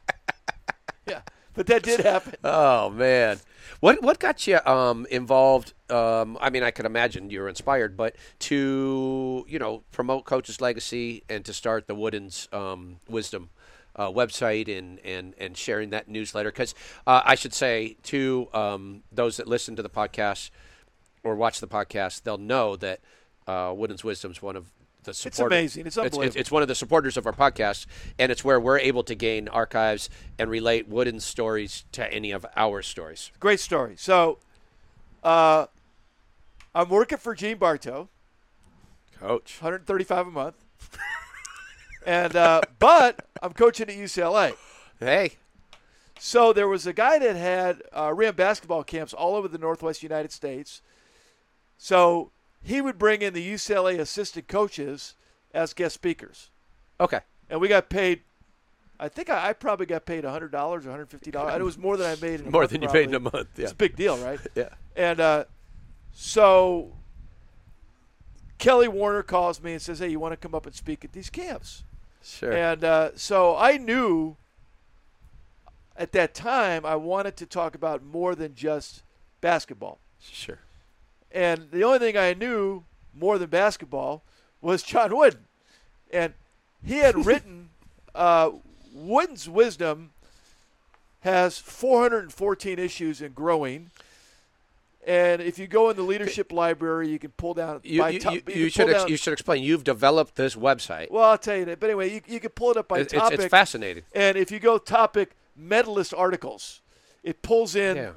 Speaker 2: Yeah. But that did happen.
Speaker 1: Oh man, what what got you um, involved? Um, I mean, I could imagine you were inspired, but to you know promote Coach's legacy and to start the Woodens um, Wisdom uh, website and and and sharing that newsletter because uh, I should say to um, those that listen to the podcast or watch the podcast, they'll know that uh, Woodens Wisdom is one of the supporters.
Speaker 2: amazing. It's
Speaker 1: It's,
Speaker 2: unbelievable.
Speaker 1: it's one of the supporters of our podcast, and it's where we're able to gain archives and relate Wooden's stories to any of our stories.
Speaker 2: Great story. So uh, I'm working for Gene Bartow.
Speaker 1: Coach.
Speaker 2: 135 a month. and uh, but I'm coaching at UCLA.
Speaker 1: Hey.
Speaker 2: So there was a guy that had uh, ran basketball camps all over the Northwest United States. So he would bring in the UCLA assistant coaches as guest speakers,
Speaker 1: Okay.
Speaker 2: and we got paid I think I, I probably got paid $100 or $150. And it was more than I made in a
Speaker 1: More
Speaker 2: month,
Speaker 1: than you made in a
Speaker 2: probably.
Speaker 1: month. Yeah.
Speaker 2: It's a big deal, right?
Speaker 1: Yeah.
Speaker 2: And uh, so Kelly Warner calls me and says, "Hey, you want to come up and speak at these camps?"
Speaker 1: Sure.
Speaker 2: And uh, so I knew at that time I wanted to talk about more than just basketball.
Speaker 1: Sure.
Speaker 2: And the only thing I knew more than basketball was John Wooden. And he
Speaker 1: *laughs*
Speaker 2: had written uh, Wooden's Wisdom has 414 issues and growing. And if you go in the leadership library, you can pull down.
Speaker 1: You,
Speaker 2: by
Speaker 1: you,
Speaker 2: to-
Speaker 1: you,
Speaker 2: can
Speaker 1: you
Speaker 2: pull
Speaker 1: should ex-
Speaker 2: down-
Speaker 1: you should explain. You've developed this website.
Speaker 2: well, I'll tell you that. But anyway, you, you can pull it up by
Speaker 1: It- it's,
Speaker 2: topic.
Speaker 1: it's fascinating.
Speaker 2: and if you go topic medalist articles, it pulls in
Speaker 1: Yeah.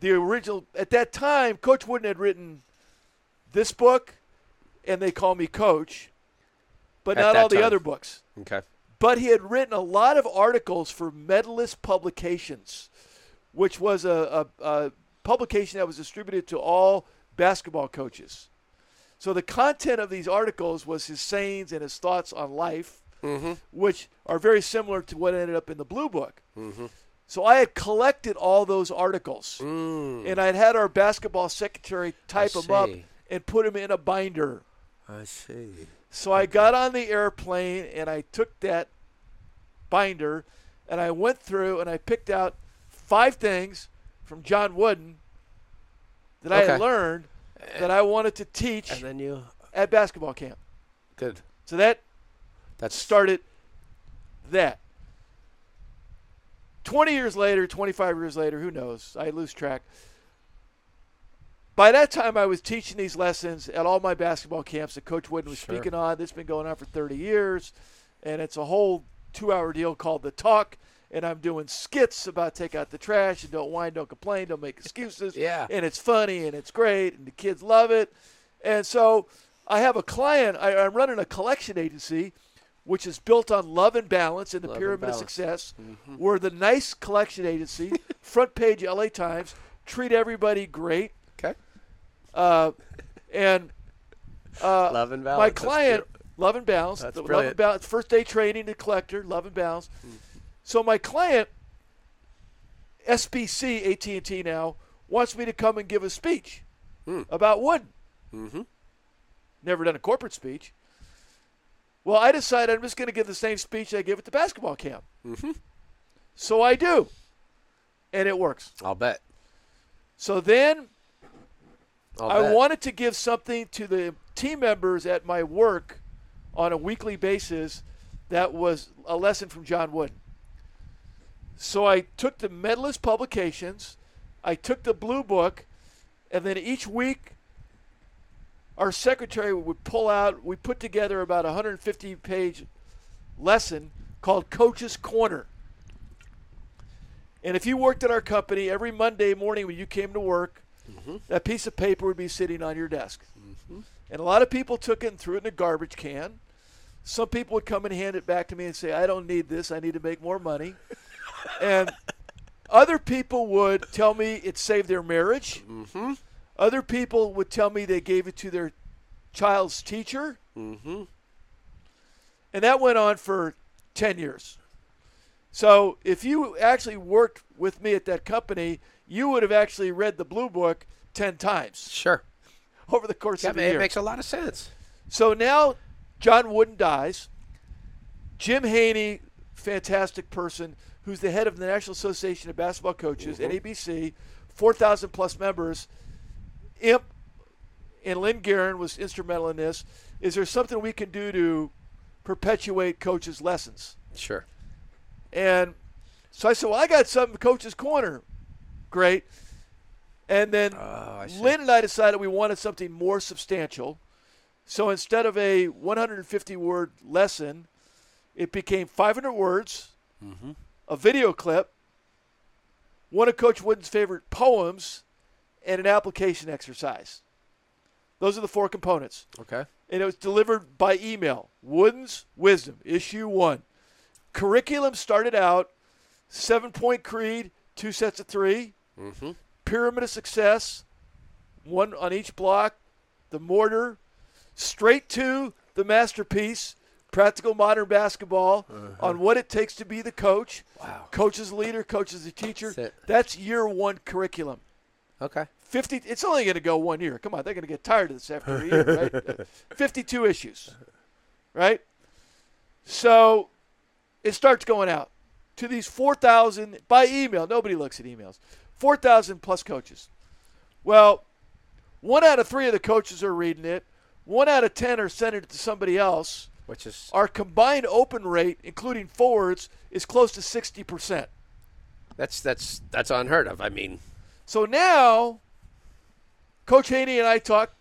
Speaker 2: the original at that time coach wooden had written this book and they call me coach but
Speaker 1: At
Speaker 2: not
Speaker 1: that
Speaker 2: all the
Speaker 1: time.
Speaker 2: other books
Speaker 1: Okay.
Speaker 2: but he had written a lot of articles for medalist publications which was a, a, a publication that was distributed to all basketball coaches so the content of these articles was his sayings and his thoughts on life
Speaker 1: Mm-hmm.
Speaker 2: which are very similar to what ended up in the blue book
Speaker 1: Mm-hmm.
Speaker 2: so I had collected all those articles, and I'd had our basketball secretary type
Speaker 1: Mm. I
Speaker 2: them up
Speaker 1: see.
Speaker 2: and put them in a binder.
Speaker 1: I see.
Speaker 2: So I got on the airplane and I took that binder, and I went through and I picked out five things from John Wooden that I had
Speaker 1: Okay.
Speaker 2: learned that I wanted to
Speaker 1: And
Speaker 2: teach
Speaker 1: then you
Speaker 2: at basketball camp.
Speaker 1: good.
Speaker 2: So that
Speaker 1: That's
Speaker 2: started that. 20 years later, 25 years later, who knows? I lose track. By that time, I was teaching these lessons at all my basketball camps that Coach Wooden was
Speaker 1: Sure.
Speaker 2: speaking on. This has been going on for 30 years, and it's a whole two hour deal called The Talk. And I'm doing skits about take out the trash and don't whine, don't complain, don't make excuses.
Speaker 1: Yeah.
Speaker 2: And it's funny and it's great, and the kids love it. And so I have a client, I, I'm running a collection agency, which is built on love and balance and the
Speaker 1: Love and
Speaker 2: pyramid of
Speaker 1: balance. Mm-hmm.
Speaker 2: success. We're the nice collection
Speaker 1: *laughs*
Speaker 2: agency, front page LA Times, treat everybody great.
Speaker 1: okay.
Speaker 2: Uh, and uh,
Speaker 1: Love and value.
Speaker 2: my client, Love and Balance,
Speaker 1: That's
Speaker 2: the Love
Speaker 1: brilliant.
Speaker 2: and Balance, first day training to collector, Love and Balance. So my client, SBC AT&T now wants me to come and give a speech
Speaker 1: Hmm.
Speaker 2: about wood.
Speaker 1: Mhm.
Speaker 2: Never done a corporate speech. Well, I decided I'm just going to give the same speech I give at the basketball camp.
Speaker 1: Mhm.
Speaker 2: So I do, and it works.
Speaker 1: I'll bet.
Speaker 2: So then
Speaker 1: I'll
Speaker 2: I
Speaker 1: bet.
Speaker 2: wanted to give something to the team members at my work on a weekly basis that was a lesson from John Wooden. So I took the medalist publications, I took the blue book, and then each week our secretary would pull out, we put together about a 150 page lesson called Coach's Corner. And if you worked at our company, every Monday morning when you came to work,
Speaker 1: Mm-hmm.
Speaker 2: that piece of paper would be sitting on your desk. And a lot of people took it and threw it in a garbage can. Some people would come and hand it back to me and say, I don't need this. I need to make
Speaker 1: *laughs*
Speaker 2: more money. and other people would tell me it saved their marriage.
Speaker 1: Mhm.
Speaker 2: Other people would tell me they gave it to their child's teacher.
Speaker 1: Mhm.
Speaker 2: And that went on for 10 years. So if you actually worked with me at that company, you would have actually read the blue book 10 times *laughs*
Speaker 1: Sure.
Speaker 2: over the course
Speaker 1: Yeah,
Speaker 2: of the
Speaker 1: man, it
Speaker 2: year.
Speaker 1: makes a lot of sense.
Speaker 2: So now John Wooden dies. Jim Haney, fantastic person, who's the head of the National Association of Basketball Coaches, NABC, 4,000 plus members. Imp and Lynn Guerin was instrumental in this. Is there something we can do to perpetuate coaches' lessons?
Speaker 1: Sure.
Speaker 2: And so I said, Well, I got something, Coach's Corner. Great. And then
Speaker 1: Oh, I see.
Speaker 2: Lynn and I decided we wanted something more substantial. So instead of a 150 word lesson, it became 500 words,
Speaker 1: Mm-hmm.
Speaker 2: a video clip, one of Coach Wooden's favorite poems, and an application exercise. Those are the four components.
Speaker 1: Okay.
Speaker 2: And it was delivered by email. Wooden's Wisdom, Issue 1. Curriculum started out seven point creed, two sets of three
Speaker 1: Mm-hmm.
Speaker 2: pyramid of success, one on each block, the mortar, straight to the masterpiece, Practical Modern Basketball on what it takes to be the coach.
Speaker 5: Uh-huh. Wow.
Speaker 2: Coach is a leader, coach is a teacher.
Speaker 5: That's it.
Speaker 2: That's year one curriculum.
Speaker 5: Okay.
Speaker 2: 50 it's only going to go one year come on they're going to get tired of this after a year right 52 issues right so it starts going out to these 4000 by email nobody looks at emails 4000 plus coaches well one out of three of the coaches are reading it one out of ten are sending it to somebody else
Speaker 5: Which is
Speaker 2: our combined open rate including forwards is close to 60%
Speaker 1: That's that's that's unheard of. I mean, *laughs*
Speaker 2: So now, Coach Haney and I talk.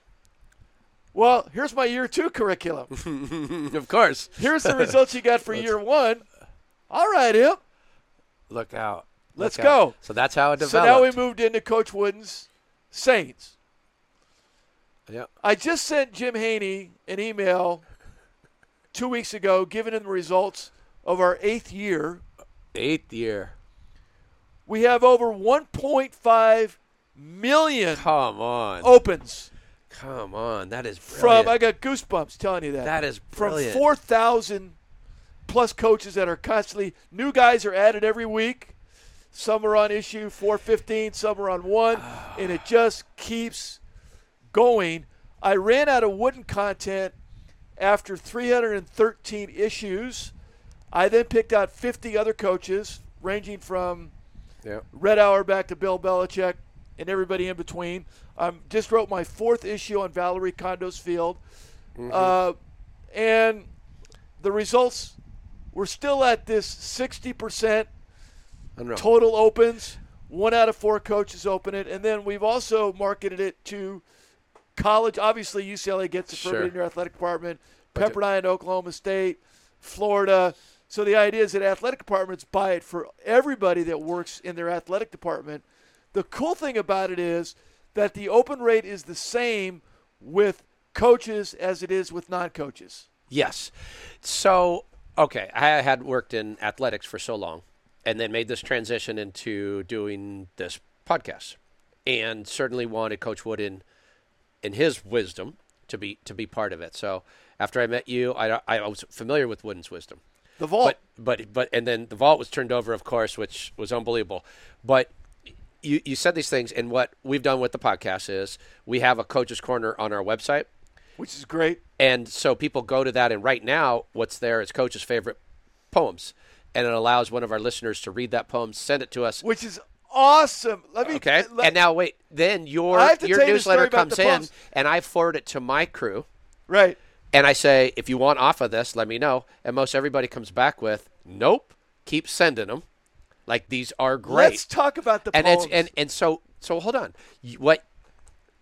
Speaker 2: Well, here's my year two curriculum.
Speaker 1: of course.
Speaker 2: Here's the results you got for year one. All right, Imp.
Speaker 5: look out.
Speaker 2: Let's
Speaker 5: Look out.
Speaker 2: go.
Speaker 5: So that's how it developed.
Speaker 2: So now we moved into Coach Wooden's Saints.
Speaker 5: Yep.
Speaker 2: I just sent Jim Haney an email two weeks ago giving him the results of our eighth year.
Speaker 5: Eighth year.
Speaker 2: We have over 1.5 million
Speaker 5: Come on.
Speaker 1: Oh.
Speaker 2: opens
Speaker 5: Come on. That is brilliant.
Speaker 2: from, I got goosebumps telling you that.
Speaker 5: that is
Speaker 2: from
Speaker 5: brilliant.
Speaker 2: 4,000 plus coaches that are constantly new guys are added every week. Some are on issue 415, some are on one, and it just keeps going. I ran out of wooden content after 313 issues. I then picked out 50 other coaches, ranging from
Speaker 5: Yep.
Speaker 2: Red Hour back to Bill Belichick and everybody in between. I um, just wrote my fourth issue on Valerie Condos Field. Uh, and the results, we're still at this 60%
Speaker 5: Unreal.
Speaker 2: total opens. One out of four coaches open it. And then we've also marketed it to college. Obviously, UCLA gets it for everybody
Speaker 5: Sure.
Speaker 2: in their athletic department,
Speaker 5: Budget.
Speaker 2: Pepperdine, Oklahoma State, Florida. So the idea is that athletic departments buy it for everybody that works in their athletic department. The cool thing about it is that the open rate is the same with coaches as it is with non coaches.
Speaker 1: Yes. So, okay, I had worked in athletics for so long and then made this transition into doing this podcast and certainly wanted Coach Wooden in his wisdom to be to be part of it. So, after I met you, I, I was familiar with Wooden's wisdom.
Speaker 2: The vault.
Speaker 1: But but but and then the vault was turned over, of course, which was unbelievable. But you you said these things, and what we've done with the podcast is we have a coach's corner on our website,
Speaker 2: which is great.
Speaker 1: and so people go to that. And right now, what's there is coach's favorite poems, and it allows one of our listeners to read that poem, send it to us.
Speaker 2: Which is awesome. Let
Speaker 1: *laughs*
Speaker 2: me
Speaker 1: Okay,
Speaker 2: let-
Speaker 1: and now wait. Then your
Speaker 2: I have to
Speaker 1: your
Speaker 2: tell you the story
Speaker 1: newsletter
Speaker 2: about
Speaker 1: comes
Speaker 2: the
Speaker 1: in,
Speaker 2: poems.
Speaker 1: and I forward it to my crew.
Speaker 2: right.
Speaker 1: And I say, if you want off of this, let me know. And most everybody comes back with, nope, keep sending them. Like these are great.
Speaker 2: Let's talk about the
Speaker 1: and
Speaker 2: poems.
Speaker 1: it's and and so so hold on. You- What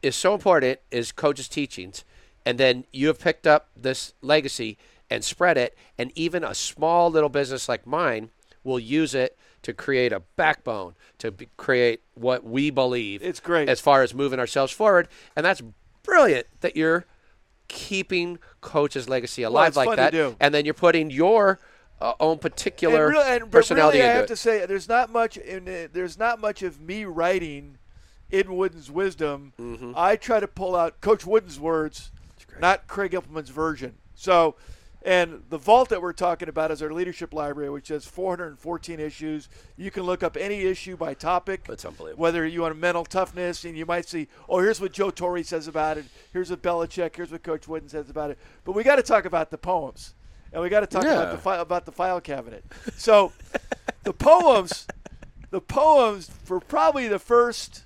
Speaker 1: is so important is coaches' teachings, and then you have picked up this legacy and spread it. And even a small little business like mine will use it to create a backbone to be, create what we believe.
Speaker 2: It's great.
Speaker 1: as far as moving ourselves forward, and that's brilliant that you're keeping coaches' legacy alive
Speaker 2: it's
Speaker 1: like
Speaker 2: fun to
Speaker 1: that.
Speaker 2: do.
Speaker 1: And then you're putting your uh, own particular
Speaker 2: and really, and, but
Speaker 1: personality
Speaker 2: really, I
Speaker 1: into
Speaker 2: have
Speaker 1: it.
Speaker 2: to say, there's not much. In, it- there's not much of me writing in Wooden's wisdom.
Speaker 1: Mm-hmm.
Speaker 2: I try to pull out Coach Wooden's words, not Craig Implement's version. So, and the vault that we're talking about is our leadership library, which has 414 issues. You can look up any issue by topic.
Speaker 1: That's unbelievable.
Speaker 2: Whether you want mental toughness, and you might see, oh, here's what Joe Torre says about it. Here's what Belichick. Here's what Coach Wooden says about it. But we got to talk about the poems, and we got to talk about
Speaker 1: Yeah.
Speaker 2: the fi- about the file cabinet. So the poems, the poems for probably the first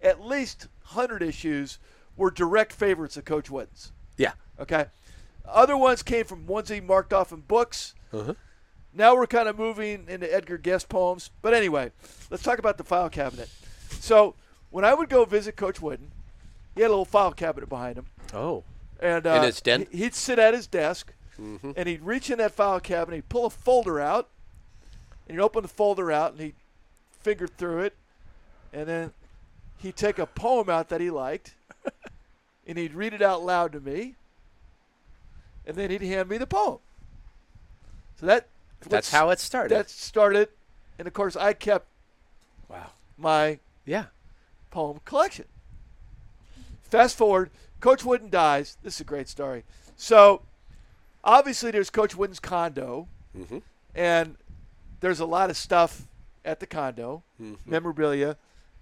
Speaker 2: at least hundred issues were direct favorites of Coach Wooden's.
Speaker 1: yeah.
Speaker 2: Okay, other ones came from ones he marked off in books. Now we're kind of moving into Edgar Guest poems. But anyway, let's talk about the file cabinet. So when I would go visit Coach Wooden, he had a little file cabinet behind him
Speaker 1: Oh.
Speaker 2: and uh,
Speaker 1: In his den? Mm-hmm.
Speaker 2: he- He'd sit at his desk, and he'd reach in that file cabinet, he'd pull a folder out, and he'd open the folder out, and he'd finger through it, and then he'd take a poem out that he
Speaker 1: *laughs*
Speaker 2: liked, and he'd read it out loud to me, and then he'd hand me the poem. So that
Speaker 1: That's how it started.
Speaker 2: that started, and of course I kept
Speaker 1: wow.
Speaker 2: my
Speaker 1: Yeah.
Speaker 2: poem collection. Fast forward, Coach Wooden dies. This is a great story. So obviously there's Coach Wooden's condo,
Speaker 1: Mm-hmm.
Speaker 2: and there's a lot of stuff at the condo, memorabilia.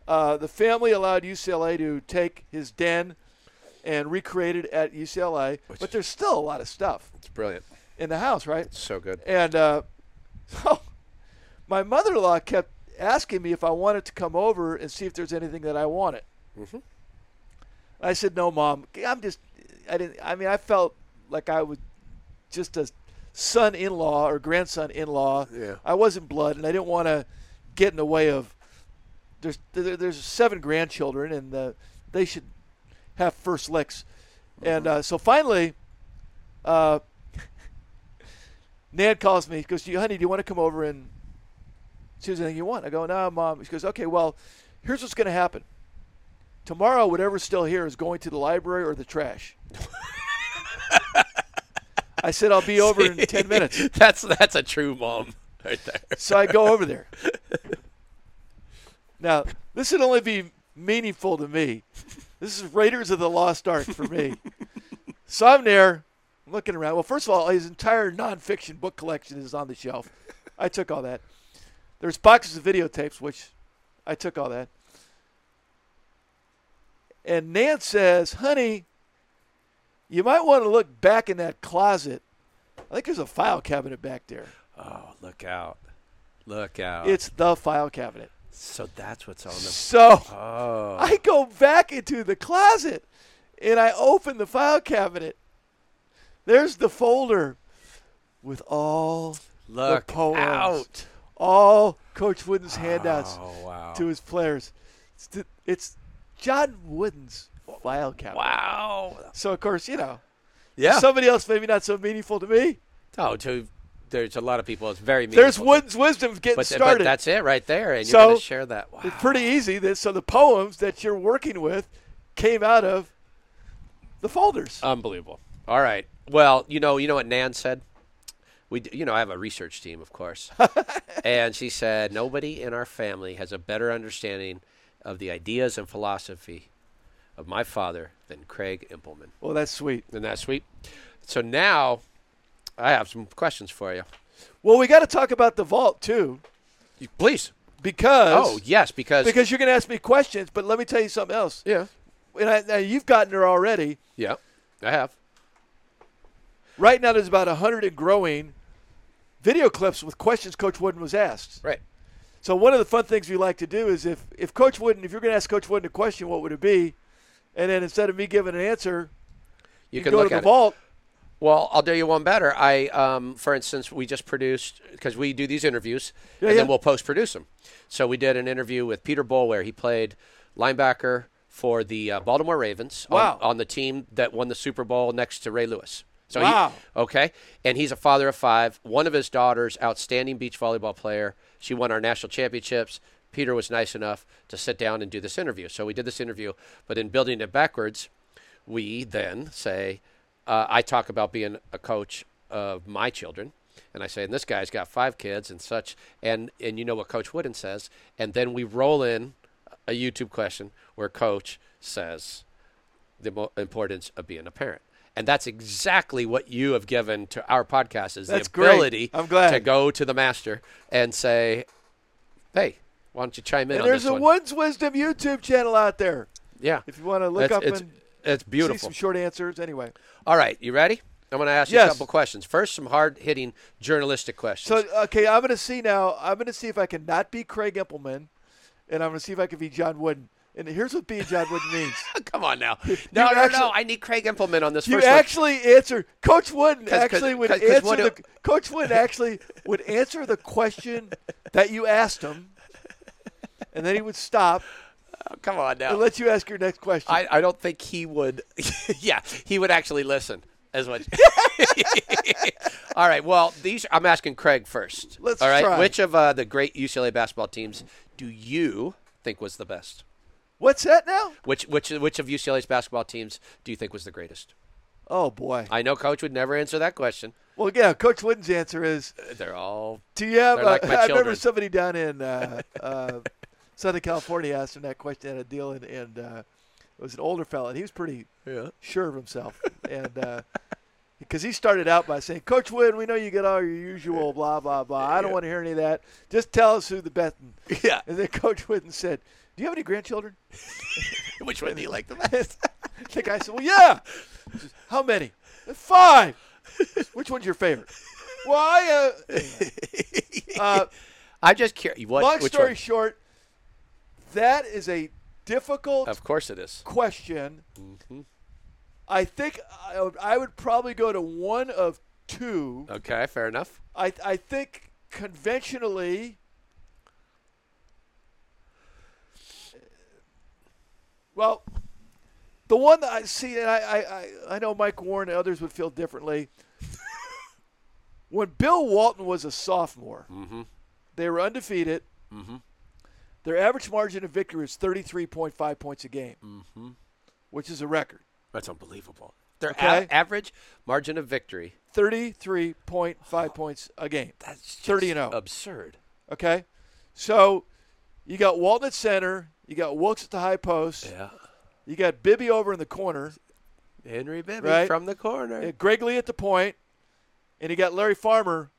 Speaker 2: Uh, the family allowed UCLA to take his den and recreate it at UCLA, but there's still a lot of stuff
Speaker 1: It's brilliant.
Speaker 2: in the house, right?
Speaker 1: So good.
Speaker 2: And uh, *laughs* so my mother in law kept asking me if I wanted to come over and see if there's anything that I wanted. Mm-hmm. I said, no, mom. I'm just, I didn't, I mean, I felt like I was just a son in law or grandson in law.
Speaker 1: Yeah.
Speaker 2: I wasn't blood, and I didn't want to get in the way of, there's, there, there's seven grandchildren, and uh, they should have first licks. And uh, so finally, uh, Nan calls me. She goes, "Do you- honey, do you want to come over and see if there's anything you want? I go, no, mom. She goes, okay, well, here's what's going to happen. Tomorrow, whatever's still here is going to the library or the trash. I said, I'll be over
Speaker 1: *laughs*
Speaker 2: in 10 minutes.
Speaker 1: that's that's a true mom *laughs* right there.
Speaker 2: So I go over there. *laughs* Now, this would only be meaningful to me. This is Raiders of the Lost Ark for me. so I'm there looking around. Well, first of all, his entire nonfiction book collection is on the shelf. I took all that. There's boxes of videotapes, which I took all that. And Nan says, honey, you might want to look back in that closet. I think there's a file cabinet back there.
Speaker 1: Oh, look out! Look out!
Speaker 2: It's the file cabinet.
Speaker 1: so that's what's on the.
Speaker 2: So
Speaker 1: Oh,
Speaker 2: I go back into the closet and I open the file cabinet. There's the folder with all
Speaker 1: look
Speaker 2: the poems,
Speaker 1: out!
Speaker 2: all Coach Wooden's handouts
Speaker 1: Oh wow!
Speaker 2: to his players. It's, the- it's John Wooden's file cabinet.
Speaker 1: wow!
Speaker 2: So, of course, you know,
Speaker 1: Yeah.
Speaker 2: somebody else maybe not so meaningful to me.
Speaker 1: oh, to there's a lot of people. It's very meaningful.
Speaker 2: There's Wooden's wisdom getting
Speaker 1: But,
Speaker 2: started.
Speaker 1: but that's it right there, and
Speaker 2: So,
Speaker 1: you're gonna share that. Wow.
Speaker 2: It's pretty easy. That so the poems that you're working with came out of the
Speaker 1: Uh,
Speaker 2: folders.
Speaker 1: Unbelievable. All right. Well, you know, you know what Nan said. We, d- you know, I have a research team, of course, and she said nobody in our family has a better understanding of the ideas and philosophy of my father than Craig Impleman.
Speaker 2: well, that's sweet.
Speaker 1: Isn't that sweet? So now, I have some questions for you.
Speaker 2: Well, we got to talk about the vault too,
Speaker 1: you please.
Speaker 2: because
Speaker 1: Oh yes, because
Speaker 2: because you're going to ask me questions. But let me tell you something else.
Speaker 1: yeah,
Speaker 2: And I, now you've gotten there already.
Speaker 1: yeah, I have.
Speaker 2: Right now, there's about hundred and growing video clips with questions Coach Wooden was asked.
Speaker 1: Right.
Speaker 2: So one of the fun things we like to do is if if Coach Wooden, if you're going to ask Coach Wooden a question, what would it be? And then instead of me giving an answer,
Speaker 1: You,
Speaker 2: you
Speaker 1: can
Speaker 2: go
Speaker 1: look
Speaker 2: to the
Speaker 1: at it.
Speaker 2: vault.
Speaker 1: Well, I'll do you one better. I, um, for instance, we just produced because we do these interviews and
Speaker 2: yeah.
Speaker 1: then we'll post produce them. So we did an interview with Peter Bull where he played linebacker for the uh, Baltimore Ravens on-
Speaker 2: Wow.
Speaker 1: on, the team that won the Super Bowl next to Ray Lewis. So
Speaker 2: Wow.
Speaker 1: he, okay, and he's a father of five. One of his daughters, outstanding beach volleyball player. She won our national championships. Peter was nice enough to sit down and do this interview. So we did this interview, but in building it backwards, we then say, uh, I talk about being a coach of my children. And I say, and this guy's got five kids and such, and and you know what Coach Wooden says, and then we roll in a YouTube question where Coach says the mo- importance of being a parent, and that's exactly what you have given to our podcast is
Speaker 2: That's
Speaker 1: the
Speaker 2: great.
Speaker 1: ability
Speaker 2: I'm glad.
Speaker 1: to go to the master and say, hey, why don't you chime in
Speaker 2: And
Speaker 1: on
Speaker 2: there's
Speaker 1: this
Speaker 2: a
Speaker 1: one?
Speaker 2: Wooden's Wisdom YouTube channel out there.
Speaker 1: yeah,
Speaker 2: If you want to look
Speaker 1: That's-
Speaker 2: up
Speaker 1: it's,
Speaker 2: and
Speaker 1: it's beautiful.
Speaker 2: see some short answers, anyway.
Speaker 1: All right, you ready? I'm going to ask you a
Speaker 2: Yes.
Speaker 1: couple questions. First, some hard hitting journalistic questions.
Speaker 2: So okay, I'm gonna see now. I'm gonna see if I can not be Craig Impleman, and I'm gonna see if I can be John Wooden. And here's what being John
Speaker 1: *laughs*
Speaker 2: Wooden means:
Speaker 1: *laughs* Come on
Speaker 2: *laughs*
Speaker 1: now. No, no,
Speaker 2: actually-
Speaker 1: no. I need Craig Impleman on this
Speaker 2: you
Speaker 1: first one.
Speaker 2: actually answer. Coach Wooden
Speaker 1: 'Cause- 'cause-
Speaker 2: actually would
Speaker 1: 'cause- 'cause
Speaker 2: answer
Speaker 1: what
Speaker 2: the
Speaker 1: do-
Speaker 2: Coach Wooden actually would answer the question that you asked him, and then he would stop
Speaker 1: Oh, Come on
Speaker 2: and
Speaker 1: now.
Speaker 2: let you ask your next question.
Speaker 1: I, I don't think he would. *laughs* yeah, he would actually listen as much. *laughs* All right. Well, these I'm asking Craig first.
Speaker 2: Let's
Speaker 1: All right.
Speaker 2: try.
Speaker 1: Which of uh, the great UCLA basketball teams do you think was the best?
Speaker 2: What's that now?
Speaker 1: Which which which of UCLA's basketball teams do you think was the greatest?
Speaker 2: Oh boy.
Speaker 1: I know Coach would never answer that question.
Speaker 2: Well, yeah. Coach Wooden's answer is
Speaker 1: They're all *laughs*
Speaker 2: Do you have?
Speaker 1: They're like
Speaker 2: uh,
Speaker 1: my
Speaker 2: I remember
Speaker 1: children.
Speaker 2: somebody down
Speaker 1: *laughs*
Speaker 2: in uh, uh, Southern California asked him that question at a deal, and, and uh, it was an older fella, and he was pretty
Speaker 1: yeah.
Speaker 2: sure of himself, and uh, *laughs* he because he started out by saying, "Coach Wood, we know you get all your usual blah blah blah. I don't want to hear any of that. Just tell us who the best."
Speaker 1: Yeah.
Speaker 2: And then *laughs* Coach Wooden said, "Do you have any grandchildren?"
Speaker 1: Which one do you like the best? *laughs*
Speaker 2: the guy said, "Well, yeah." He says, How many? Five. Which one's
Speaker 1: *laughs*
Speaker 2: your favorite? Why? Uh, uh,
Speaker 1: I'm just curious. What?
Speaker 2: long
Speaker 1: which
Speaker 2: story
Speaker 1: one?
Speaker 2: short, that is a difficult
Speaker 1: Of Mm-hmm. course it is.
Speaker 2: question. I think I would, I would probably go to one of two.
Speaker 1: Okay, fair enough.
Speaker 2: I, I think conventionally, well, the one that I see, and I, I, I, I know Mike Warren and others would feel differently. when Bill Walton was a sophomore, they were undefeated. Their average margin of victory was 33.5 points a game, which is a record.
Speaker 1: That's unbelievable. Their
Speaker 2: Okay.
Speaker 1: a- average margin of victory.
Speaker 2: 33.5 points a game.
Speaker 1: That's just
Speaker 2: 30 and 0.
Speaker 1: Absurd.
Speaker 2: Okay, so you got Walton at center, you got Wilkes at the high post,
Speaker 1: Yeah.
Speaker 2: you got Bibby over in the corner,
Speaker 1: Henry Bibby
Speaker 2: Right.
Speaker 1: from the corner.
Speaker 2: you got Greg Lee at the point, and you got Larry Farmer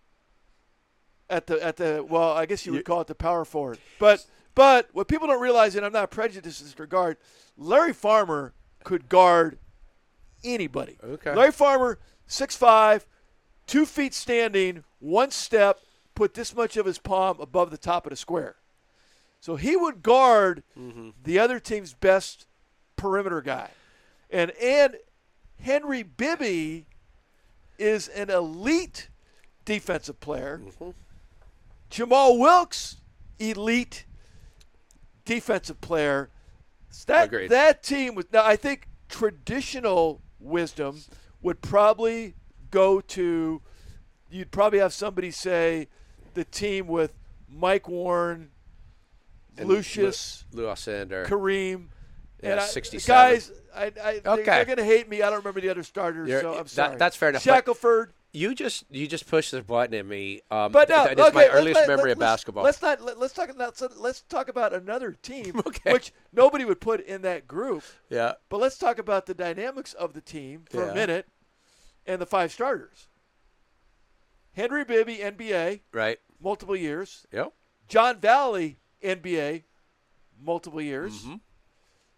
Speaker 2: at the at the well, I guess you would call it the power forward. But but what people don't realize, and I'm not prejudiced in this regard, Larry Farmer could guard anybody.
Speaker 1: Okay.
Speaker 2: Larry Farmer, 6'5", two feet standing, one step, put this much of his palm above the top of the square. So he would guard the other team's best perimeter guy. And and Henry Bibby is an elite defensive player.
Speaker 1: Mm-hmm.
Speaker 2: Jamal Wilkes, elite defensive player. So That
Speaker 1: Agreed.
Speaker 2: that team was now I think traditional wisdom would probably go to you'd probably have somebody say the team with Mike Warren,
Speaker 1: And Lu-
Speaker 2: Lucius,
Speaker 1: Lou Alcindor.
Speaker 2: Kareem.
Speaker 1: Yeah,
Speaker 2: and I,
Speaker 1: 67.
Speaker 2: guys, I, I, they-
Speaker 1: Okay.
Speaker 2: they're going to hate me. I don't remember the other starters,
Speaker 1: You're-
Speaker 2: so I'm
Speaker 1: that-
Speaker 2: sorry.
Speaker 1: that's fair enough, but-
Speaker 2: Shackelford.
Speaker 1: You just you just pushed the button at me. Um,
Speaker 2: But no,
Speaker 1: th- that is my
Speaker 2: okay,
Speaker 1: earliest
Speaker 2: let- let-
Speaker 1: memory of
Speaker 2: let's-
Speaker 1: basketball.
Speaker 2: Let's not let, let's talk about so let's talk about another team,
Speaker 1: *laughs* Okay.
Speaker 2: which nobody would put in that group.
Speaker 1: yeah.
Speaker 2: But let's talk about the dynamics of the team for
Speaker 1: Yeah.
Speaker 2: a minute, and the five starters: Henry Bibby, NBA,
Speaker 1: Right.
Speaker 2: multiple years;
Speaker 1: Yep.
Speaker 2: John Valley, NBA, multiple years;
Speaker 1: Mm-hmm.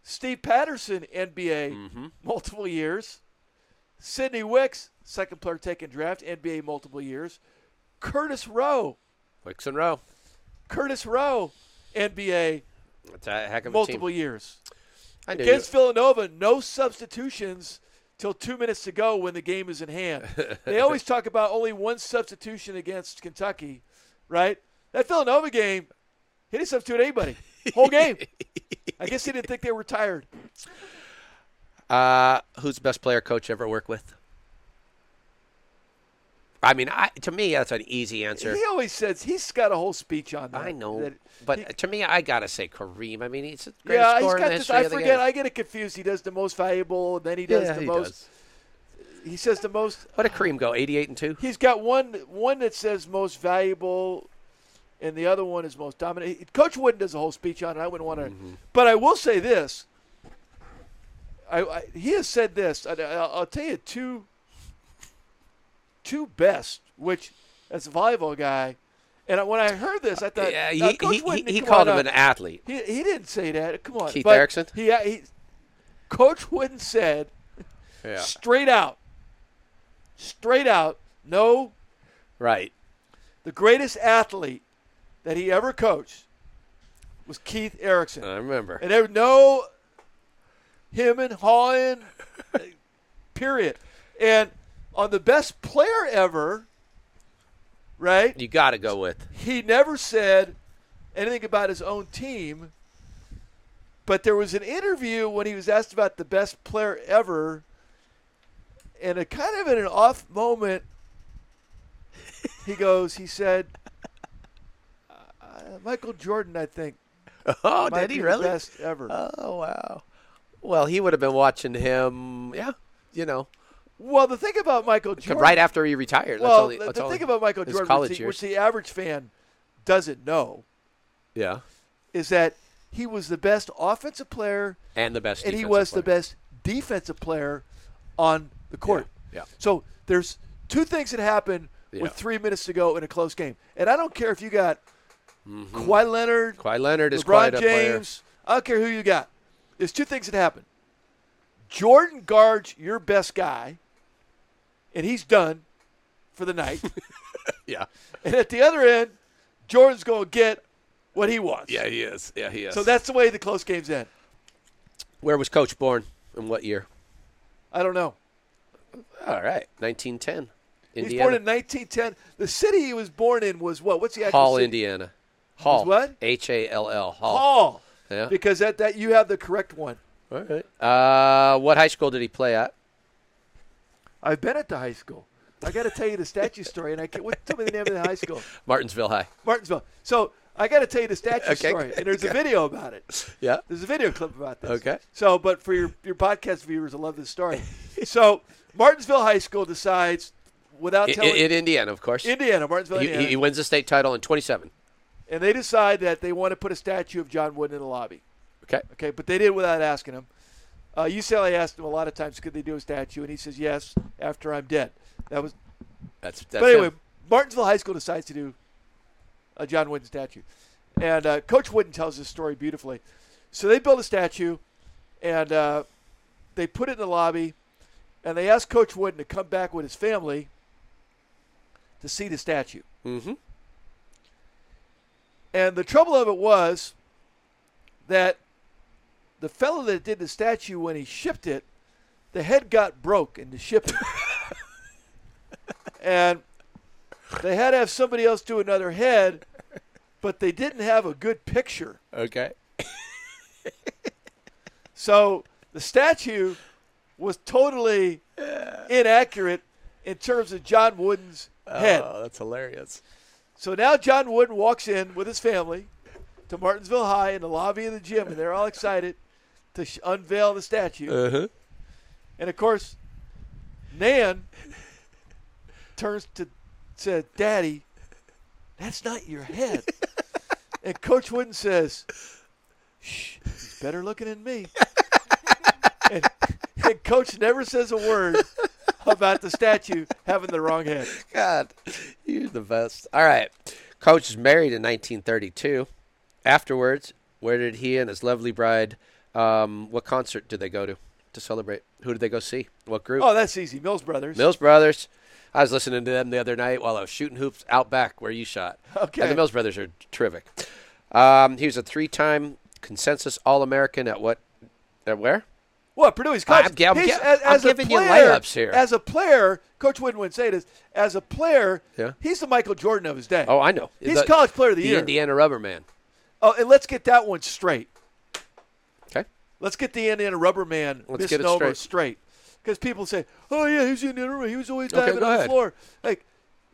Speaker 2: Steve Patterson, NBA, multiple years; Sidney Wicks, second player taken draft, NBA, multiple years; Curtis Rowe.
Speaker 1: Wicks and Rowe.
Speaker 2: Curtis Rowe, NBA,
Speaker 1: That's a heck of a
Speaker 2: multiple
Speaker 1: team.
Speaker 2: years.
Speaker 1: I knew you-
Speaker 2: Against Villanova, no substitutions till two minutes to go when the game is in hand. they always talk about only one substitution against Kentucky, right? That Villanova game, he didn't substitute anybody. Whole game. I guess he didn't think they were tired.
Speaker 1: Uh, who's the best player coach you ever worked with? I mean, I, to me, that's an easy answer.
Speaker 2: He always says he's got a whole speech on that.
Speaker 1: I know,
Speaker 2: that
Speaker 1: but
Speaker 2: he-
Speaker 1: to me, I gotta say Kareem. I mean, he's the greatest
Speaker 2: yeah, he's
Speaker 1: scorer in
Speaker 2: got
Speaker 1: the
Speaker 2: this.
Speaker 1: history
Speaker 2: I
Speaker 1: of the
Speaker 2: forget.
Speaker 1: game.
Speaker 2: I get it confused. He does the most valuable, and then he does
Speaker 1: yeah,
Speaker 2: the
Speaker 1: he
Speaker 2: most.
Speaker 1: does.
Speaker 2: He says the most
Speaker 1: What did Kareem go? Eighty-eight and two.
Speaker 2: He's got one one that says most valuable, and the other one is most dominant. He- Coach Wooden does a whole speech on it. I wouldn't want to,
Speaker 1: Mm-hmm.
Speaker 2: but I will say this. I, I he has said this. I, I'll, I'll tell you two. Two best, which as a volleyball guy, and I- when I heard this, I thought,
Speaker 1: yeah,
Speaker 2: "Now,
Speaker 1: he,
Speaker 2: Coach
Speaker 1: he,
Speaker 2: Wooden,
Speaker 1: he, he
Speaker 2: come
Speaker 1: called
Speaker 2: on
Speaker 1: him an
Speaker 2: up."
Speaker 1: athlete.
Speaker 2: He, he didn't say that. Come on,
Speaker 1: Keith
Speaker 2: but
Speaker 1: Erickson?
Speaker 2: He, uh, he, Coach Wooden said
Speaker 1: Yeah,
Speaker 2: straight out, straight out, no
Speaker 1: right.
Speaker 2: the greatest athlete that he ever coached was Keith Erickson.
Speaker 1: I remember.
Speaker 2: and there was no him and Hawing, period. And on the best player ever, right?
Speaker 1: You got to go
Speaker 2: *laughs*
Speaker 1: with.
Speaker 2: He never said anything about his own team, but there was an interview when he was asked about the best player ever, and a kind of in an off moment, he goes, he said, uh, Michael Jordan, I think,
Speaker 1: Oh,
Speaker 2: might
Speaker 1: did he
Speaker 2: be
Speaker 1: really?
Speaker 2: the best ever.
Speaker 1: Oh wow. Well, he would have been watching him. Yeah, you know,
Speaker 2: well, the thing about Michael Jordan,
Speaker 1: right after he retired. That's
Speaker 2: well,
Speaker 1: all he-
Speaker 2: the,
Speaker 1: that's
Speaker 2: the
Speaker 1: all
Speaker 2: thing
Speaker 1: he-
Speaker 2: about Michael
Speaker 1: his
Speaker 2: Jordan,
Speaker 1: college
Speaker 2: which the,
Speaker 1: years.
Speaker 2: which the average fan doesn't know,
Speaker 1: yeah,
Speaker 2: is that he was the best offensive player
Speaker 1: and the best.
Speaker 2: and he
Speaker 1: defensive
Speaker 2: was
Speaker 1: player.
Speaker 2: the best defensive player on the court.
Speaker 1: Yeah.
Speaker 2: So there's two things that happen
Speaker 1: Yeah.
Speaker 2: with three minutes to go in a close game, and I don't care if you got Kawhi Leonard,
Speaker 1: Mm-hmm. Kawhi Leonard is quite
Speaker 2: LeBron
Speaker 1: a
Speaker 2: James. I don't care who you got. There's two things that happen. Jordan guards your best guy, and he's done for
Speaker 1: *laughs*
Speaker 2: the night.
Speaker 1: player.
Speaker 2: and at the other end, Jordan's going to get what he wants.
Speaker 1: Yeah. Yeah, he is. Yeah, he is.
Speaker 2: So that's the way the close games end.
Speaker 1: where was Coach born and what year?
Speaker 2: I don't know.
Speaker 1: All right, 1910, Indiana.
Speaker 2: He's born in 1910. The city he was born in was what? What's the actual
Speaker 1: Hall,
Speaker 2: city?
Speaker 1: Indiana. Hall.
Speaker 2: what?
Speaker 1: H A L L. Hall.
Speaker 2: Hall.
Speaker 1: Yeah.
Speaker 2: Because that, that you have the correct one.
Speaker 1: All right. Uh, what high school did he play at?
Speaker 2: I've been at the high school. I got to tell you the statue story, and I can't. What, tell me the name of the
Speaker 1: *laughs*
Speaker 2: high school.
Speaker 1: Martinsville High.
Speaker 2: Martinsville. So I got to tell you the statue
Speaker 1: Okay.
Speaker 2: story,
Speaker 1: *laughs*
Speaker 2: and there's a video about it.
Speaker 1: Yeah.
Speaker 2: There's a video clip about this.
Speaker 1: Okay.
Speaker 2: So, but for your your podcast viewers, I love this story. so Martinsville High School decides, without
Speaker 1: In,
Speaker 2: telling
Speaker 1: in Indiana, of course.
Speaker 2: Indiana, Martinsville,
Speaker 1: he,
Speaker 2: Indiana,
Speaker 1: he wins the state title in 27.
Speaker 2: and they decide that they want to put a statue of John Wooden in the lobby.
Speaker 1: Okay.
Speaker 2: Okay, but they did it without asking him. Uh, UCLA asked him a lot of times, could they do a statue, and he says yes after I'm dead. That was
Speaker 1: That's, that's
Speaker 2: but anyway,
Speaker 1: him.
Speaker 2: Martinsville High School decides to do a John Wooden statue, and uh, Coach Wooden tells this story beautifully. So they build a statue, and uh, they put it in the lobby, and they ask Coach Wooden to come back with his family to see the statue.
Speaker 1: Mhm.
Speaker 2: And the trouble of it was that the fellow that did the statue when he shipped it, the head got broke in the shipping. and they had to have somebody else do another head, but they didn't have a good picture.
Speaker 1: Okay.
Speaker 2: So the statue was totally inaccurate in terms of John Wooden's head.
Speaker 1: Oh, that's hilarious.
Speaker 2: So now John Wooden walks in with his family to Martinsville High in the lobby of the gym, and they're all excited to sh- unveil the statue.
Speaker 1: Uh-huh.
Speaker 2: And of course, Nan turns to said, "Daddy, that's not your head." and Coach Wooden says, "Shh, he's better looking than me." and, and Coach never says a word about the statue having the wrong head.
Speaker 1: God, *laughs* you're the best. All right. Coach is married in 1932. Afterwards, where did he and his lovely bride, um, what concert did they go to to celebrate? Who did they go see? What group?
Speaker 2: Oh, that's easy. Mills Brothers.
Speaker 1: Mills Brothers. I was listening to them the other night while I was shooting hoops out back where you shot.
Speaker 2: Okay.
Speaker 1: And the Mills Brothers are terrific. Um, he was a three-time consensus All-American at what? At where?
Speaker 2: What Purdue is coach?
Speaker 1: I'm gi- I'm
Speaker 2: he's-
Speaker 1: gi-
Speaker 2: as,
Speaker 1: I'm
Speaker 2: as a
Speaker 1: giving you
Speaker 2: player-
Speaker 1: layups here.
Speaker 2: As a player, Coach Wooden would say this. As a player,
Speaker 1: Yeah.
Speaker 2: he's the Michael Jordan of his day.
Speaker 1: Oh, I know.
Speaker 2: He's College Player of the Year.
Speaker 1: Indiana Rubber Man.
Speaker 2: Oh, and let's get that one straight.
Speaker 1: Okay.
Speaker 2: Let's get the Indiana Rubber Man
Speaker 1: Let's get it
Speaker 2: misnomer straight. Because people say, "Oh yeah, he's the Indiana Rubber. Man. He was always
Speaker 1: Okay,
Speaker 2: diving
Speaker 1: go
Speaker 2: on the
Speaker 1: ahead.
Speaker 2: floor." Like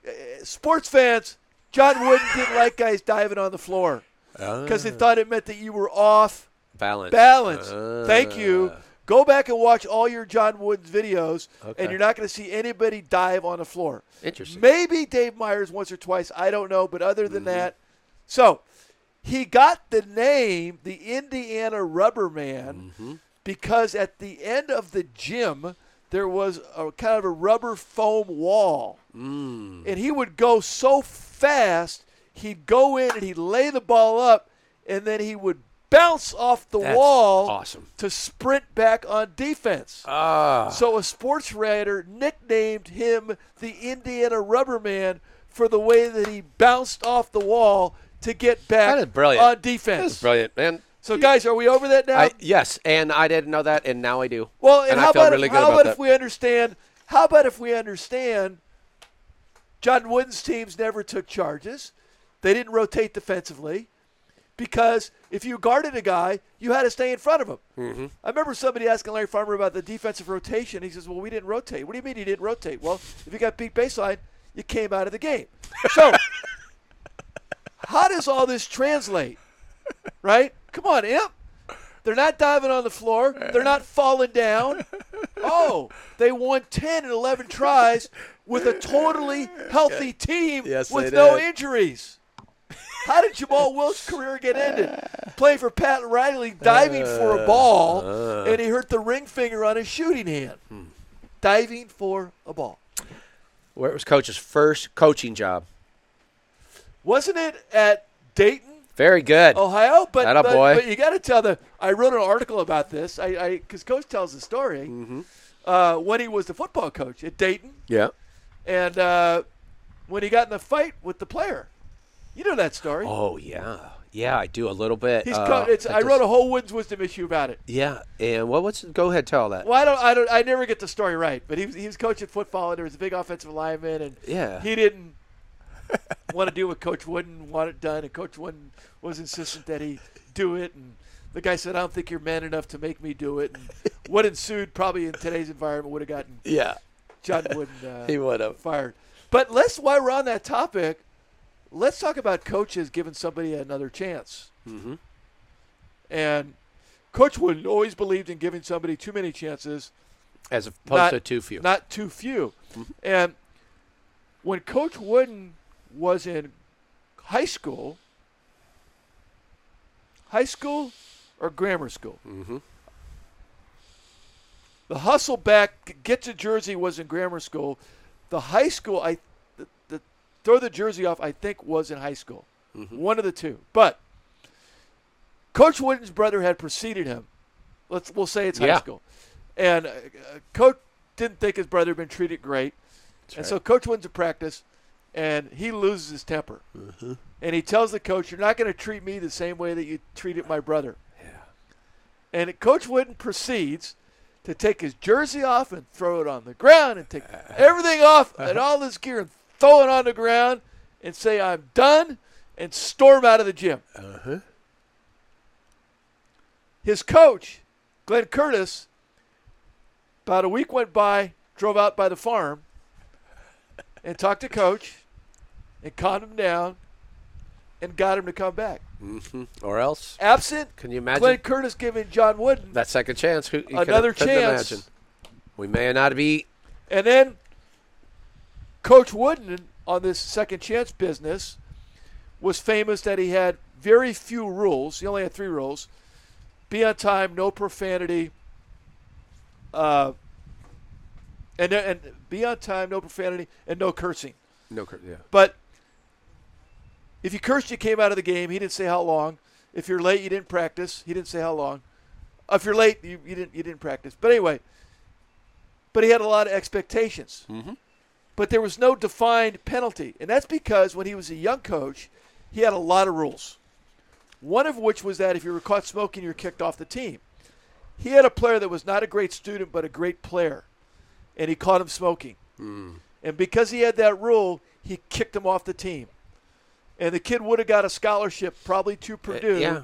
Speaker 2: eh, sports fans, John Wooden didn't like guys diving on the floor
Speaker 1: Ah.
Speaker 2: because they thought it meant that you were off
Speaker 1: Balance.
Speaker 2: balance. Thank
Speaker 1: Ah.
Speaker 2: you. Go back and watch all your John Wooden's videos,
Speaker 1: Okay.
Speaker 2: and you're not going to see anybody dive on the floor.
Speaker 1: Interesting. Mm-hmm.
Speaker 2: Maybe Dave Myers once or twice. I don't know. But other than that, so he got the name the Indiana Rubber Man
Speaker 1: Mm-hmm.
Speaker 2: because at the end of the gym, there was a kind of a rubber foam wall.
Speaker 1: Mm.
Speaker 2: And he would go so fast, he'd go in and he'd lay the ball up, and then he would bounce off the
Speaker 1: That's
Speaker 2: wall
Speaker 1: awesome.
Speaker 2: to sprint back on defense.
Speaker 1: Ah.
Speaker 2: So a sports writer nicknamed him the Indiana Rubber Man for the way that he bounced off the wall to get back
Speaker 1: That is brilliant.
Speaker 2: on
Speaker 1: That's
Speaker 2: defense.
Speaker 1: brilliant, man.
Speaker 2: So guys, are we over that now?
Speaker 1: I, yes, and I didn't know that, and now I do.
Speaker 2: well, and,
Speaker 1: and
Speaker 2: how
Speaker 1: I feel
Speaker 2: about,
Speaker 1: really
Speaker 2: if,
Speaker 1: good
Speaker 2: how
Speaker 1: about
Speaker 2: about
Speaker 1: that.
Speaker 2: if we understand? How about if we understand? John Wooden's teams never took charges. They didn't rotate defensively because if you guarded a guy, you had to stay in front of him. Mm-hmm. I remember somebody asking Larry Farmer about the defensive rotation. He says, "Well, we didn't rotate." What do you mean you didn't rotate? Well, if you got beat baseline, you came out of the game.
Speaker 1: *laughs*
Speaker 2: So, how does all this translate? Right? Come on, imp. They're not diving on the floor. They're not falling down. Oh, they won 10 and 11 tries with a totally healthy team
Speaker 1: Yes,
Speaker 2: with
Speaker 1: they
Speaker 2: no
Speaker 1: did.
Speaker 2: injuries. How did Jamal Wilkes' career
Speaker 1: *sighs*
Speaker 2: get ended? Playing for Pat
Speaker 1: Uh, Hmm.
Speaker 2: Riley, diving for a ball, and he hurt the ring finger on his shooting hand. diving for a ball.
Speaker 1: Where was coach's first coaching job?
Speaker 2: Wasn't it at Dayton,
Speaker 1: Very good.
Speaker 2: Ohio? But
Speaker 1: Atta
Speaker 2: but,
Speaker 1: boy.
Speaker 2: but you got to tell the. I wrote an article about this. I because coach tells the story
Speaker 1: Mm-hmm.
Speaker 2: uh, when he was the football coach at Dayton,
Speaker 1: Yeah.
Speaker 2: and uh, when he got in the fight with the player. You know that story.
Speaker 1: Oh yeah, yeah. I do a little bit.
Speaker 2: He's
Speaker 1: Uh,
Speaker 2: co- it's, I,
Speaker 1: just-
Speaker 2: wrote a whole Woods Wisdom issue about it.
Speaker 1: Yeah, and what? What's? Go ahead, tell that.
Speaker 2: Well, I don't, I don't, I never get the story right. But he was, he was coaching football, and there was a big offensive lineman, and
Speaker 1: Yeah.
Speaker 2: he didn't want to do what Coach Wooden wanted done, and Coach Wooden was insistent that he do it, and the guy said, "I don't think you're man enough to make me do it." And what ensued, probably in today's environment, would have gotten
Speaker 1: Yeah,
Speaker 2: John Wooden
Speaker 1: *laughs*
Speaker 2: uh,
Speaker 1: he would have.
Speaker 2: fired. But let's, while we're on that topic, let's talk about coaches giving somebody another chance.
Speaker 1: Mm-hmm.
Speaker 2: And Coach Wooden always believed in giving somebody too many chances,
Speaker 1: As opposed
Speaker 2: Not-
Speaker 1: to too few.
Speaker 2: not too few. And when Coach Wooden was in high school, high school or grammar school,
Speaker 1: mm-hmm.
Speaker 2: the hustle back, get to Jersey was in grammar school. The high school, I, the, the throw the jersey off, I think was in high school. One of the two. But Coach Wooden's brother had preceded him. Let's we'll say it's high
Speaker 1: Yeah.
Speaker 2: school, and uh, Coach didn't think his brother had been treated great, and so Coach Wooden's at practice, and he loses his temper, and he tells the coach, "You're not going to treat me the same way that you treated my brother." And Coach Wooden proceeds to take his jersey off and throw it on the ground and take
Speaker 1: *laughs*
Speaker 2: everything off and all his gear and throw it on the ground and say, I'm done, and storm out of the gym.
Speaker 1: Uh-huh.
Speaker 2: His coach, Glenn Curtis, about a week went by, drove out by the farm and talked to coach and calmed him down and got him to come back.
Speaker 1: Mm-hmm. Or else,
Speaker 2: Absent
Speaker 1: can you imagine
Speaker 2: Glenn Curtis giving John Wooden
Speaker 1: that second chance? Who, you could've-
Speaker 2: another
Speaker 1: couldn't
Speaker 2: chance.
Speaker 1: Imagine. We may not be.
Speaker 2: And then Coach Wooden on this second chance business was famous that he had very few rules. He only had three rules: be on time, no profanity, uh, and and be on time, no profanity, and no cursing.
Speaker 1: No. cur- Yeah.
Speaker 2: But if you cursed, you came out of the game. He didn't say how long. If you're late, you didn't practice. He didn't say how long. Uh, If you're late, you, you didn't you didn't practice. But anyway, but he had a lot of expectations.
Speaker 1: Mhm.
Speaker 2: But there was no defined penalty, and that's because when he was a young coach, he had a lot of rules. One of which was that if you were caught smoking, you're kicked off the team. He had a player that was not a great student, but a great player, and he caught him smoking. And because he had that rule, he kicked him off the team. And the kid would have got a scholarship probably to Purdue.
Speaker 1: Yeah.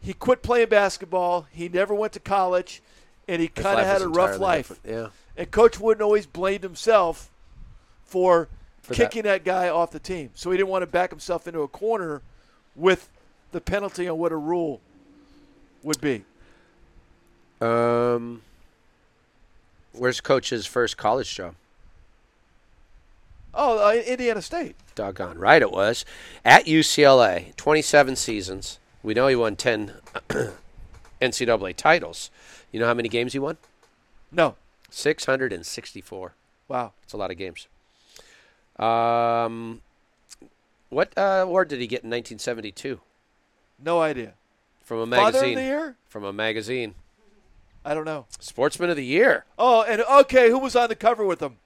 Speaker 2: He quit playing basketball. He never went to college. And he
Speaker 1: His
Speaker 2: kind
Speaker 1: life
Speaker 2: of had
Speaker 1: was
Speaker 2: a rough
Speaker 1: entirely
Speaker 2: life.
Speaker 1: different. Yeah.
Speaker 2: And Coach Wooden always blamed himself for,
Speaker 1: For that.
Speaker 2: kicking that. guy off the team. So he didn't want to back himself into a corner with the penalty on what a rule would be.
Speaker 1: Um, where's coach's first college job?
Speaker 2: Oh, uh, Indiana State.
Speaker 1: Doggone right it was. At UCLA, 27 seasons. We know he won *coughs* 10 NCAA titles. You know how many games he won?
Speaker 2: No.
Speaker 1: 664.
Speaker 2: Wow.
Speaker 1: It's a lot of games. Um, what uh, award did he get in 1972
Speaker 2: No idea.
Speaker 1: from a
Speaker 2: Father of the
Speaker 1: magazine?
Speaker 2: year?
Speaker 1: From a magazine,
Speaker 2: I don't know.
Speaker 1: Sportsman of the Year.
Speaker 2: Oh, and okay, who was on the cover with him?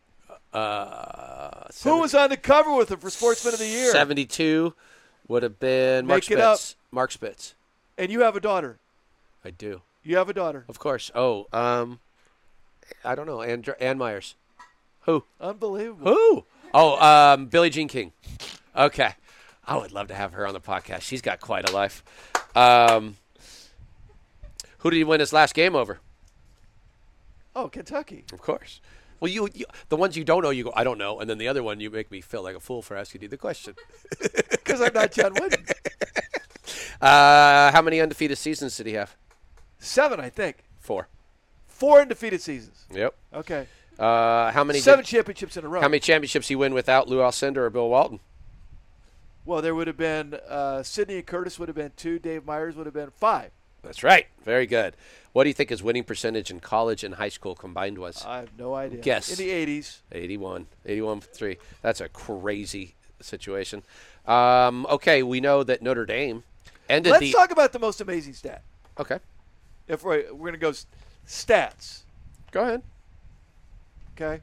Speaker 1: Uh,
Speaker 2: Who was on the cover with him for Sportsman of the Year?
Speaker 1: 72 would have been Mark
Speaker 2: Make it up.
Speaker 1: Spitz. Mark Spitz.
Speaker 2: And you have a daughter.
Speaker 1: I do.
Speaker 2: You have a daughter.
Speaker 1: Of course. Oh, um, I don't know. And Ann Myers. Who?
Speaker 2: Unbelievable.
Speaker 1: Who? Oh, um, Billie Jean King. Okay. I would love to have her on the podcast. She's got quite a life. Um, who did he win his last game over?
Speaker 2: Oh, Kentucky.
Speaker 1: Of course. Well, you, you the ones you don't know, you go, I don't know, and then the other one, you make me feel like a fool for asking you the question.
Speaker 2: Because I'm not John
Speaker 1: *laughs*
Speaker 2: Wooden.
Speaker 1: Uh, how many undefeated seasons did he have?
Speaker 2: Seven, I think.
Speaker 1: Four.
Speaker 2: Four undefeated seasons.
Speaker 1: Yep.
Speaker 2: Okay.
Speaker 1: Uh, how many? did-
Speaker 2: Seven championships in a row.
Speaker 1: how many championships he win without Lou Alcindor or Bill Walton?
Speaker 2: Well, there would have been uh, Sidney and Curtis would have been two. Dave Myers would have been five.
Speaker 1: That's right. Very good. What do you think his winning percentage in college and high school combined was?
Speaker 2: I have no idea.
Speaker 1: Guess.
Speaker 2: In the 80s.
Speaker 1: 81. 81 3. That's a crazy situation. Um, okay, we know that Notre Dame ended
Speaker 2: Let's
Speaker 1: the.
Speaker 2: talk about the most amazing stat.
Speaker 1: okay,
Speaker 2: If we're, we're going to go s- stats,
Speaker 1: go ahead.
Speaker 2: okay?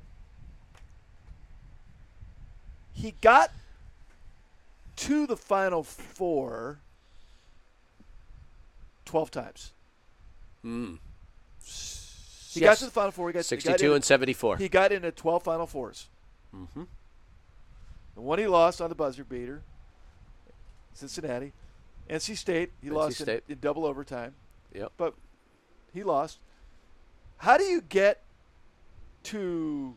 Speaker 2: He got to the final four 12 times. He got
Speaker 1: Hmm. Yes.
Speaker 2: to the final four. He got, he got
Speaker 1: 62
Speaker 2: in-
Speaker 1: and 74.
Speaker 2: He got into 12 Final Fours. Mm-hmm. The one he lost on the buzzer beater, Cincinnati. NC State, he
Speaker 1: NC
Speaker 2: lost in-
Speaker 1: State.
Speaker 2: In, double overtime,
Speaker 1: yep. *laughs*
Speaker 2: but he lost. How do you get to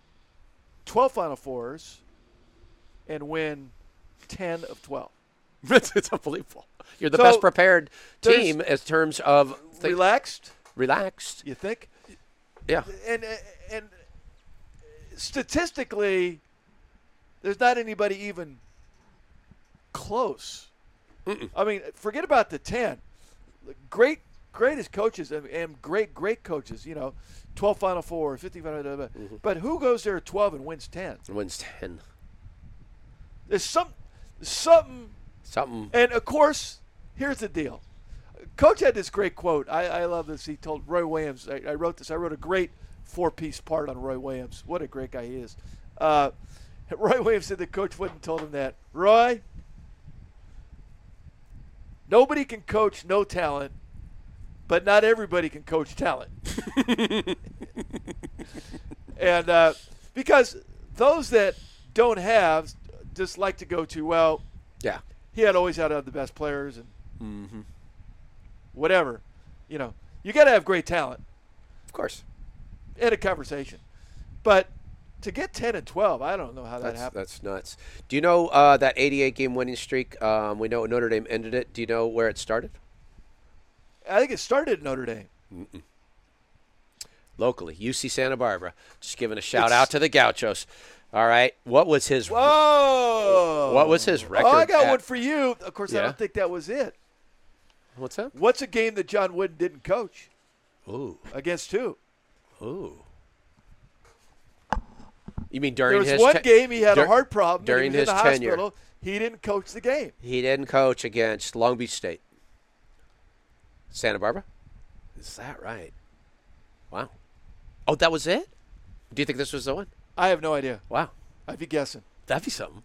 Speaker 2: 12 Final Fours and win 10 of 12?
Speaker 1: it's, it's unbelievable. You're the
Speaker 2: So,
Speaker 1: best prepared
Speaker 2: there's-
Speaker 1: team as terms of thi-
Speaker 2: Relaxed,
Speaker 1: relaxed.
Speaker 2: you think?
Speaker 1: Yeah.
Speaker 2: and and statistically, there's not anybody even close. I mean, forget about the ten. The Great, greatest coaches and- and great, great coaches. You know, twelve Final Four, fifty Final. Blah, blah, blah. But who goes there at twelve and wins ten?
Speaker 1: Wins 10.
Speaker 2: There's some, something.
Speaker 1: Something.
Speaker 2: And of course, here's the deal. Coach had this great quote. I, I love this. He told Roy Williams. I, I wrote this. I wrote a great four-piece part on Roy Williams. What a great guy he is. Uh, *laughs* Roy Williams said the coach wouldn't told him that. Roy, nobody can coach no talent, but not everybody can coach talent. and uh, because those that don't have just like to go to well
Speaker 1: Yeah.
Speaker 2: he had always had to have the best players and
Speaker 1: Mm-hmm.
Speaker 2: whatever. You know, you got to have great talent
Speaker 1: Of course.
Speaker 2: and a conversation. But to get 10 and 12, I don't know how that
Speaker 1: That's,
Speaker 2: happened.
Speaker 1: that's nuts. Do you know uh, that 88 game winning streak? Um, we know Notre Dame ended it. Do you know where it started?
Speaker 2: I think it started at Notre Dame.
Speaker 1: Locally, UC Santa Barbara. Just giving a shout
Speaker 2: It's-
Speaker 1: out to the Gauchos. All right. What was his.
Speaker 2: Whoa!
Speaker 1: What was his record?
Speaker 2: Oh, I got
Speaker 1: at-
Speaker 2: one for you. Of course, I
Speaker 1: Yeah.
Speaker 2: don't think that was it.
Speaker 1: What's that?
Speaker 2: What's a game that John Wooden didn't coach
Speaker 1: Ooh.
Speaker 2: against who?
Speaker 1: Ooh. You mean during
Speaker 2: There was
Speaker 1: his
Speaker 2: one
Speaker 1: te-
Speaker 2: game he had
Speaker 1: dur-
Speaker 2: a heart problem. and he
Speaker 1: during
Speaker 2: was
Speaker 1: his
Speaker 2: in the
Speaker 1: tenure.
Speaker 2: hospital. He didn't coach the game.
Speaker 1: He didn't coach against Long Beach State. Santa Barbara? Is that right? Wow. Oh, that was it? Do you think this was the one?
Speaker 2: I have no idea.
Speaker 1: Wow.
Speaker 2: I'd be guessing.
Speaker 1: That'd be something.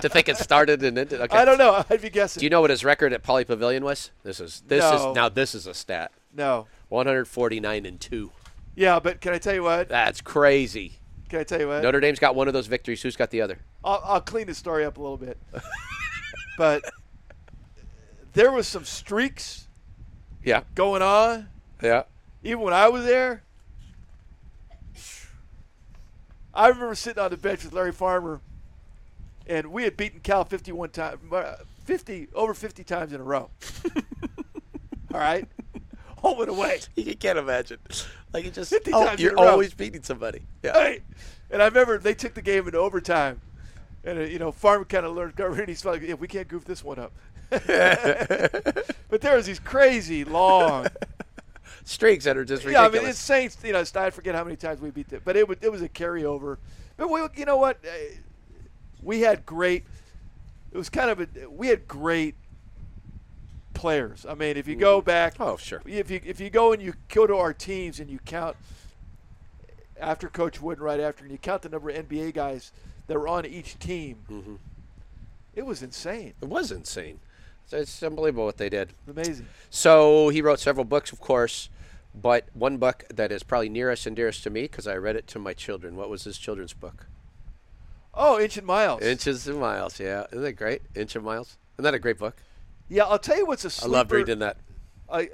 Speaker 1: to think it started and ended. Okay.
Speaker 2: *laughs* I don't know. I'd be guessing.
Speaker 1: Do you know what his record at Poly Pavilion was? This is this
Speaker 2: No.
Speaker 1: is now this is a stat.
Speaker 2: no.
Speaker 1: 149 and 2.
Speaker 2: Yeah, but can I tell you what?
Speaker 1: That's crazy.
Speaker 2: Can I tell you what?
Speaker 1: Notre Dame's got one of those victories. Who's got the other?
Speaker 2: I'll, I'll clean the story up a little bit. but there was some streaks
Speaker 1: Yeah.
Speaker 2: going on,
Speaker 1: Yeah.
Speaker 2: even when I was there. I remember sitting on the bench with Larry Farmer, and we had beaten Cal 51 times, 50 over 50 times in a row. All right, home and away.
Speaker 1: *laughs* You can't imagine. Like you just
Speaker 2: 50
Speaker 1: oh,
Speaker 2: times in a
Speaker 1: you're
Speaker 2: row.
Speaker 1: always beating somebody. Yeah.
Speaker 2: Right. And I remember they took the game into overtime. And, uh, you know, Farmer kind of learned, got ready. He's like, yeah, we can't goof this one up. but there was these
Speaker 1: *laughs*
Speaker 2: crazy long.
Speaker 1: *laughs* Streaks that are just
Speaker 2: yeah, I
Speaker 1: ridiculous.
Speaker 2: mean, insane. You know, I forget how many times we beat it, but it was, it was a carryover. But we, you know what? Uh, We had great. It was kind of a. We had great players. I mean, if you go back,
Speaker 1: Oh, sure.
Speaker 2: If you if you go and you go to our teams and you count after Coach Wooden, right after, and you count the number of NBA guys that were on each team,
Speaker 1: Mm-hmm.
Speaker 2: it was insane.
Speaker 1: It was insane. So It's unbelievable what they did.
Speaker 2: Amazing.
Speaker 1: So he wrote several books, of course, but one book that is probably nearest and dearest to me because I read it to my children. What was his children's book?
Speaker 2: Oh, Inch and Miles.
Speaker 1: Inches and Miles. Yeah, isn't that great? Inch and Miles. Isn't that a great book?
Speaker 2: Yeah, I'll tell you what's a sleeper.
Speaker 1: I love reading that.
Speaker 2: I,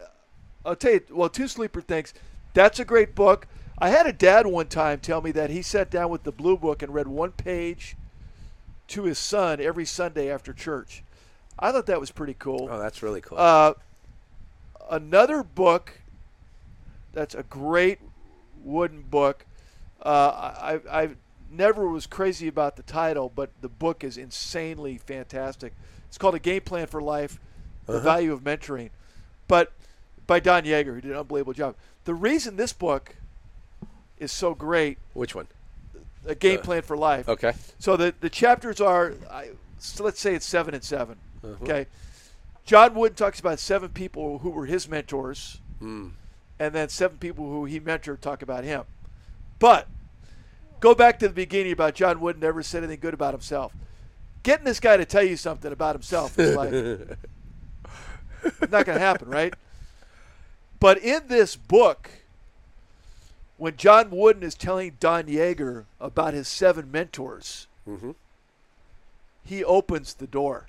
Speaker 2: I'll tell you. Well, two sleeper things. That's a great book. I had a dad one time tell me that he sat down with the blue book and read one page to his son every Sunday after church. I thought that was pretty cool.
Speaker 1: Oh, that's really cool.
Speaker 2: Uh, another book that's a great wooden book. Uh, I, I never was crazy about the title, but the book is insanely fantastic. It's called A Game Plan for Life The Value of Mentoring. But by Don Yeager, who did an unbelievable job. The reason this book is so great,
Speaker 1: Which one?
Speaker 2: a game plan for life.
Speaker 1: Okay.
Speaker 2: So the, the chapters are, I, so let's say it's seven and 7 Okay. John Wood talks about seven people who were his mentors, and then seven people who he mentored talk about him. But go back to the beginning about John Wood never said anything good about himself. Getting this guy to tell you something about
Speaker 1: *laughs*
Speaker 2: himself is like not going to happen, right? But in this book, when John Wooden is telling Don Yeager about his seven mentors,
Speaker 1: Mm-hmm.
Speaker 2: he opens the door.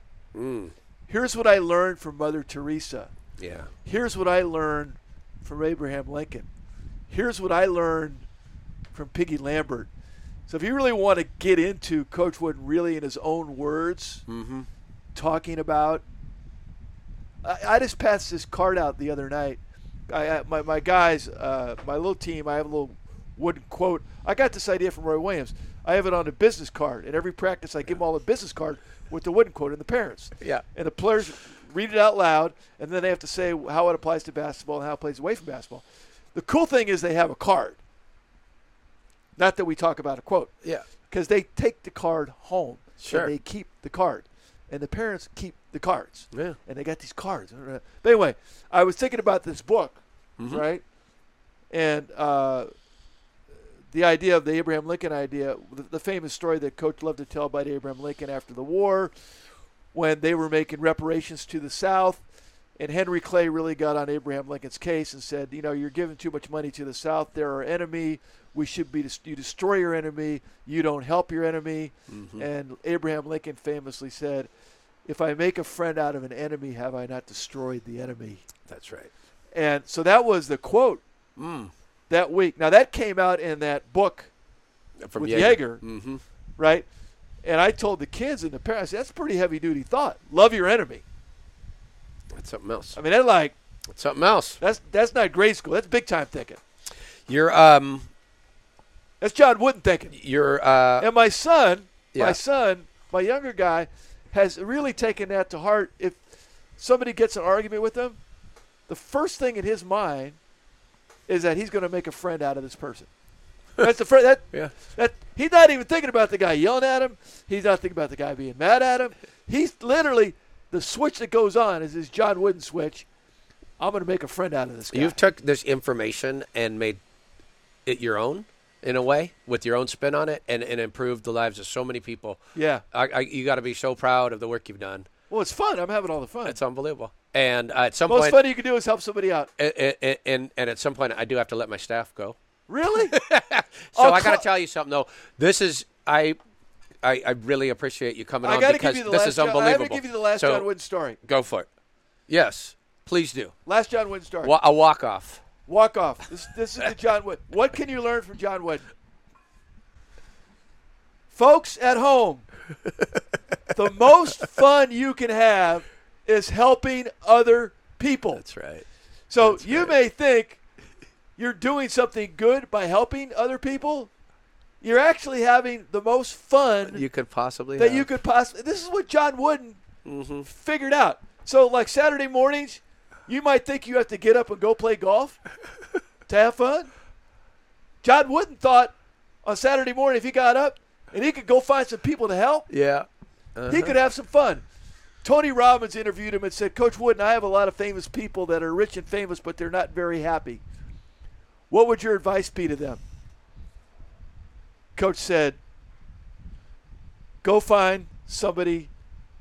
Speaker 2: Here's what I learned from Mother Teresa.
Speaker 1: Mm. Yeah.
Speaker 2: Here's what I learned from Abraham Lincoln. Here's what I learned from Piggy Lambert. So if you really want to get into Coach Wood really in his own words, talking about, I, I just passed this card out the other night. I, I my, my guys, uh, my little team, I have a little wooden quote. I got this idea from Roy Williams. I have it on a business card. At every practice, I give them all a business card with the wooden quote and the parents.
Speaker 1: Yeah.
Speaker 2: And the players read it out loud, and then they have to say how it applies to basketball and how it plays away from basketball. The cool thing is they have a card. Not that we talk about a quote
Speaker 1: Yeah.
Speaker 2: because they take the card home.
Speaker 1: Sure.
Speaker 2: And they keep the card, and the parents keep the cards.
Speaker 1: Yeah.
Speaker 2: And they got these cards. But anyway, I was thinking about this book,
Speaker 1: Mm-hmm.
Speaker 2: right? And uh, the idea of the Abraham Lincoln idea, the, the famous story that Coach loved to tell about Abraham Lincoln after the war, when they were making reparations to the South. And Henry Clay really got on Abraham Lincoln's case and said, you know, you're giving too much money to the South. They're our enemy. We should be, you destroy your enemy. You don't help your enemy. And Abraham Lincoln famously said, if I make a friend out of an enemy, have I not destroyed the enemy?
Speaker 1: That's right.
Speaker 2: And so that was the quote that week. Now, that came out in that book
Speaker 1: From
Speaker 2: with
Speaker 1: Jaeger. Mm-hmm.
Speaker 2: Yeager, right? And I told the kids and the parents, that's pretty heavy duty thought. Love your enemy.
Speaker 1: That's something else.
Speaker 2: I mean, they're like,
Speaker 1: That's something else.
Speaker 2: that's that's not grade school. That's big time thinking.
Speaker 1: You're um.
Speaker 2: That's John Wooden thinking.
Speaker 1: You're uh.
Speaker 2: And my son,
Speaker 1: Yeah.
Speaker 2: my son, my younger guy, has really taken that to heart. If somebody gets an argument with him, the first thing in his mind is that he's going to make a friend out of this person. That's the friend. That,
Speaker 1: Yeah.
Speaker 2: that he's not even thinking about the guy yelling at him. He's not thinking about the guy being mad at him. He's literally the switch that goes on is his John Wooden switch. I'm going to make a friend out of this guy.
Speaker 1: You've took this information and made it your own in a way with your own spin on it, and, and improved the lives of so many people.
Speaker 2: yeah.
Speaker 1: I, I, you got to be so proud of the work you've done.
Speaker 2: Well, it's fun. I'm having all the fun.
Speaker 1: It's unbelievable. And uh, at some
Speaker 2: Most
Speaker 1: point,
Speaker 2: fun you can do is help somebody out.
Speaker 1: a- a- a- and and at some point, I do have to let my staff go. *laughs*
Speaker 2: Really?
Speaker 1: So
Speaker 2: Oh,
Speaker 1: I got to
Speaker 2: Cla-
Speaker 1: tell you something though. This is I, I, I really appreciate you coming
Speaker 2: I
Speaker 1: on
Speaker 2: got to
Speaker 1: because
Speaker 2: give you the
Speaker 1: this
Speaker 2: last.
Speaker 1: is
Speaker 2: John- I
Speaker 1: unbelievable.
Speaker 2: have to give you the last
Speaker 1: so
Speaker 2: John Wooden story.
Speaker 1: Go for it. Yes, please do.
Speaker 2: Last John Wooden story.
Speaker 1: Wa- a walk off.
Speaker 2: Walk off. This this is the John Wooden. What can you learn from John Wooden? Folks at home, the most fun you can have is helping other people.
Speaker 1: That's right.
Speaker 2: So you may think you're doing something good by helping other people. You're actually having the most fun
Speaker 1: You could possibly
Speaker 2: that
Speaker 1: have.
Speaker 2: you could possibly. This is what John Wooden figured out. So, like Saturday mornings, you might think you have to get up and go play golf to have fun. John Wooden thought on Saturday morning if he got up and he could go find some people to help,
Speaker 1: Yeah.
Speaker 2: he could have some fun. Tony Robbins interviewed him and said, Coach Wooden, I have a lot of famous people that are rich and famous, but they're not very happy. What would your advice be to them? Coach said, Go find somebody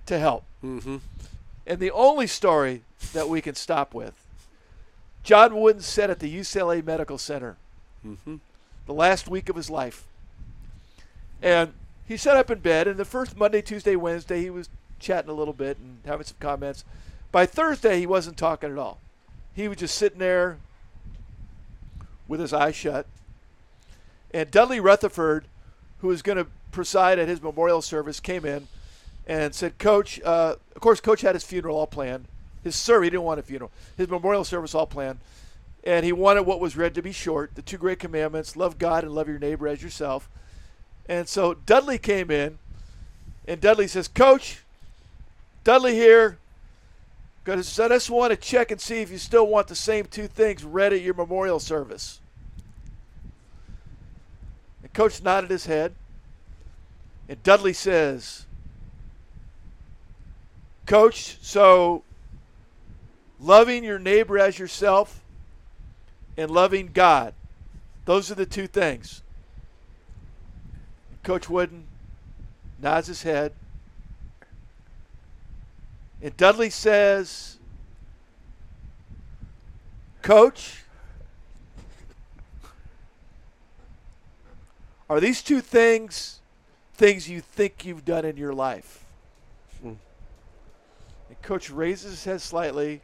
Speaker 2: to help. Mm-hmm. And the only story that we can stop with John Wooden said at the UCLA Medical Center the last week of his life. And he sat up in bed, and the first Monday, Tuesday, Wednesday, he was chatting a little bit and having some comments. By Thursday, he wasn't talking at all. He was just sitting there with his eyes shut. And Dudley Rutherford, who was going to preside at his memorial service, came in and said, Coach, uh, of course, Coach had his funeral all planned. His service, he didn't want a funeral, his memorial service all planned. And he wanted what was read to be short the two great commandments love God and love your neighbor as yourself. And so Dudley came in, and Dudley says, Coach, Dudley here. Good. So I just want to check and see if you still want the same two things read at your memorial service. The coach nodded his head. And Dudley says, Coach, so loving your neighbor as yourself and loving God, those are the two things. Coach Wooden nods his head. And Dudley says, Coach, are these two things things you think you've done in your life?
Speaker 6: Hmm.
Speaker 2: And Coach raises his head slightly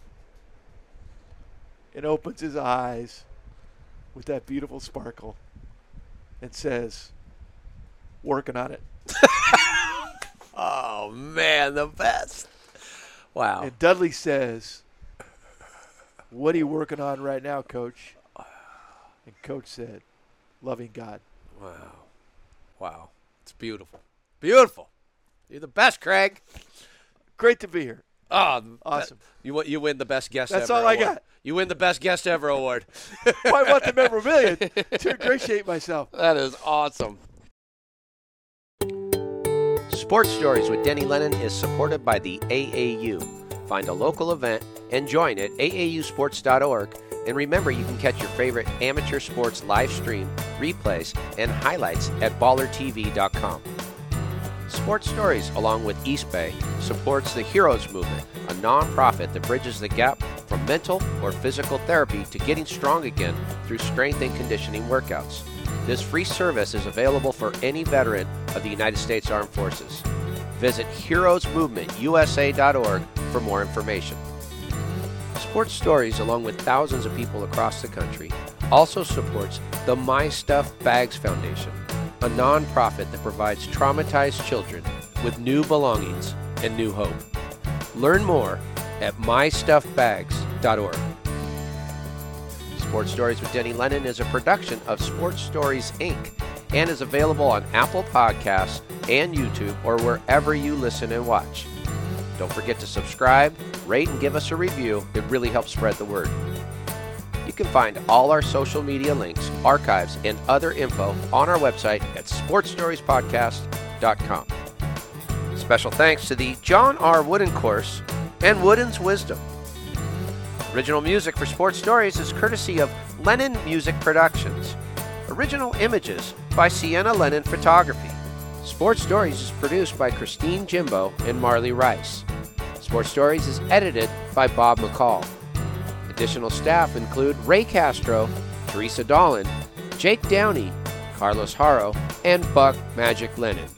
Speaker 2: and opens his eyes with that beautiful sparkle and says, Working on it.
Speaker 6: Oh man, the best. Wow.
Speaker 2: And Dudley says, What are you working on right now, coach? And coach said, Loving God.
Speaker 6: Wow. Wow. It's beautiful. Beautiful. You're the best, Craig.
Speaker 2: Great to be here.
Speaker 6: Oh, th-
Speaker 2: Awesome.
Speaker 6: you win- you win the best guest
Speaker 2: That's
Speaker 6: ever.
Speaker 2: all I
Speaker 6: award.
Speaker 2: got.
Speaker 6: You win the best guest ever award.
Speaker 2: Why want the memorabilia to ingratiate myself?
Speaker 6: that is awesome.
Speaker 1: Sports Stories with Denny Lennon is supported by the AAU. Find a local event and join at aausports.org. And remember, you can catch your favorite amateur sports live stream, replays, and highlights at ballertv.com. Sports Stories, along with East Bay, supports the Heroes Movement, a nonprofit that bridges the gap from mental or physical therapy to getting strong again through strength and conditioning workouts. This free service is available for any veteran of the United States Armed Forces. Visit heroesmovementusa.org for more information. Sports Stories, along with thousands of people across the country, also supports the My Stuff Bags Foundation, a nonprofit that provides traumatized children with new belongings and new hope. Learn more at mystuffbags.org. Sports Stories with Denny Lennon is a production of Sports Stories Inc. and is available on Apple Podcasts and YouTube or wherever you listen and watch. Don't forget to subscribe, rate, and give us a review. It really helps spread the word. You can find all our social media links, archives, and other info on our website at sportsstoriespodcast.com. Special thanks to the John R. Wooden Course and Wooden's Wisdom. Original music for Sports Stories is courtesy of Lennon Music Productions. Original images by Sienna Lennon Photography. Sports Stories is produced by Christine Jimbo and Marley Rice. Sports Stories is edited by Bob McCall. Additional staff include Ray Castro, Teresa Dolan, Jake Downey, Carlos Haro, and Buck Magic Lennon.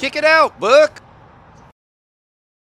Speaker 1: Kick it out, Buck!